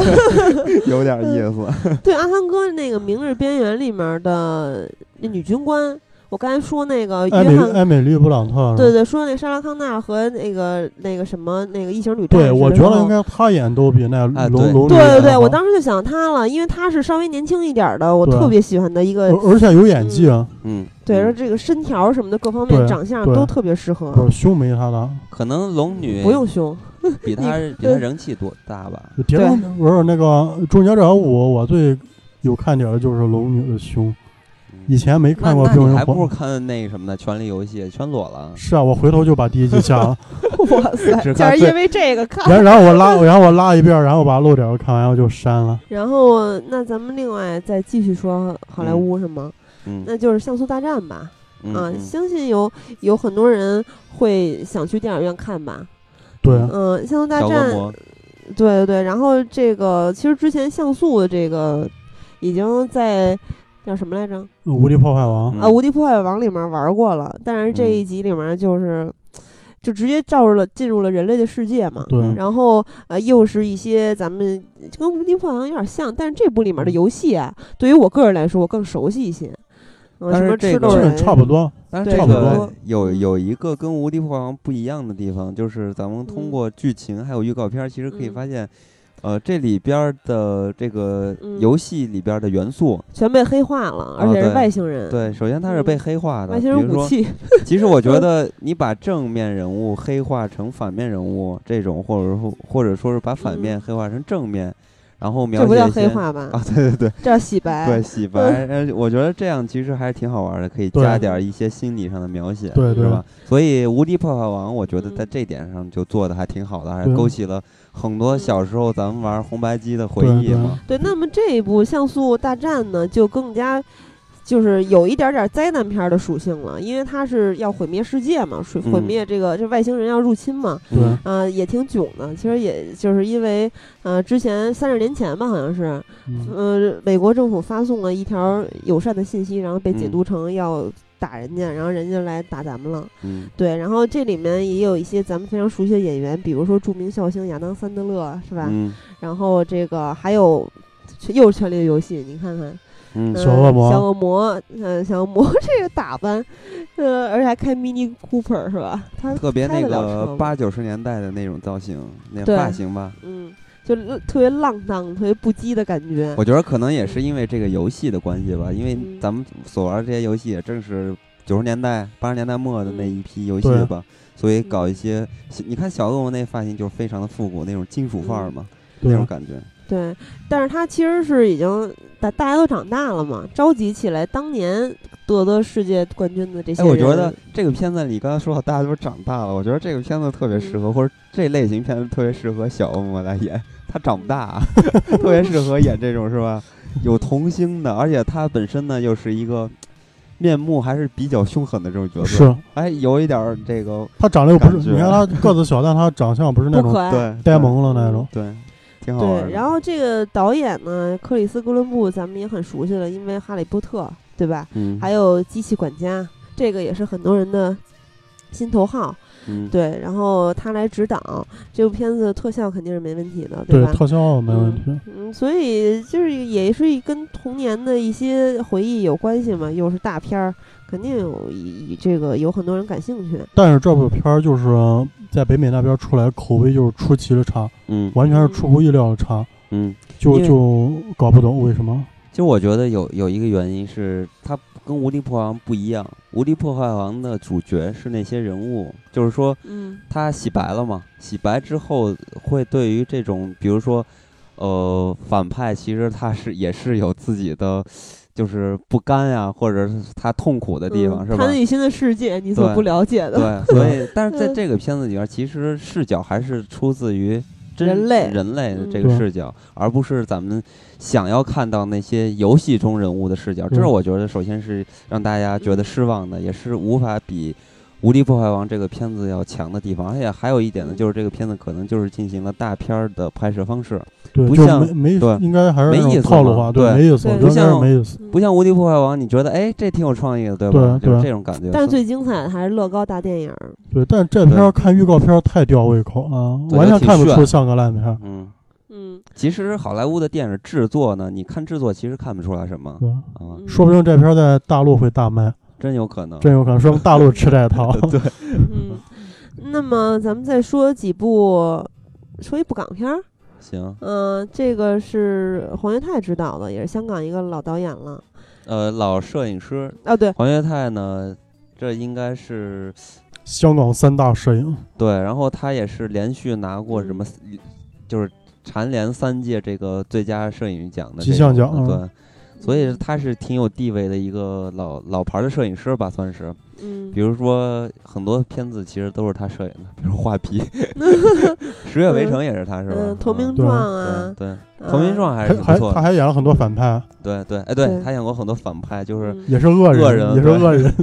Speaker 1: 有点意思。
Speaker 2: 嗯对阿汤哥那个《明日边缘》里面的那女军官，我刚才说那个
Speaker 4: 艾
Speaker 2: 约
Speaker 4: 美
Speaker 2: 翰，
Speaker 4: 艾美丽布朗特，
Speaker 2: 对对，说那莎拉康纳和那个那个什么那个异形女战士
Speaker 4: 对，
Speaker 2: 的
Speaker 4: 我
Speaker 2: 时
Speaker 4: 觉得
Speaker 2: 候
Speaker 4: 应。该他演都比那
Speaker 1: 哎对
Speaker 4: 龙龙女
Speaker 2: 对对对，
Speaker 4: 好
Speaker 2: 我当时就想他了，因为他是稍微年轻一点的，我
Speaker 4: 对
Speaker 2: 特别喜欢的一个，
Speaker 4: 而而且有演技，啊
Speaker 1: 嗯，
Speaker 2: 对，
Speaker 1: 嗯
Speaker 2: 而这个身条什么的各方面
Speaker 4: 对
Speaker 2: 长相
Speaker 4: 对
Speaker 2: 都特别适合，
Speaker 4: 不是胸没他大，
Speaker 1: 可能龙女
Speaker 2: 不用
Speaker 1: *laughs*
Speaker 2: 胸，
Speaker 1: 比他比他人气多大吧？
Speaker 4: 别的不是那个《终结者五》，我最有看点的就是龙女的胸，
Speaker 1: 嗯
Speaker 4: 以前没
Speaker 1: 那
Speaker 4: 看过《
Speaker 1: 那
Speaker 4: 冰
Speaker 1: 你
Speaker 4: 人
Speaker 1: 还不如
Speaker 4: 火》。
Speaker 1: 看那什么呢？《权力游戏》全裸了。
Speaker 4: 是啊，我回头就把第一集下了，
Speaker 2: 哇塞，
Speaker 1: 只
Speaker 2: 就
Speaker 1: 看最
Speaker 2: 是因为这个 *laughs* 看。
Speaker 4: 然然后我拉，然后我拉一遍，然后把漏点儿看完，我就删了。
Speaker 2: 然后那咱们另外再继续说好莱坞是吗？
Speaker 1: 嗯
Speaker 2: 那就是像素大战吧，
Speaker 1: 嗯
Speaker 2: 啊，
Speaker 1: 嗯
Speaker 2: 相信有有很多人会想去电影院看吧。
Speaker 4: 对，
Speaker 2: 嗯、像素大
Speaker 1: 啊小恶
Speaker 2: 战，
Speaker 1: 魔
Speaker 2: 对对对。然后这个其实之前像素的这个已经在叫什么来
Speaker 1: 嗯
Speaker 2: 着？
Speaker 4: 无敌破坏
Speaker 1: 哦
Speaker 4: 王》
Speaker 2: 啊，《无敌破坏王》里面玩过了，但是这
Speaker 1: 嗯
Speaker 2: 一集里面就是就直接照入了进入了人类的世界嘛。
Speaker 4: 对
Speaker 1: 嗯
Speaker 2: 然后呃，又是一些咱们就跟《无敌破坏王》有点像，但是这部里
Speaker 1: 嗯
Speaker 2: 面的游戏啊，对于我个人来说，我更熟悉一些。嗯、
Speaker 1: 但
Speaker 2: 什
Speaker 1: 是
Speaker 2: 么
Speaker 1: 这
Speaker 2: 吃
Speaker 1: 个
Speaker 2: 豆
Speaker 4: 基
Speaker 1: 是
Speaker 2: 人
Speaker 4: 本，差不多。
Speaker 1: 但是
Speaker 2: 对
Speaker 1: 这
Speaker 4: 差不
Speaker 1: 个
Speaker 2: 多
Speaker 1: 有
Speaker 2: 嗯
Speaker 1: 有一个跟《无敌破坏王》不一样的地方，就是咱们通
Speaker 2: 嗯
Speaker 1: 过剧情还有预告片儿，其实可以
Speaker 2: 嗯
Speaker 1: 发现，呃，这里边儿的这个
Speaker 2: 嗯
Speaker 1: 游戏里边儿的元素，
Speaker 2: 全被黑化了，而
Speaker 1: 哦
Speaker 2: 且是
Speaker 1: 对
Speaker 2: 外星人。
Speaker 1: 对，首先它是被
Speaker 2: 嗯
Speaker 1: 黑化的，
Speaker 2: 外
Speaker 1: 比
Speaker 2: 星人
Speaker 1: 如
Speaker 2: 武
Speaker 1: 说，
Speaker 2: 器， *laughs* 嗯
Speaker 1: 其实我觉得你把正面人物黑化成反面人物这种，或者说或者说是把反面黑化成正面，然后描
Speaker 2: 嗯这不
Speaker 1: 写
Speaker 2: 叫
Speaker 1: 一
Speaker 2: 黑
Speaker 1: 些
Speaker 2: 化哎嗯吧？
Speaker 1: 啊，对对对，
Speaker 2: 这叫洗白。
Speaker 1: 对，洗白，呃，我觉得这样其实还是挺好玩的，可以
Speaker 4: 对
Speaker 1: 加点儿一些心理上的描写，
Speaker 4: 对
Speaker 1: 是
Speaker 4: 对
Speaker 1: 吧？所以《无敌破坏王》，我觉得在
Speaker 2: 嗯
Speaker 1: 这点上就做的还挺好的，还
Speaker 4: 对啊
Speaker 1: 勾起了很多小时候咱们玩红白机的回
Speaker 4: 对啊
Speaker 1: 忆嘛。
Speaker 2: 对那么这一部《像素大战》呢，就更加就是有一点点灾难片的属性了，因为它是要毁灭世界嘛，毁毁
Speaker 1: 嗯
Speaker 2: 灭这个这外星人要入侵嘛，
Speaker 4: 对
Speaker 1: 嗯
Speaker 2: 啊、也挺囧的。其实也就是因为，呃，之前三十年前吧，好像是，
Speaker 4: 嗯
Speaker 2: 呃，美国政府发送了一条友善的信息，然后被解
Speaker 1: 嗯
Speaker 2: 读成要打人家，然后人家来打咱们了。
Speaker 1: 嗯
Speaker 2: 对，然后这里面也有一些咱们非常熟悉的演员，比如说著名笑星亚当·桑德勒，是吧？
Speaker 1: 嗯
Speaker 2: 然后这个还有又是《权力的游戏》，你看看，
Speaker 1: 嗯
Speaker 2: 嗯
Speaker 4: 小恶魔
Speaker 2: 小恶魔，嗯，小恶魔 *laughs* 这个打扮，呃，而且还开 Mini Cooper 是吧？呃他
Speaker 1: 特别
Speaker 2: 开
Speaker 1: 那
Speaker 2: 得了车
Speaker 1: 个
Speaker 2: 吗
Speaker 1: 八九十年代的那种造型，那
Speaker 2: 对
Speaker 1: 发型吧，
Speaker 2: 嗯，就特别浪荡、特别不羁的感觉。
Speaker 1: 我觉得可能也是因为这个游戏的关系吧，因为
Speaker 2: 嗯
Speaker 1: 咱们所玩这些游戏也正是九十年代、八十年代末的那
Speaker 2: 嗯
Speaker 1: 一批游戏
Speaker 4: 对啊
Speaker 1: 吧，所以搞一些，你看小恶魔那发型就是非常的复古那种金属范儿嘛，那
Speaker 4: 对啊
Speaker 1: 种，感觉。
Speaker 2: 对，但是他其实是已经大大家都长大了嘛，召集起来当年夺得世界冠军的这些
Speaker 1: 哎，
Speaker 2: 人，
Speaker 1: 我觉得这个片子你刚才说到大家都长大了，我觉得这个片子特别适
Speaker 2: 嗯
Speaker 1: 合，或者这类型片子特别适合小恶魔来演，他长不
Speaker 2: *laughs*
Speaker 1: 大，啊特别适合演这种是吧？有童星的，而且他本身呢又是一个面目还是比较凶狠的这种角色，
Speaker 4: 是
Speaker 1: 哎，有一点儿这个
Speaker 4: 他长得又不是，
Speaker 1: 感觉
Speaker 4: 你看他个子小，但他长相不是那
Speaker 2: 不可
Speaker 4: 种
Speaker 2: 爱。
Speaker 1: 对
Speaker 4: 呆萌了那种。
Speaker 1: 对，挺好玩
Speaker 2: 啊对，
Speaker 1: 的。
Speaker 2: 然后这个导演呢，克里斯·哥伦布，咱们也很熟悉了，因为《哈利波特》，对吧？
Speaker 1: 嗯，
Speaker 2: 还有《机器管家》，这个也是很多人的心头好。
Speaker 1: 嗯，
Speaker 2: 对，然后他来指导这部片子，特效肯定是没问题的，
Speaker 4: 对
Speaker 2: 吧？
Speaker 4: 特效没问题，
Speaker 2: 嗯，所以就是也是跟童年的一些回忆有关系嘛，又是大片儿，肯定有以以这个有很多人感兴趣。
Speaker 4: 但是这部片儿就是在北美那边出来口碑就是出奇的差，
Speaker 1: 嗯
Speaker 4: 完全是出乎意料的差，
Speaker 1: 嗯，
Speaker 4: 就
Speaker 1: 因为
Speaker 4: 就搞不懂为什么。
Speaker 1: 其实我觉得有有一个原因是它跟《无敌破坏王》不一样，《无敌破坏王》的主角是那些人物，就是说
Speaker 2: 嗯
Speaker 1: 他洗白了嘛，洗白之后会对于这种，比如说，呃，反派其实他是也是有自己的，就是不甘呀、或者是他痛苦的地方，是吧
Speaker 2: 他？内心的世界，你所
Speaker 1: 对
Speaker 2: 不了解的。
Speaker 1: *laughs* 对，所
Speaker 4: 对
Speaker 1: 以但是在
Speaker 2: 嗯
Speaker 1: 这个片子里边，其实视角还是出自于真
Speaker 2: 人类
Speaker 1: 人类的这
Speaker 2: 嗯
Speaker 1: 个
Speaker 4: 对
Speaker 1: 视角，而不是咱们想要看到那些游戏中人物的视角。这是
Speaker 4: 嗯
Speaker 1: 我觉得，首先是让大家觉得失望的，也是无法比。《无敌破坏王》这个片子要强的地方，而且还有一点呢，
Speaker 2: 嗯
Speaker 1: 就是这个片子可能就是进行了大片儿的拍摄方式，
Speaker 4: 对，
Speaker 1: 不
Speaker 4: 就
Speaker 1: 像
Speaker 4: 没没
Speaker 1: 对
Speaker 4: 应该还是那
Speaker 1: 没意
Speaker 4: 种
Speaker 1: 思
Speaker 4: 套路
Speaker 1: 嘛
Speaker 4: 化，
Speaker 1: 对
Speaker 4: 没意思，
Speaker 2: 对
Speaker 4: 我觉得
Speaker 1: 不像
Speaker 4: 还是没意思。
Speaker 2: 嗯
Speaker 1: 不像《无敌破坏王》，你觉得哎，这挺有创意的，对吧？
Speaker 4: 对
Speaker 1: 就是
Speaker 4: 对
Speaker 1: 这种感觉。
Speaker 2: 但是最精彩的还是乐高大电影儿，
Speaker 4: 对，但这片儿看预告片儿太吊胃口了，
Speaker 1: 对
Speaker 4: 完
Speaker 1: 就
Speaker 4: 全
Speaker 1: 挺
Speaker 4: 看不
Speaker 1: 炫
Speaker 4: 出像个烂片儿。
Speaker 1: 嗯，
Speaker 2: 嗯，
Speaker 1: 其实好莱坞的电影制作呢，你看制作其实看不出来什么
Speaker 4: 对，
Speaker 1: 啊，
Speaker 2: 嗯
Speaker 4: 说不定这片儿在大陆会大卖，
Speaker 1: 真有可能。
Speaker 4: 真有可能，说明大陆吃这一套。
Speaker 1: *laughs* 对，
Speaker 2: 嗯，那么咱们再说几部，说一部港片儿。
Speaker 1: 行，
Speaker 2: 嗯、这个是黄岳泰执导的，也是香港一个老导演了。
Speaker 1: 呃，老摄影师
Speaker 2: 啊，对，
Speaker 1: 黄岳泰呢，这应该是
Speaker 4: *laughs* 香港三大摄影，
Speaker 1: 对，然后他也是连续拿过什么，就是蝉联三届这个最佳摄影奖的
Speaker 4: 金
Speaker 1: 这
Speaker 4: 像
Speaker 1: 种
Speaker 4: 奖
Speaker 1: 的
Speaker 4: 嗯
Speaker 1: 对，所以他是挺有地位的一个老老牌的摄影师吧，算是。
Speaker 2: 嗯
Speaker 1: 比，如说很多片子其实都是他摄影的，比如《画皮》 *laughs* 《十月围城》也是他，是吧？
Speaker 2: 嗯，投名
Speaker 1: 嗯
Speaker 4: 对
Speaker 2: 状啊，
Speaker 1: 对对，
Speaker 2: 啊
Speaker 1: 投名状还是
Speaker 4: 还
Speaker 1: 挺不
Speaker 4: 还
Speaker 1: 错
Speaker 4: 他
Speaker 1: 的。
Speaker 4: 还演了很多反派，
Speaker 1: 对对，哎，
Speaker 2: 对
Speaker 1: 对他演过很多反派，就是
Speaker 2: 嗯
Speaker 4: 也是恶
Speaker 1: 恶人
Speaker 4: 也是
Speaker 1: 对 *laughs*
Speaker 4: 恶人。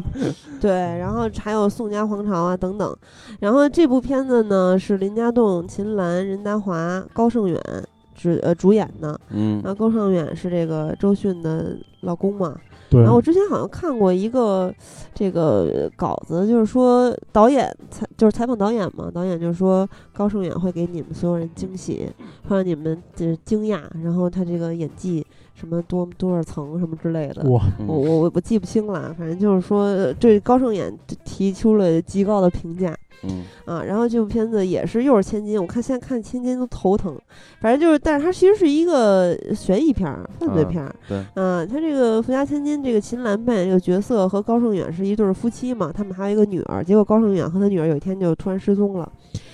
Speaker 2: 对，然后还有《宋家皇朝》啊等等。然后这部片子呢是林家栋、秦岚、任达华、高胜远主呃主演的。
Speaker 1: 嗯
Speaker 2: 然后高胜远是这个周迅的老公嘛。
Speaker 4: 对
Speaker 2: 然，后我之前好像看过一个这个稿子，就是说导演采就是采访导演嘛，导演就说高胜远会给你们所有人惊喜，会让你们就是惊讶，然后他这个演技什么多多少层什么之类的。 *laughs*
Speaker 4: 哇，
Speaker 1: 嗯
Speaker 2: 我我我我记不清了，反正就是说呃对高胜远提出了极高的评价
Speaker 1: 嗯。
Speaker 2: 啊。然后这部片子也是又是千金，我看现在看千金都头疼。反正就是，但是它其实是一个悬疑片儿、犯罪
Speaker 1: 啊
Speaker 2: 片儿。
Speaker 1: 对
Speaker 2: 嗯、它这个富家千金这个秦岚扮演这个角色和高胜远是一对儿夫妻嘛，他们还有一个女儿。结果高胜远和他女儿有一天就突然失踪了。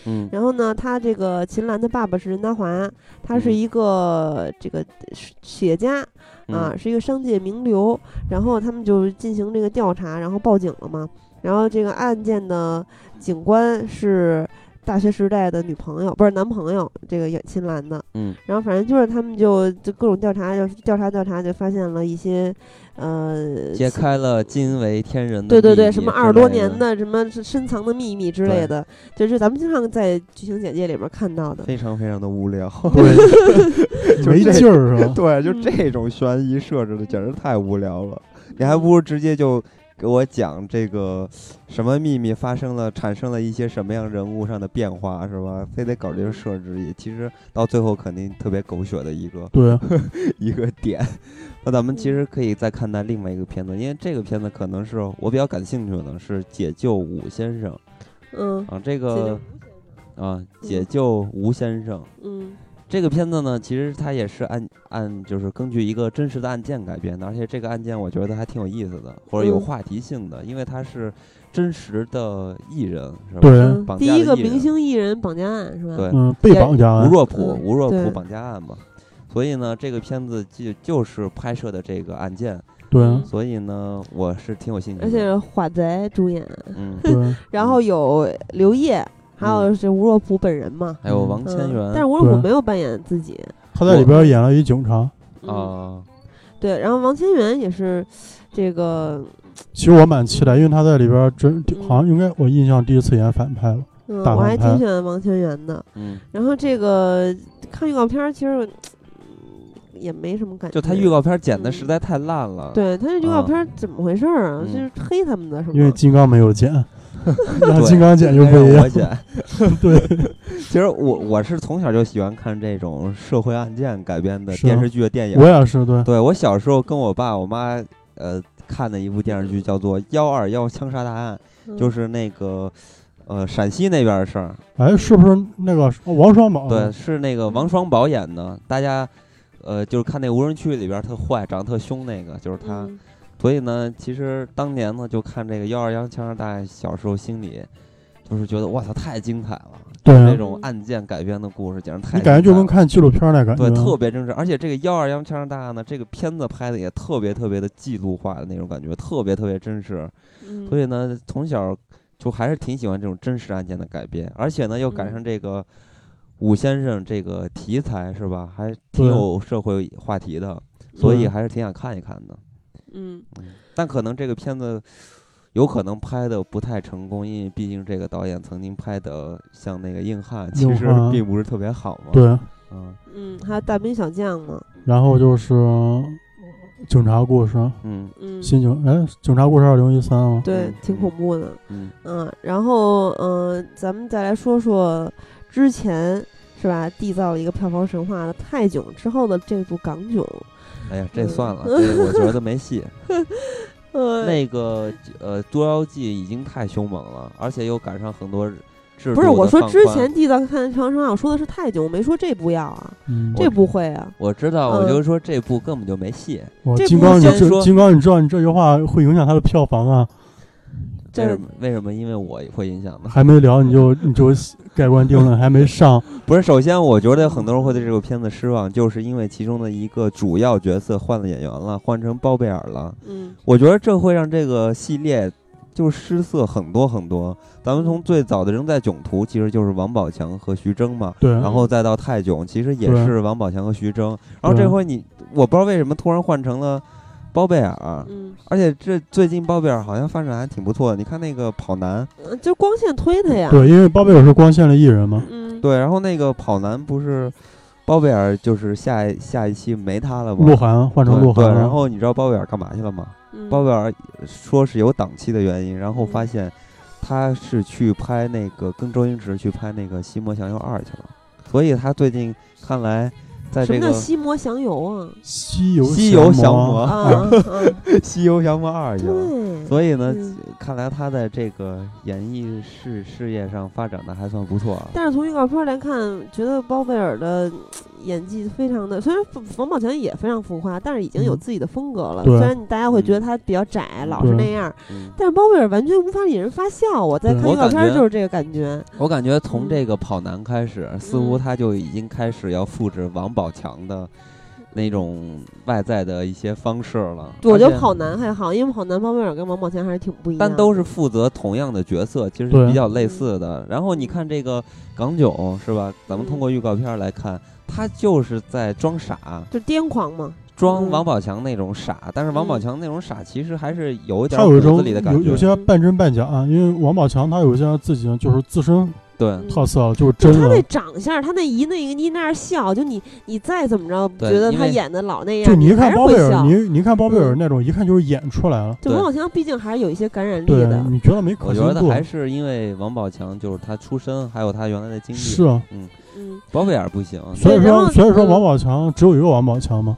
Speaker 1: 嗯
Speaker 2: 然后呢，他这个秦岚的爸爸是任达华，他是
Speaker 1: 嗯
Speaker 2: 一个这个是企业家。啊，，是一个商界名流。然后他们就进行这个调查，然后报警了嘛。然后这个案件的警官是大学时代的女朋友，不是男朋友，这个演秦岚的。
Speaker 1: 嗯
Speaker 2: 然后反正就是他们就就各种调查，就调查调查，就发现了一些呃
Speaker 1: 嗯，揭开了惊为天人的
Speaker 2: 对对
Speaker 1: 秘
Speaker 2: 对，
Speaker 1: 密
Speaker 2: 什么
Speaker 1: 之
Speaker 2: 二十多
Speaker 1: 类
Speaker 2: 年
Speaker 1: 的，
Speaker 2: 的什么是深藏的秘密之类
Speaker 1: 对
Speaker 2: 的，就是咱们经常在剧情简介里边看到的。
Speaker 1: 非常非常的无聊。
Speaker 4: 对，
Speaker 1: 就
Speaker 4: 没
Speaker 1: 这
Speaker 4: 劲儿是吧？
Speaker 1: *laughs* 对，就
Speaker 2: 嗯
Speaker 1: 这种悬疑设置的简直太无聊了，你还不如直接就给我讲这个什么秘密发生了，产生了一些什么样人物上的变化，是吧？非得搞这个设置，也其实到最后肯定特别狗血的一个 *laughs*
Speaker 4: 对，
Speaker 1: 一个点。那咱们其
Speaker 2: 嗯
Speaker 1: 实可以再看待另外一个片子，因为这个片子可能是我比较感兴趣的，是《解救武先生》
Speaker 2: 嗯，
Speaker 1: 啊，这
Speaker 2: 这就
Speaker 1: 个啊，《解救吴先生》
Speaker 2: 嗯
Speaker 1: 这个片子呢，其实它也是按按就是根据一个真实的案件改编的，而且这个案件我觉得还挺有意思的，或者有
Speaker 2: 嗯
Speaker 1: 话题性的，因为它是真实的艺人，是吧？
Speaker 4: 对，
Speaker 2: 嗯，
Speaker 1: 绑
Speaker 2: 第
Speaker 1: 架
Speaker 2: 一
Speaker 1: 的
Speaker 2: 个
Speaker 1: 艺
Speaker 2: 明
Speaker 1: 人
Speaker 2: 星艺人绑架案是吧？
Speaker 1: 对，
Speaker 4: 嗯，被绑架
Speaker 1: 吴
Speaker 4: 案，
Speaker 1: 若甫，
Speaker 2: 嗯
Speaker 1: 吴若
Speaker 2: 对
Speaker 1: 甫绑架案嘛，所以呢，这个片子就就是拍摄的这个案件，
Speaker 4: 对
Speaker 2: 嗯
Speaker 1: 所以呢，我是挺有信
Speaker 2: 而
Speaker 1: 心的。
Speaker 2: 且华贼主演，
Speaker 1: 嗯，
Speaker 2: *laughs*
Speaker 4: 对，
Speaker 2: 然后有刘烨，还有是吴若甫本人嘛。
Speaker 1: 还有嗯王
Speaker 2: 嗯
Speaker 1: 千源
Speaker 2: 但是吴若甫
Speaker 4: 对
Speaker 2: 没有扮演自己
Speaker 4: 他在里边演了一警察。
Speaker 2: 嗯，
Speaker 1: 啊，
Speaker 2: 对，然后王千源也是这个
Speaker 4: 其实我蛮期待，因为他在里边真
Speaker 2: 嗯
Speaker 4: 好像应该我印象第一次演反派了。
Speaker 2: 嗯，
Speaker 4: 大
Speaker 2: 我还
Speaker 4: 反派
Speaker 2: 挺喜欢王千源的。
Speaker 1: 嗯，
Speaker 2: 然后这个看预告片，儿，其实我嗯也没什么感觉。
Speaker 1: 就他预告片剪的
Speaker 2: 嗯
Speaker 1: 实在太烂了。，
Speaker 2: 对他这预告
Speaker 1: 嗯
Speaker 2: 片儿怎么回事儿啊？
Speaker 1: 嗯
Speaker 2: 就是黑他们的是吗？
Speaker 4: 因为金刚没
Speaker 1: *laughs*
Speaker 4: 有剪，让
Speaker 1: 对
Speaker 4: 金刚剪就不
Speaker 1: 让
Speaker 4: 一
Speaker 1: 我
Speaker 4: 样。
Speaker 1: 剪。
Speaker 4: *laughs* 对，
Speaker 1: *laughs* 其实我我是从小就喜欢看这种社会案件改编的
Speaker 4: 是
Speaker 1: 电
Speaker 4: 吗
Speaker 1: 视剧、电影
Speaker 4: 我。也是，对，
Speaker 1: 对我小时候跟我爸我妈呃看的一部电视剧叫做《幺二幺枪杀大案》，
Speaker 2: 嗯
Speaker 1: 就是那个呃陕西那边的事儿。
Speaker 4: 哎，是不是那个哦王双宝？
Speaker 1: 对，，是那个王双宝演的，大家。呃，就是看那无人区里边儿特坏、长得特凶那个，就是他。
Speaker 2: 嗯
Speaker 1: 所以呢，其实当年呢，就看这个幺二幺枪杀大案，小时候心里就是觉得，哇操，太精彩了！
Speaker 4: 对啊
Speaker 1: 这种案件改编的故事简直太精彩了……
Speaker 4: 你感觉就跟看纪录片那感觉。
Speaker 1: 对，特别真实。而且这个幺二幺枪杀大案呢，这个片子拍的也特别特别的记录化的那种感觉，特别特别真实。
Speaker 2: 嗯
Speaker 1: 所以呢，从小就还是挺喜欢这种真实案件的改编，而且呢，又赶上这个武先生这个题材是吧，还挺
Speaker 4: 对
Speaker 1: 有社会话题的，所以
Speaker 4: 对
Speaker 1: 还是挺想看一看的。
Speaker 2: 嗯，
Speaker 1: 但可能这个片子有可能拍的不太成功，因为毕竟这个导演曾经拍的像那个《硬汉》，其
Speaker 4: 硬
Speaker 1: 实
Speaker 4: 汉
Speaker 1: 并不是特别好嘛。，
Speaker 4: 对。
Speaker 1: 嗯
Speaker 2: 嗯，还有大兵小将嘛，
Speaker 4: 然后就是警察故事，
Speaker 1: 嗯
Speaker 2: 嗯，
Speaker 4: 新警哎，警察故事二零一三啊，
Speaker 2: 对
Speaker 1: 嗯，
Speaker 2: 挺恐怖的。
Speaker 1: 嗯，
Speaker 2: 嗯，然后嗯、呃咱们再来说说之前是吧，缔造了一个票房神话的泰囧之后的这部港囧，
Speaker 1: 哎呀，
Speaker 2: 嗯
Speaker 1: 这算
Speaker 2: *laughs*
Speaker 1: 了，这我觉得没戏。
Speaker 2: 呃，
Speaker 1: 那个呃，《捉妖记》已经太凶猛了，而且又赶上很多制
Speaker 2: 不是
Speaker 1: 度的
Speaker 2: 我说
Speaker 1: 放
Speaker 2: 之
Speaker 1: 宽
Speaker 2: 前缔造看长城啊，我说的是泰囧，我没说这部要啊，
Speaker 4: 嗯，
Speaker 2: 这不会啊，
Speaker 1: 我知道，我
Speaker 2: 嗯
Speaker 1: 就说这部根本就没戏，
Speaker 4: 我
Speaker 2: 这
Speaker 4: 金
Speaker 2: 不
Speaker 4: 刚，你
Speaker 1: 先
Speaker 4: 这
Speaker 1: 说
Speaker 4: 金刚，你知道你这句话会影响他的票
Speaker 1: *laughs*
Speaker 4: 房啊？
Speaker 1: 为
Speaker 2: 这
Speaker 1: 什么？为什么？因为我会影响呢？
Speaker 4: 还没聊你就你就盖棺定论，还没
Speaker 1: *laughs*
Speaker 4: 上，
Speaker 1: 不是，首先我觉得很多人会对这部片子失望，就是因为其中的一个主要角色换了演员了，换成包贝尔了。
Speaker 2: 嗯
Speaker 1: 我觉得这会让这个系列就失色很多很多。咱们从最早的《仍在囧途》，其实就是王宝强和徐峥嘛，
Speaker 4: 对，
Speaker 1: 然后再到泰囧，其实也
Speaker 4: 嗯对
Speaker 1: 是王宝强和徐峥。然后这回你，我不知道为什么突然换成了包贝尔，啊
Speaker 2: 嗯，
Speaker 1: 而且这最近包贝尔好像发展还挺不错的。你看那个跑男，
Speaker 2: 呃就光线推他呀，
Speaker 4: 对，因为包贝尔是光线的艺人嘛，
Speaker 2: 嗯，
Speaker 1: 对，然后那个跑男不是包贝尔，就是下一下一期没他了吗？
Speaker 4: 鹿晗换成
Speaker 1: 对
Speaker 4: 鹿晗啊
Speaker 1: 对，
Speaker 4: 了，
Speaker 1: 然后你知道包贝尔干嘛去了吗？
Speaker 2: 嗯，
Speaker 1: 包贝尔说是有档期的原因，然后发
Speaker 2: 嗯
Speaker 1: 现他是去拍那个跟周星驰去拍那个《西摩降妖二》去了，所以他最近看来在
Speaker 2: 什
Speaker 1: 这
Speaker 2: 么
Speaker 1: 个
Speaker 2: 叫
Speaker 1: 《
Speaker 2: 西魔降油啊？
Speaker 4: 西游
Speaker 1: 西游降
Speaker 4: 魔
Speaker 1: 魔
Speaker 2: 啊，啊啊
Speaker 1: *laughs* 西游降魔二》去了，
Speaker 2: 对，
Speaker 1: 所以呢，
Speaker 2: 嗯
Speaker 1: 看来他在这个演艺事事业上发展的还算不错啊。
Speaker 2: 但是从预告片儿来看，觉得包贝尔的嗯演技非常的，虽然冯宝强也非常浮夸，但是已经有
Speaker 4: 嗯
Speaker 2: 自己的风格了。
Speaker 4: 对嗯
Speaker 2: 虽然你大家会觉得他比较窄，老是
Speaker 4: 对
Speaker 2: 那样儿，
Speaker 1: 嗯，
Speaker 2: 但是包贝尔完全无法引人发笑。我在
Speaker 4: 对
Speaker 2: 看
Speaker 1: 我
Speaker 2: 预告片儿
Speaker 1: 感觉
Speaker 2: 就是这个感觉。
Speaker 1: 我感觉从
Speaker 2: 嗯
Speaker 1: 这个跑男开始，似乎他就已经开始要复制王宝强的那种外在的一些方式了。
Speaker 2: 我觉
Speaker 1: 而
Speaker 2: 得
Speaker 1: 且
Speaker 2: 跑男还好，因为跑男包贝尔跟王宝强还是挺不一样的。
Speaker 1: 但都是负责同样的角色，其实是
Speaker 4: 对
Speaker 1: 比较类似
Speaker 2: 嗯
Speaker 1: 的。然后你看这个港囧是吧？咱们通过预告片来看，他就是在装傻，
Speaker 2: 就癫狂嘛，
Speaker 1: 装
Speaker 2: 嗯
Speaker 1: 王宝强那种傻。但是王宝
Speaker 2: 嗯
Speaker 1: 强那种傻其实还是有一点
Speaker 4: 他有
Speaker 1: 骨
Speaker 4: 一种
Speaker 1: 子里的感
Speaker 4: 有有
Speaker 1: 觉。
Speaker 4: 些半真半假、啊因为王宝强他有一些自己就是自身
Speaker 1: 对
Speaker 2: 嗯
Speaker 4: 特色，啊就是
Speaker 2: 就
Speaker 4: 真
Speaker 2: 他那
Speaker 4: 人，
Speaker 2: 长相，他那一那个一那样笑，就你你再怎么着
Speaker 1: 对
Speaker 2: 觉得
Speaker 1: 因
Speaker 2: 他
Speaker 1: 为
Speaker 2: 演的老那样，
Speaker 4: 就你一
Speaker 2: 还
Speaker 4: 看
Speaker 2: 是
Speaker 4: 包
Speaker 2: 会
Speaker 4: 贝尔，
Speaker 2: 笑。嗯
Speaker 4: 你你一看包贝尔那种，一看就是演出来了，
Speaker 2: 就
Speaker 1: 对
Speaker 2: 王宝强毕竟还是有一些感染力
Speaker 4: 对
Speaker 2: 的，。
Speaker 4: 你觉得没可
Speaker 1: 我
Speaker 4: 信
Speaker 1: 觉得
Speaker 4: 度？
Speaker 1: 还是因为王宝强就是他出身，还有他原来的经历。
Speaker 4: 是啊，
Speaker 2: 嗯，
Speaker 1: 包贝尔不行，
Speaker 4: 所以
Speaker 2: 对然后
Speaker 4: 说所以说
Speaker 2: 嗯
Speaker 4: 王宝强只有一个王宝强嘛，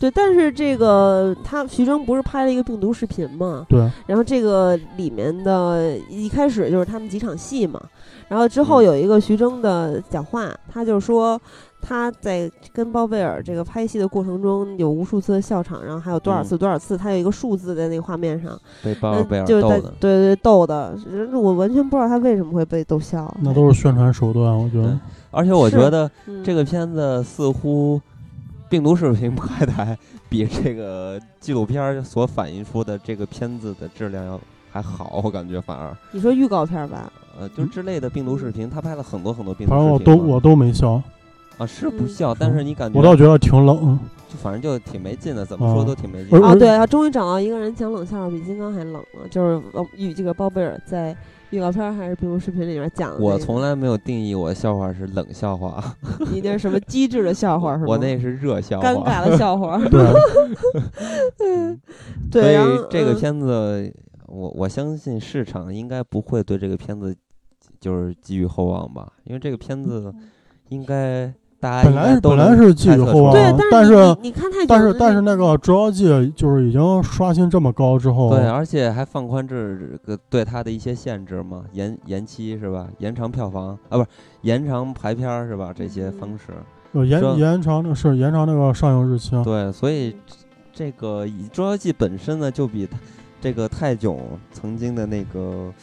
Speaker 2: 对，但是这个他徐峥不是拍了一个病毒视频嘛？
Speaker 4: 对，
Speaker 2: 然后这个里面的一开始就是他们几场戏嘛，然后之后
Speaker 1: 嗯
Speaker 2: 有一个徐峥的讲话，他就说他在跟包贝尔这个拍戏的过程中有无数次的笑场，然后还有多少次多少次，他有一个数字在那个画面上，
Speaker 1: 被包嗯贝尔
Speaker 2: 嗯就是
Speaker 1: 逗
Speaker 2: 在
Speaker 1: 的。
Speaker 2: 对对逗的，我完全不知道他为什么会被逗笑。
Speaker 4: 那都是宣传手段，我觉得
Speaker 1: 而且我
Speaker 2: 是啊
Speaker 1: 觉得
Speaker 2: 嗯
Speaker 1: 这个片子似乎病毒视频拍的还比这个纪录片儿所反映出的这个片子的质量要还好，我感觉反而，
Speaker 2: 你说预告片吧，
Speaker 1: 呃，就是
Speaker 2: 嗯
Speaker 1: 之类的病毒视频，他拍了很多很多病毒
Speaker 4: 反
Speaker 1: 视
Speaker 4: 正
Speaker 1: 频嘛。
Speaker 4: 我都我都没笑，
Speaker 1: 啊是不
Speaker 2: 嗯
Speaker 1: 笑，但是你感觉
Speaker 4: 我倒觉得挺
Speaker 1: *laughs*
Speaker 4: 冷。
Speaker 1: 就反正就挺没劲的，怎么说
Speaker 4: 啊
Speaker 1: 都挺没劲
Speaker 4: 不。是
Speaker 2: 哦，
Speaker 4: 而
Speaker 2: 对，他终于找到一个人讲冷笑话比金刚还冷了，就是呃与这个包贝尔在预告片还是病毒视频里面讲的那个、
Speaker 1: 我从来没有定义我的笑话是冷笑话，
Speaker 2: 你那是什么机智的笑话是吗？
Speaker 1: 我那是热笑
Speaker 2: 尴
Speaker 1: 话。
Speaker 2: 尬嗯的笑话，
Speaker 4: *laughs* 对，
Speaker 1: 所
Speaker 2: 对，然后
Speaker 1: 以这个
Speaker 2: 嗯
Speaker 1: 片子，我我相信市场应该不会对这个片子就是寄予厚望吧，因为这个片子
Speaker 2: 嗯
Speaker 1: 应该大家
Speaker 4: 本
Speaker 1: 应
Speaker 4: 来
Speaker 1: 该
Speaker 4: 是
Speaker 1: 都
Speaker 4: 本来
Speaker 1: 能
Speaker 4: 是寄
Speaker 1: 猜
Speaker 4: 予
Speaker 1: 测
Speaker 4: 厚
Speaker 1: 出
Speaker 4: 望
Speaker 1: 来
Speaker 2: 对
Speaker 4: 啊，，
Speaker 2: 但
Speaker 4: 但是
Speaker 2: 你你看太久
Speaker 4: 但是
Speaker 2: 了
Speaker 4: 但是那个《捉妖记》就是已经刷新这么高之后，
Speaker 1: 对，啊而且还放宽这个对它的一些限制嘛，延延期是吧？延长票房啊，不是延长排片儿是吧？这
Speaker 2: 嗯
Speaker 1: 些方式，
Speaker 4: 呃延
Speaker 1: 说
Speaker 4: 延长那是延长那个上映日期啊。
Speaker 1: 对，所以这个以《捉妖记》本身呢，就比它这个泰囧曾经的那个呃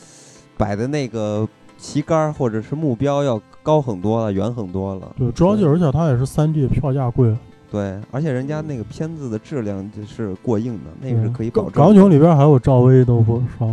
Speaker 1: 摆的那个旗杆儿或者是目标要高很多了，远很多了。
Speaker 4: 对，《捉妖记》
Speaker 1: 对
Speaker 4: 而且它也是三 D 票价贵，
Speaker 1: 对，而且人家那个片子的质量就是过硬的，那
Speaker 4: 对
Speaker 1: 个是可以
Speaker 4: 港
Speaker 1: 保证的。
Speaker 4: 港囧里边还有赵薇都不少。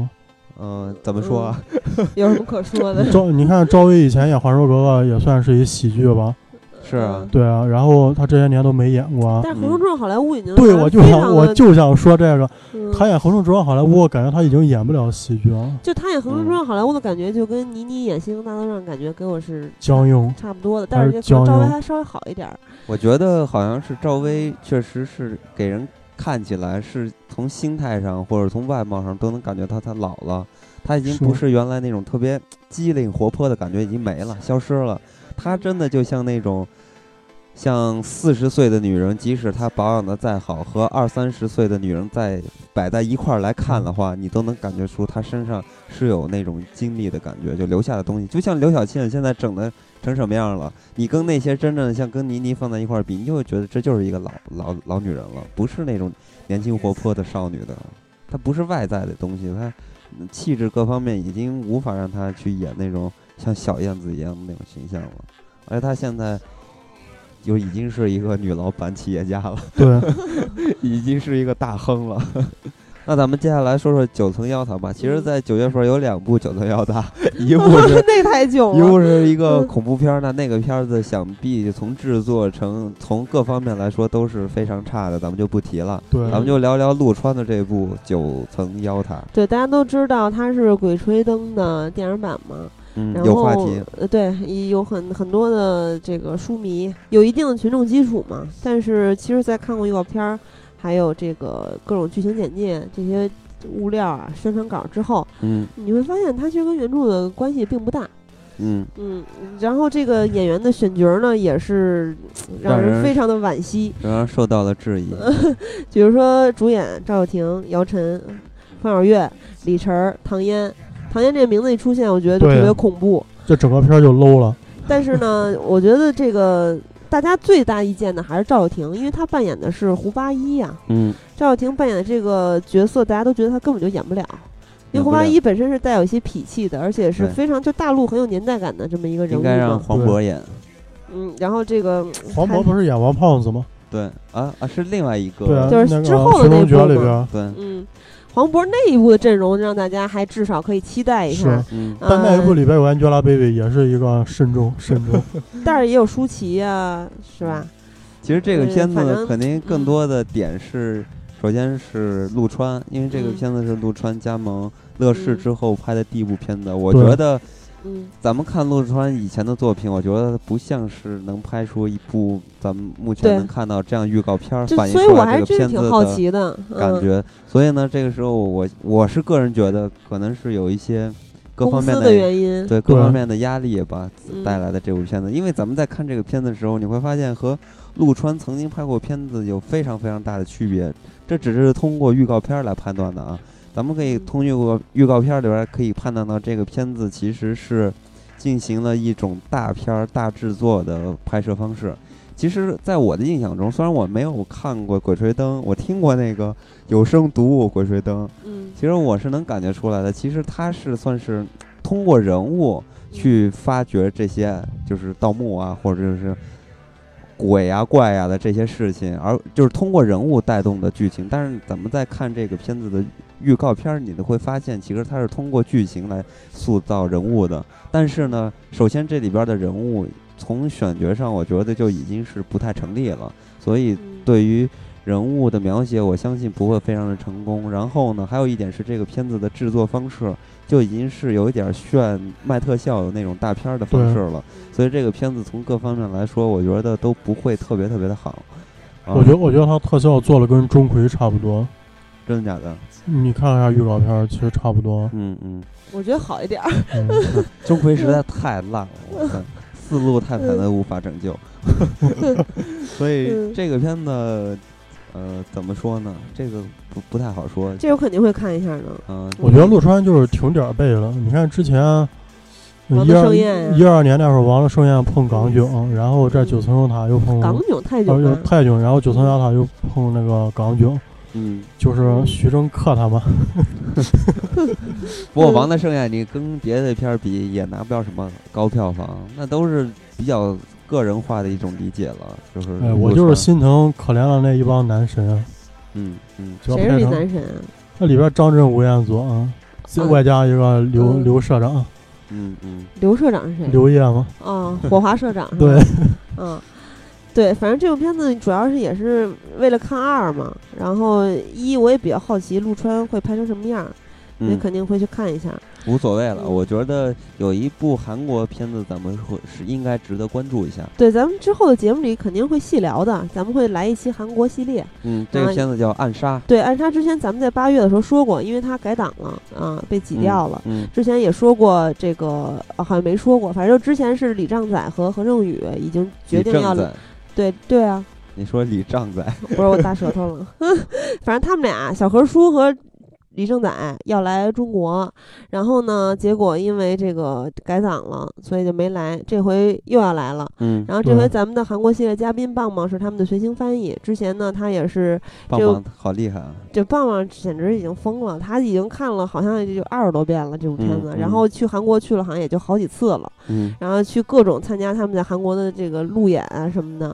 Speaker 1: 嗯、怎么说啊？
Speaker 2: *laughs* 有什么可说的？
Speaker 4: 赵，你看赵薇以前演《还珠格格》也算是一喜剧吧？
Speaker 1: *laughs* 是啊嗯
Speaker 2: 嗯，
Speaker 4: 对啊，然后她这些年都没演过啊。
Speaker 2: 但是《横冲直撞好莱坞》已经
Speaker 4: 对，
Speaker 2: 拿
Speaker 4: 我
Speaker 2: 得
Speaker 4: 就
Speaker 2: 非
Speaker 4: 想
Speaker 2: 常
Speaker 4: 我
Speaker 2: 的
Speaker 4: 就想说这个，
Speaker 2: 嗯
Speaker 4: 她演《横冲直撞好莱坞》，我感觉她已经演不了喜剧了，
Speaker 2: 就他演《横
Speaker 1: 嗯
Speaker 2: 冲直撞好莱坞》的感觉，就跟倪妮演《星光大道上》感觉跟我是
Speaker 4: 僵硬。
Speaker 2: 差不多的，
Speaker 4: 还
Speaker 2: 但
Speaker 4: 是
Speaker 2: 是可能
Speaker 4: 僵
Speaker 2: 赵薇
Speaker 4: 硬
Speaker 2: 还稍微好一点儿。
Speaker 1: 我觉得好像是赵薇，确实是给人看起来是从心态上或者从外貌上都能感觉到她老了，她已经
Speaker 4: 是
Speaker 1: 不是原来那种特别机灵活泼的感觉，已经没了，消失了。她真的就像那种。像四十岁的女人，即使她保养的再好，和二三十岁的女人在摆在一块儿来看的话，你都能感觉出她身上是有那种经历的感觉，就留下的东西。就像刘晓庆现在整的成什么样了，你跟那些真正像跟倪妮放在一块儿比，你就会觉得这就是一个老老老女人了，不是那种年轻活泼的少女的，她不是外在的东西，她嗯气质各方面已经无法让她去演那种像小燕子一样的那种形象了，而且她现在。就已经是一个女老板、企业家了， *laughs*
Speaker 4: 对，
Speaker 1: 已经是一个大亨了。 *laughs* 那咱们接下来说说九层妖塔吧。其实，
Speaker 2: 嗯
Speaker 1: 在九月份有两部九层妖
Speaker 2: *laughs*
Speaker 1: 塔，一部是
Speaker 2: 那太久
Speaker 1: 一
Speaker 2: 了，
Speaker 1: 部是一个恐怖片儿，那那个片子想必从制作成从各方面来说都是非常差的，咱们就不提了，
Speaker 2: 嗯
Speaker 4: 对，
Speaker 1: 咱们就聊聊陆川的这部《九层妖塔》。
Speaker 2: 对，大家都知道它是《鬼吹灯》的电影版嘛，
Speaker 1: 嗯，
Speaker 2: 然
Speaker 1: 有话
Speaker 2: 后
Speaker 1: 题，
Speaker 2: 呃，对，也有很很多的这个书迷有一定的群众基础嘛，但是其实，在看过预告片儿，还有这个各种剧情简介这些物料啊、宣传稿之后，
Speaker 1: 嗯
Speaker 2: 你会发现它其实跟原著的关系并不大。
Speaker 1: 嗯，
Speaker 2: 嗯，然后这个演员的选角呢，也是嗯让
Speaker 1: 让
Speaker 2: 人
Speaker 1: 人
Speaker 2: 非常的惋惜。
Speaker 1: 仍然受到了质疑。
Speaker 2: 比如说主演赵又廷、姚晨、方小月、李晨儿、唐嫣。唐嫣这个名字一出现，我觉得就
Speaker 4: 对啊
Speaker 2: 特别恐怖。
Speaker 4: 这整个片儿就 low 了。
Speaker 2: 但是呢，我觉得这个大家最大意见的还是赵又廷，因为她扮演的是胡八一呀、 *laughs*
Speaker 1: 嗯，
Speaker 2: 赵又廷扮演的这个角色，大家都觉得她根本就演不了。因为
Speaker 1: 演不
Speaker 2: 胡八
Speaker 1: 了
Speaker 2: 一本身是带有一些痞气的，而且是
Speaker 1: 对
Speaker 2: 非常就大陆很有年代感的这么一个人
Speaker 1: 应
Speaker 2: 物
Speaker 1: 该让
Speaker 2: 嘛。
Speaker 1: 黄渤演。
Speaker 2: 嗯，然后这个
Speaker 4: 黄
Speaker 2: 还
Speaker 4: 渤不是演王胖子吗？
Speaker 1: 对啊啊，是另外一个。
Speaker 4: 对啊，
Speaker 2: 就是
Speaker 4: 那
Speaker 2: 之后的
Speaker 4: 个寻
Speaker 2: 那
Speaker 4: 龙诀
Speaker 2: 部
Speaker 4: 里
Speaker 2: 嘛
Speaker 4: 边，
Speaker 1: 对
Speaker 2: 嗯，黄渤那一部的阵容让大家还至少可以期待一下
Speaker 4: 是。
Speaker 1: 嗯
Speaker 2: 呃
Speaker 4: 但那一部里边有 Angelababy 也是一个慎重慎重。
Speaker 2: 但是也有舒淇呀，是吧？
Speaker 1: 其实这个
Speaker 2: 嗯
Speaker 1: 片
Speaker 2: 反正
Speaker 1: 子肯定更
Speaker 2: 嗯
Speaker 1: 多的点是，首先是陆川，因为这个
Speaker 2: 嗯
Speaker 1: 片子是陆川加盟乐视
Speaker 2: 嗯
Speaker 1: 之后拍的第一部片子，我
Speaker 4: 对
Speaker 1: 觉得。
Speaker 2: 嗯，
Speaker 1: 咱们看陆川以前的作品，我觉得不像是能拍出一部咱们目前
Speaker 2: 对
Speaker 1: 能看到这样预告片儿
Speaker 2: 就
Speaker 1: 嗯反映
Speaker 2: 所以
Speaker 1: 出
Speaker 2: 我
Speaker 1: 来
Speaker 2: 还
Speaker 1: 这
Speaker 2: 是
Speaker 1: 个片
Speaker 2: 真是
Speaker 1: 子
Speaker 2: 挺好
Speaker 1: 的
Speaker 2: 奇的嗯
Speaker 1: 感觉。所以呢，这个时候我我是个人觉得，可能是有一些各
Speaker 2: 公
Speaker 1: 方面
Speaker 2: 司的原因，
Speaker 1: 对各
Speaker 4: 对
Speaker 1: 方面的压力吧
Speaker 2: 嗯
Speaker 1: 带来的这部片子。因为咱们在看这个片子的时候，你会发现和陆川曾经拍过片子有非常非常大的区别，这只是通过预告片儿来判断的啊。咱们可以
Speaker 2: 嗯
Speaker 1: 通过预告片儿里边儿可以判断到这个片子其实是进行了一种大片儿大制作的拍摄方式。其实，在我的印象中，虽然我没有看过《鬼吹灯》，我听过那个有声读物《鬼吹灯》，
Speaker 2: 嗯，
Speaker 1: 其实我是能感觉出来的。其实它是算是通过
Speaker 2: 嗯
Speaker 1: 人物去发掘这些，就是盗墓啊，或者是鬼呀、怪呀的这些事情，而就是通过人物带动的剧情。但是咱们在看这个片子的预告片儿，你都会发现，其实它是通过剧情来塑造人物的。但是呢，首先这里边的人物从选角上，我觉得就已经是不太成立了，所以
Speaker 2: 嗯
Speaker 1: 对于人物的描写，我相信不会非常的成功。然后呢，还有一点是这个片子的制作方式就已经是有一点炫卖特效的那种大片儿的方式了，所以这个片子从各方面来说，我觉得都不会特别特别的好。 *laughs* 啊
Speaker 4: 我觉得，我觉得他特效做的跟钟馗差不多。
Speaker 1: 真的假的？
Speaker 4: 你看一下预告片儿，其实差
Speaker 1: *laughs*
Speaker 4: 不多。
Speaker 1: 嗯嗯，
Speaker 2: 我觉得好一点儿。 *laughs*
Speaker 4: 嗯，
Speaker 1: 钟馗实在太烂了，我 *laughs* 看四路太太的无法拯救， *laughs* 所以
Speaker 2: 嗯
Speaker 1: 这个片子，呃，怎么说呢？这个不不太好说。
Speaker 2: 这我肯定会看一下的。
Speaker 1: 嗯、
Speaker 4: 我觉得陆川就是挺点儿背了。你看之前
Speaker 2: 王
Speaker 4: 一
Speaker 2: 德
Speaker 4: 二
Speaker 2: 盛宴呀
Speaker 4: 一二年那会儿，王德盛宴碰港囧，然后在九层妖塔又碰
Speaker 2: 港囧太久
Speaker 4: 呃又
Speaker 2: 了，
Speaker 4: 泰囧，然后九层妖塔又碰那个港囧，
Speaker 1: 嗯，
Speaker 2: 哦
Speaker 4: 就是徐峥克他们。
Speaker 1: 不过《王的盛宴》你跟别的片儿比也拿不了什么高票房，那都是比较个人化的一种理解了，就是嗯陆川。
Speaker 4: 哎，我就是心疼可怜了那一帮男神啊，
Speaker 1: 嗯嗯，
Speaker 4: 主要
Speaker 2: 谁是
Speaker 4: 拍
Speaker 2: 这
Speaker 4: 成
Speaker 2: 男神啊？
Speaker 4: 那里边张震、吴彦祖啊，再
Speaker 2: 啊
Speaker 4: 外加一个刘刘社长，
Speaker 1: 嗯嗯，
Speaker 2: 刘社长是谁？
Speaker 4: 刘烨嘛，
Speaker 2: 啊，火花社长是吧？
Speaker 4: 对，
Speaker 2: 嗯，对，反正这部片子主要是也是为了看二嘛，然后一我也比较好奇陆川会拍成什么样儿，
Speaker 1: 嗯
Speaker 2: 也肯定会去看一下。
Speaker 1: 无所谓了。
Speaker 2: 嗯
Speaker 1: 我觉得有一部韩国片子，咱们会是应该值得关注一下。
Speaker 2: 对，咱们之后的节目里肯定会细聊的，咱们会来一期韩国系列。
Speaker 1: 嗯，这个片子叫《暗杀》，
Speaker 2: 对，暗杀之前咱们在八月的时候说过，因为他改档了啊，被挤掉了。
Speaker 1: 嗯
Speaker 2: 之前也说过这个、啊好像没说过，反正之前是李丈宰和何正宇已经决定要
Speaker 1: 李正宰，
Speaker 2: 对对啊，
Speaker 1: 你说李正宰，
Speaker 2: 不是我打舌头
Speaker 1: *laughs*
Speaker 2: 了，反正他们俩小何叔和李正宰要来中国，然后呢，结果因为这个改档了，所以就没来，这回又要来了。
Speaker 1: 嗯，
Speaker 2: 然后这回
Speaker 4: 对
Speaker 2: 咱们的韩国系列嘉宾棒棒是他们的随行翻译，之前呢他也是
Speaker 1: 棒
Speaker 2: 就
Speaker 1: 棒好厉害啊！
Speaker 2: 这棒棒简直已经疯了，他已经看了好像也就二十多遍了这部片子，
Speaker 1: 嗯嗯
Speaker 2: 然后去韩国去了好像也就好几次了。
Speaker 1: 嗯
Speaker 2: 然后去各种参加他们在韩国的这个路演啊什么的，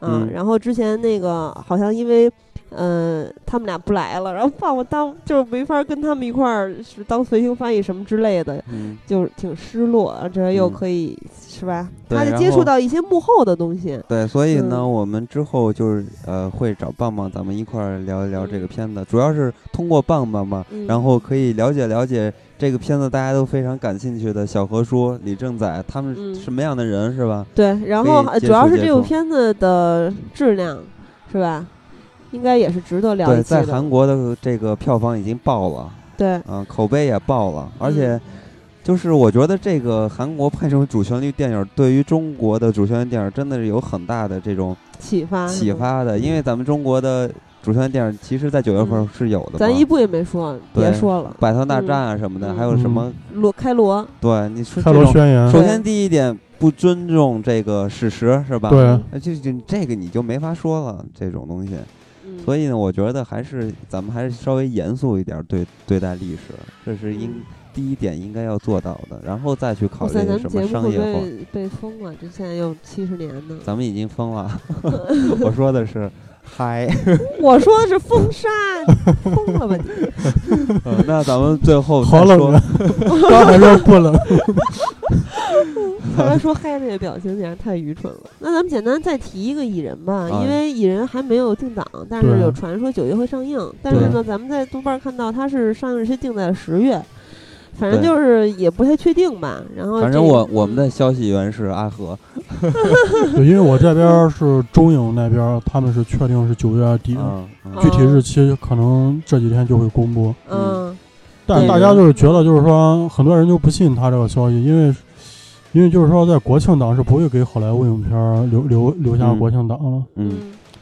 Speaker 2: 啊
Speaker 1: 嗯
Speaker 2: 然后之前那个好像因为，呃，他们俩不来了，然后把我当就是没法跟他们一块儿是当随行翻译什么之类的，
Speaker 1: 嗯，
Speaker 2: 就是挺失落，这又
Speaker 1: 嗯
Speaker 2: 可以、是吧？
Speaker 1: 对
Speaker 2: 他就
Speaker 1: 然
Speaker 2: 接触
Speaker 1: 后
Speaker 2: 到一些幕后的东西，
Speaker 1: 对，所以呢，
Speaker 2: 嗯
Speaker 1: 我们之后就是呃，会找棒棒，咱们一块儿聊一聊这个片子，主要是通过棒棒嘛，
Speaker 2: 嗯
Speaker 1: 然后可以了解了解这个片子大家都非常感兴趣的小何叔、李正宰他们
Speaker 2: 嗯
Speaker 1: 什么样的人是吧？
Speaker 2: 对，然
Speaker 1: 可以
Speaker 2: 后呃
Speaker 1: 接
Speaker 2: 主要
Speaker 1: 触
Speaker 2: 是
Speaker 1: 接
Speaker 2: 这部
Speaker 1: 触
Speaker 2: 片子的质量，是吧？应该也是值得聊一
Speaker 1: 对，
Speaker 2: 期的。
Speaker 1: 在韩国的这个票房已经爆了，
Speaker 2: 对，
Speaker 1: 嗯、口碑也爆了，而
Speaker 2: 嗯
Speaker 1: 且就是我觉得这个韩国拍这种主旋律电影，对于中国的主旋律电影真的是有很大的这种
Speaker 2: 启发是
Speaker 1: 启
Speaker 2: 吗，
Speaker 1: 发的，因为咱们中国的主旋律电影其实，在九月份
Speaker 2: 嗯
Speaker 1: 是有的嘛，
Speaker 2: 咱一部也没说，别
Speaker 1: 对
Speaker 2: 说了，
Speaker 1: 百团大战啊什么的，
Speaker 2: 嗯
Speaker 1: 还有什么？
Speaker 2: 罗开罗，
Speaker 1: 对，你说
Speaker 4: 开
Speaker 1: 这
Speaker 4: 罗
Speaker 1: 种，
Speaker 4: 宣言，
Speaker 1: 首先第一点不尊重这个史实是吧？
Speaker 4: 对，啊
Speaker 1: 那这这这个你就没法说了，这种东西。
Speaker 2: 嗯
Speaker 1: 所以呢，我觉得还是咱们还是稍微严肃一点对对待历史，这是应
Speaker 2: 嗯
Speaker 1: 第一点应该要做到的，然后再去考
Speaker 2: 哇
Speaker 1: 虑
Speaker 2: 塞，咱们
Speaker 1: 什
Speaker 2: 节
Speaker 1: 么
Speaker 2: 目
Speaker 1: 商
Speaker 2: 会
Speaker 1: 业化。
Speaker 2: 被被封了，这现在又七十年呢。 *laughs*
Speaker 1: 咱们已经封了， *laughs* 我说的是嗨、
Speaker 2: 我说的是
Speaker 1: *laughs*
Speaker 2: 封杀，封了吧你？
Speaker 1: 呃
Speaker 2: 嗯
Speaker 1: *laughs* 那咱们最后再
Speaker 4: 好冷
Speaker 1: 说
Speaker 2: *laughs*
Speaker 4: 啊，刚才说不冷， *laughs*
Speaker 2: *laughs* 刚才说嗨那个表情简直太愚蠢了。那咱们简单再提一个蚁人吧，
Speaker 1: 啊
Speaker 2: 因为蚁人还没有定档，但是
Speaker 4: 对
Speaker 2: 有传说九月会上映。但是
Speaker 1: 对
Speaker 2: 呢，咱们在豆瓣看到它是上映日期定在了十月，反正
Speaker 1: 对
Speaker 2: 就是也不太确定吧。然后
Speaker 1: 反
Speaker 2: 这
Speaker 1: 正我我们的消息源是阿和，
Speaker 4: 对，因为我这边是中影那边，他们是确定是九月底，
Speaker 1: 嗯嗯
Speaker 2: 哦
Speaker 4: 具体日期可能这几天就会公布。
Speaker 1: 嗯
Speaker 2: 嗯
Speaker 4: 但是
Speaker 2: 对
Speaker 4: 大家就是觉得，就是说很多人就不信他这个消息，因为因为就是说在国庆档是不会给好莱坞影片儿留留留下
Speaker 1: 嗯
Speaker 4: 国庆档了。
Speaker 1: 嗯。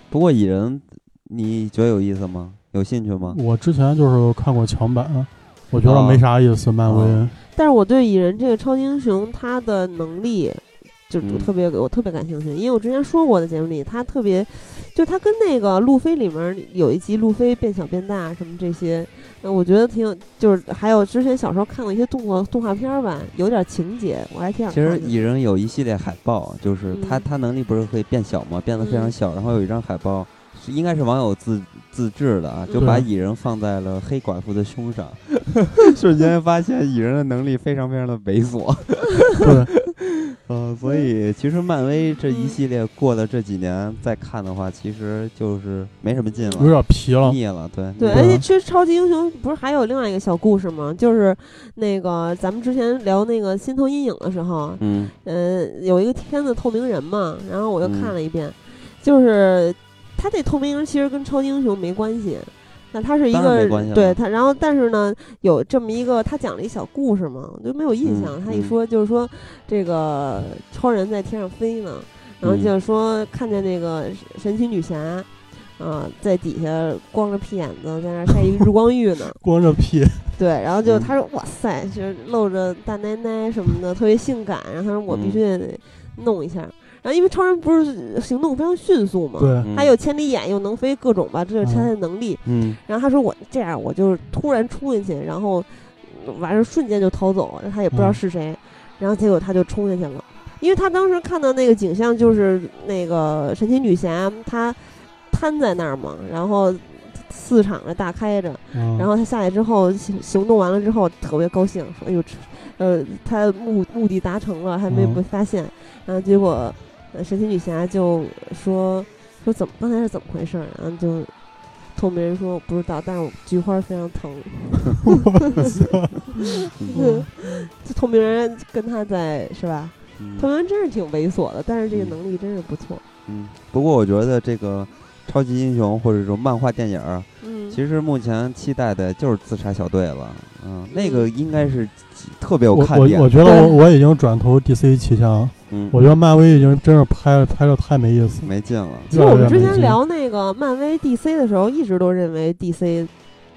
Speaker 1: 不过蚁人，你觉得有意思吗？有兴趣吗？
Speaker 4: 我之前就是看过强版，我觉得
Speaker 1: 啊
Speaker 4: 没啥意思，漫威。
Speaker 1: 啊
Speaker 2: 但是我对蚁人这个超级英雄他的能力，就是我
Speaker 1: 嗯
Speaker 2: 特别我特别感兴趣，因为我之前说过在节目里，他特别，就是他跟那个路飞里面有一集路飞变小变大什么这些，呃我觉得挺有，就是还有之前小时候看过一些动画动画片儿吧，有点情节，我还挺想
Speaker 1: 其
Speaker 2: 看的。
Speaker 1: 实蚁人有一系列海报，就是他
Speaker 2: 嗯
Speaker 1: 他能力不是可以变小吗？变得非常
Speaker 2: 嗯
Speaker 1: 小，然后有一张海报是应该是网友自自制的啊，就
Speaker 4: 嗯
Speaker 1: 把
Speaker 4: 对
Speaker 1: 蚁人放在了黑寡妇的胸
Speaker 4: *laughs*
Speaker 1: 上，瞬间发现蚁人的能力非常非常的猥
Speaker 4: *laughs*
Speaker 1: 琐。
Speaker 4: 对，嗯
Speaker 1: 呃，所以其实漫威这一系列过了这几年再看的话，其实就是没什么劲
Speaker 4: 有
Speaker 1: 了，
Speaker 4: 点皮了。
Speaker 1: 腻了。对
Speaker 2: 对，
Speaker 1: 腻
Speaker 2: 而
Speaker 1: 了
Speaker 2: 且其实超级英雄不是还有另外一个小故事吗？就是那个咱们之前聊那个《心头阴影》的时候，
Speaker 1: 嗯
Speaker 2: 呃，有一个片子《透明人》嘛，然后我又
Speaker 1: 嗯
Speaker 2: 看了一遍，就是他这透明人其实跟超级英雄没关系，那他是一
Speaker 1: 当然
Speaker 2: 个
Speaker 1: 没关系了
Speaker 2: 对他，然后但是呢，有这么一个他讲了一小故事嘛，我就没有印象。
Speaker 1: 嗯
Speaker 2: 他一
Speaker 1: 嗯
Speaker 2: 说就是说这个超人在天上飞呢，然后
Speaker 1: 嗯
Speaker 2: 就是说看见那个神奇女侠。啊、在底下光着屁眼子，在那儿晒一日光浴呢。
Speaker 4: 光着屁，
Speaker 2: 对，然后就
Speaker 1: 嗯
Speaker 2: 他说哇塞，就是露着大奶奶什么的，特别性感。然后他说我必
Speaker 1: 嗯
Speaker 2: 须得弄一下。然后因为超人不是行动非常迅速嘛，
Speaker 4: 对，
Speaker 1: 嗯
Speaker 2: 他又千里眼又能飞各种吧，这就是他
Speaker 4: 嗯
Speaker 2: 的能力。
Speaker 1: 嗯
Speaker 2: 然后他说我这样，我就是突然冲进去，然后嗯完事儿瞬间就逃走，然后他也不知道
Speaker 4: 嗯
Speaker 2: 是谁，然后结果他就冲下去了。因为他当时看到那个景象，就是那个神奇女侠她瘫在那儿嘛，然后四场着大开着，
Speaker 4: 嗯
Speaker 2: 然后他下来之后行行动完了之后特别高兴，说：“哎呦，这呃，他目目的达成了，还没
Speaker 4: 嗯
Speaker 2: 被发现。然后结果、呃神奇女侠就说说怎么刚才是怎么回事儿？啊然后就透明人说不知道，但是我菊花非常
Speaker 1: *laughs*
Speaker 2: 疼。
Speaker 1: 啊
Speaker 2: *laughs*
Speaker 4: 嗯
Speaker 2: 这透明人跟他在是吧？
Speaker 1: 嗯
Speaker 2: 透明人真是挺猥琐的，但是这个
Speaker 1: 嗯
Speaker 2: 能力真是不错。
Speaker 1: 嗯，不过我觉得这个超级英雄或者说漫画电影儿。
Speaker 2: 嗯，
Speaker 1: 其实目前期待的就是自杀小队了，嗯，那个应该是特别有
Speaker 4: 我
Speaker 1: 看
Speaker 4: 我
Speaker 1: 点
Speaker 4: 我，觉得
Speaker 2: 对
Speaker 4: 我我已经转投 DC 旗下了，
Speaker 1: 嗯，
Speaker 4: 我觉得漫威已经真是拍拍的太没意思了。
Speaker 1: 没劲了，
Speaker 2: 其实我们之
Speaker 4: 越来越
Speaker 2: 前
Speaker 4: 没劲
Speaker 2: 聊那个漫威 DC 的时候，一直都认为 DC，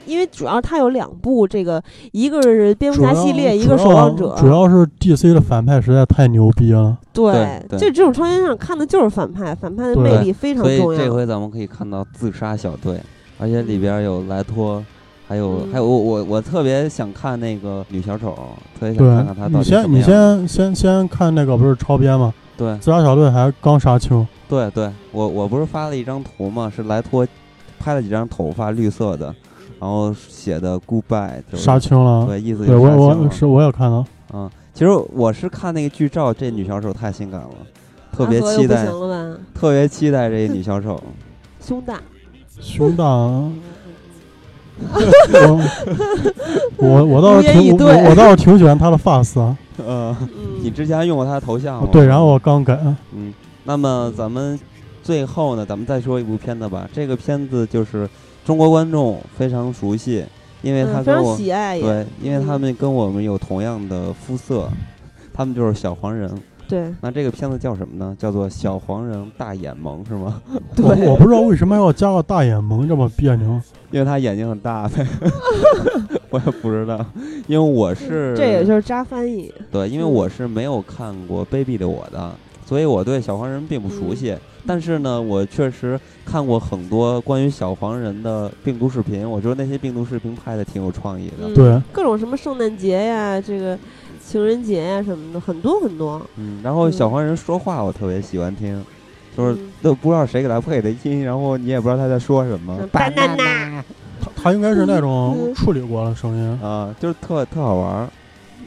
Speaker 2: 因为主要它有两部，这个一个是蝙蝠
Speaker 4: 主
Speaker 2: 侠
Speaker 4: 要
Speaker 2: 系列，一
Speaker 4: 主
Speaker 2: 个
Speaker 4: 要
Speaker 2: 守望者。
Speaker 4: 主要是 DC 的反派实在太牛逼了。
Speaker 2: 对，
Speaker 1: 对对
Speaker 2: 这这种超级英雄看的就是反派，反派的
Speaker 4: 对
Speaker 2: 魅力非常
Speaker 1: 所以
Speaker 2: 重
Speaker 1: 这
Speaker 2: 要。
Speaker 1: 回咱们可以看到自杀小队，而且里边有莱托，还有、
Speaker 2: 嗯
Speaker 1: 还有我我我特别想看那个女小丑，特别想
Speaker 4: 对
Speaker 1: 看看她，到
Speaker 4: 你
Speaker 1: 底什
Speaker 4: 先
Speaker 1: 么
Speaker 4: 你
Speaker 1: 样。
Speaker 4: 先先先看那个不是超编吗？
Speaker 1: 对
Speaker 4: 自杀小队还刚杀青，
Speaker 1: 对对，我我不是发了一张图吗？是莱托拍了几张头发绿色的，然后写的 goodbye，就是
Speaker 4: 杀青了。
Speaker 1: 对意思就
Speaker 4: 啊
Speaker 1: 是
Speaker 4: 对我
Speaker 1: 杀青
Speaker 4: 我
Speaker 1: 了
Speaker 4: 是我也看到，
Speaker 1: *laughs* 嗯，其实我是看那个剧照，这女小丑太性感了，特别
Speaker 2: 阿和又
Speaker 1: 期
Speaker 2: 不
Speaker 1: 待，
Speaker 2: 行了吧？
Speaker 1: 特别期待这女小
Speaker 4: *laughs*
Speaker 1: 丑。
Speaker 2: 胸大，
Speaker 4: 熊大，
Speaker 1: 嗯
Speaker 4: 我我我倒
Speaker 2: 无
Speaker 4: 是
Speaker 2: 言以
Speaker 4: 挺
Speaker 2: 对
Speaker 4: 我我倒是挺喜欢他的发丝啊，
Speaker 1: 呃， *laughs* 你
Speaker 2: 嗯，
Speaker 1: 之前用过她的头像吗？
Speaker 4: 对，然后我
Speaker 2: *laughs*
Speaker 4: 刚改，
Speaker 1: 嗯，那么咱们最后呢，咱们再说一部片子吧。这个片子就是中国观众非常熟悉，因为他
Speaker 2: 嗯非
Speaker 1: 跟
Speaker 2: 常
Speaker 1: 我、
Speaker 2: 喜爱嗯也
Speaker 1: 对，因为他们跟我们有同样的肤色，他们就是小黄人。
Speaker 2: 对
Speaker 1: 那这个片子叫什么呢？叫做《小黄人大眼萌》是吗？
Speaker 4: 我我不知道为什么要加个大眼萌这么别
Speaker 1: *laughs*
Speaker 4: 扭，
Speaker 1: 因为他眼睛很大
Speaker 2: *laughs*
Speaker 1: 呗，我也不知道，因为我是
Speaker 2: 嗯这也就是渣翻译。
Speaker 1: 对，因为
Speaker 2: 嗯
Speaker 1: 我是没有看过《卑鄙的我》的，所以我对小黄人并不
Speaker 2: 嗯
Speaker 1: 熟悉。但是呢，我确实看过很多关于小黄人的病毒视频，我觉得那些病毒视频拍的挺有创意的。
Speaker 2: 嗯
Speaker 4: 对，
Speaker 2: 各种什么圣诞节呀，这个情人节呀什么的，很多很多。
Speaker 1: 嗯，然后小
Speaker 2: 嗯
Speaker 1: 黄人说话我特别喜欢听，就是
Speaker 2: 嗯
Speaker 1: 都不知道谁给他配的音，然后你也不知道他在说什么
Speaker 2: 嗯。banana
Speaker 4: 他他应该是那种
Speaker 2: 嗯
Speaker 4: 处理过的声音，
Speaker 1: 啊，就是特特好玩儿。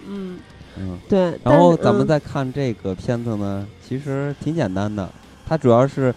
Speaker 2: 嗯，
Speaker 1: 嗯，
Speaker 2: 对。但
Speaker 1: 然后
Speaker 2: 是
Speaker 1: 咱们
Speaker 2: 嗯
Speaker 1: 再看这个片子呢，其实挺简单的，它主要是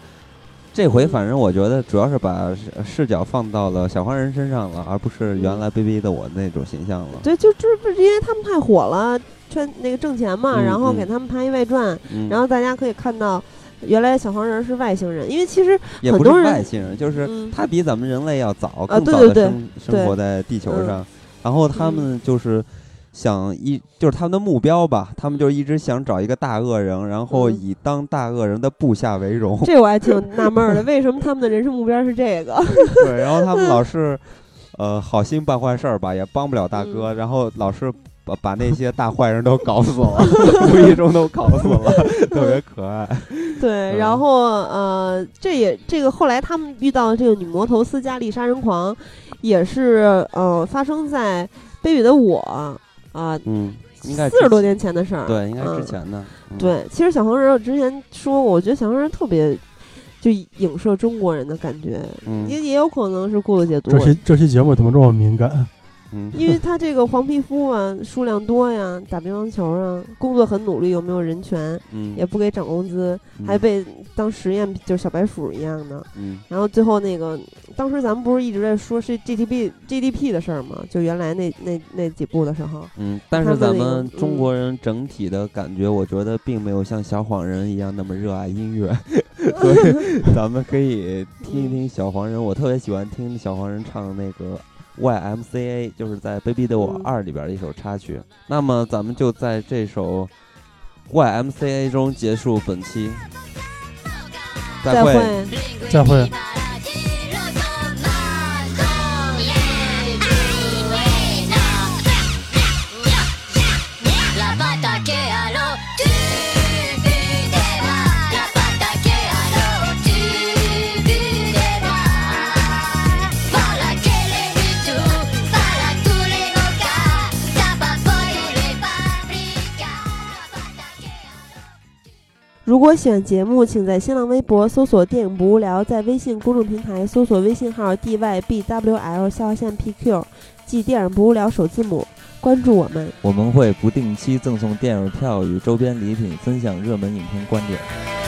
Speaker 1: 这回反正我觉得主要是把视视角放到了小黄人身上了，而不是原来 baby 的我那种形象了。
Speaker 2: 嗯对，就就是不是因为他们太火了，圈那个挣钱嘛，
Speaker 1: 嗯
Speaker 2: 然后
Speaker 1: 嗯
Speaker 2: 给他们拍一外传，
Speaker 1: 嗯，
Speaker 2: 然后大家可以看到，原来小黄人是外星人，因为其实
Speaker 1: 也
Speaker 2: 很
Speaker 1: 不是
Speaker 2: 多人
Speaker 1: 外星人，就是
Speaker 2: 嗯
Speaker 1: 他比咱们人类要早，
Speaker 2: 啊
Speaker 1: 更
Speaker 2: 对
Speaker 1: 早
Speaker 2: 对
Speaker 1: 的
Speaker 2: 对
Speaker 1: 生生
Speaker 2: 对
Speaker 1: 活在地球
Speaker 2: 嗯
Speaker 1: 上。然后他们就是想一，就是他们的目标吧，他们就是一直想找一个大恶人，然后
Speaker 2: 嗯
Speaker 1: 以当大恶人的部下为荣。
Speaker 2: 这我还挺纳
Speaker 1: *laughs*
Speaker 2: 闷儿的，为什么他们的人生目标是这个？ *laughs*
Speaker 1: 对，然后他们老是，呃，好心办坏事儿吧，也帮不了大哥，然后老是把把那些大坏人都搞死了，无意中都搞死了，特别可爱。
Speaker 2: 对，
Speaker 1: 嗯
Speaker 2: 然后呃，这也这个后来他们遇到的这个女魔头斯嘉丽杀人狂，也是呃发生在《卑鄙的我》啊、
Speaker 1: 嗯，应该
Speaker 2: 四十多
Speaker 1: 之
Speaker 2: 年前的事儿。
Speaker 1: 对，应该之
Speaker 2: 嗯
Speaker 1: 前的。嗯，
Speaker 2: 对，其实小黄人我之前说过，我觉得小黄人特别就影射中国人的感觉，也
Speaker 1: 嗯
Speaker 2: 也有可能是过度解读
Speaker 4: 这，期这期节目怎么这么敏感？
Speaker 1: 嗯，
Speaker 2: 因为他这个黄皮肤啊，数量多呀，打乒乓球啊，工作很努力，又没有人权，
Speaker 1: 嗯
Speaker 2: 也不给涨工资，
Speaker 1: 嗯
Speaker 2: 还被当实验就是小白鼠一样的。
Speaker 1: 嗯
Speaker 2: 然后最后那个，当时咱们不是一直在说是 GDP GDP 的事儿吗？就原来那那那几部的时候，
Speaker 1: 嗯，但
Speaker 2: 他
Speaker 1: 是
Speaker 2: 们
Speaker 1: 咱
Speaker 2: 那个嗯
Speaker 1: 们中国人整体的感觉，我觉得并没有像小黄人一样那么热爱音
Speaker 2: *laughs*
Speaker 1: 乐，所以咱们可以听一听小黄人。我特别喜欢听小黄人唱那个 YMCA，就是在《卑鄙的我
Speaker 2: 嗯
Speaker 1: 二》里边的一首插曲。那么咱们就在这首 YMCA 中结束本期，
Speaker 2: 再
Speaker 1: 会。
Speaker 2: 会。
Speaker 4: 再会。
Speaker 5: Para que le pitu, para tu le boca, tapa por el fabrica.
Speaker 2: 如果喜欢节目，请在新浪微博搜索“电影不无聊”，在微信公众平台搜索微信号 dybwl 下划线 pq，即“电影不无聊”首字母，关注我们。
Speaker 1: 我们会不定期赠送电影票与周边礼品，分享热门影片观点。
Speaker 5: 「あなたの声が聞こえる」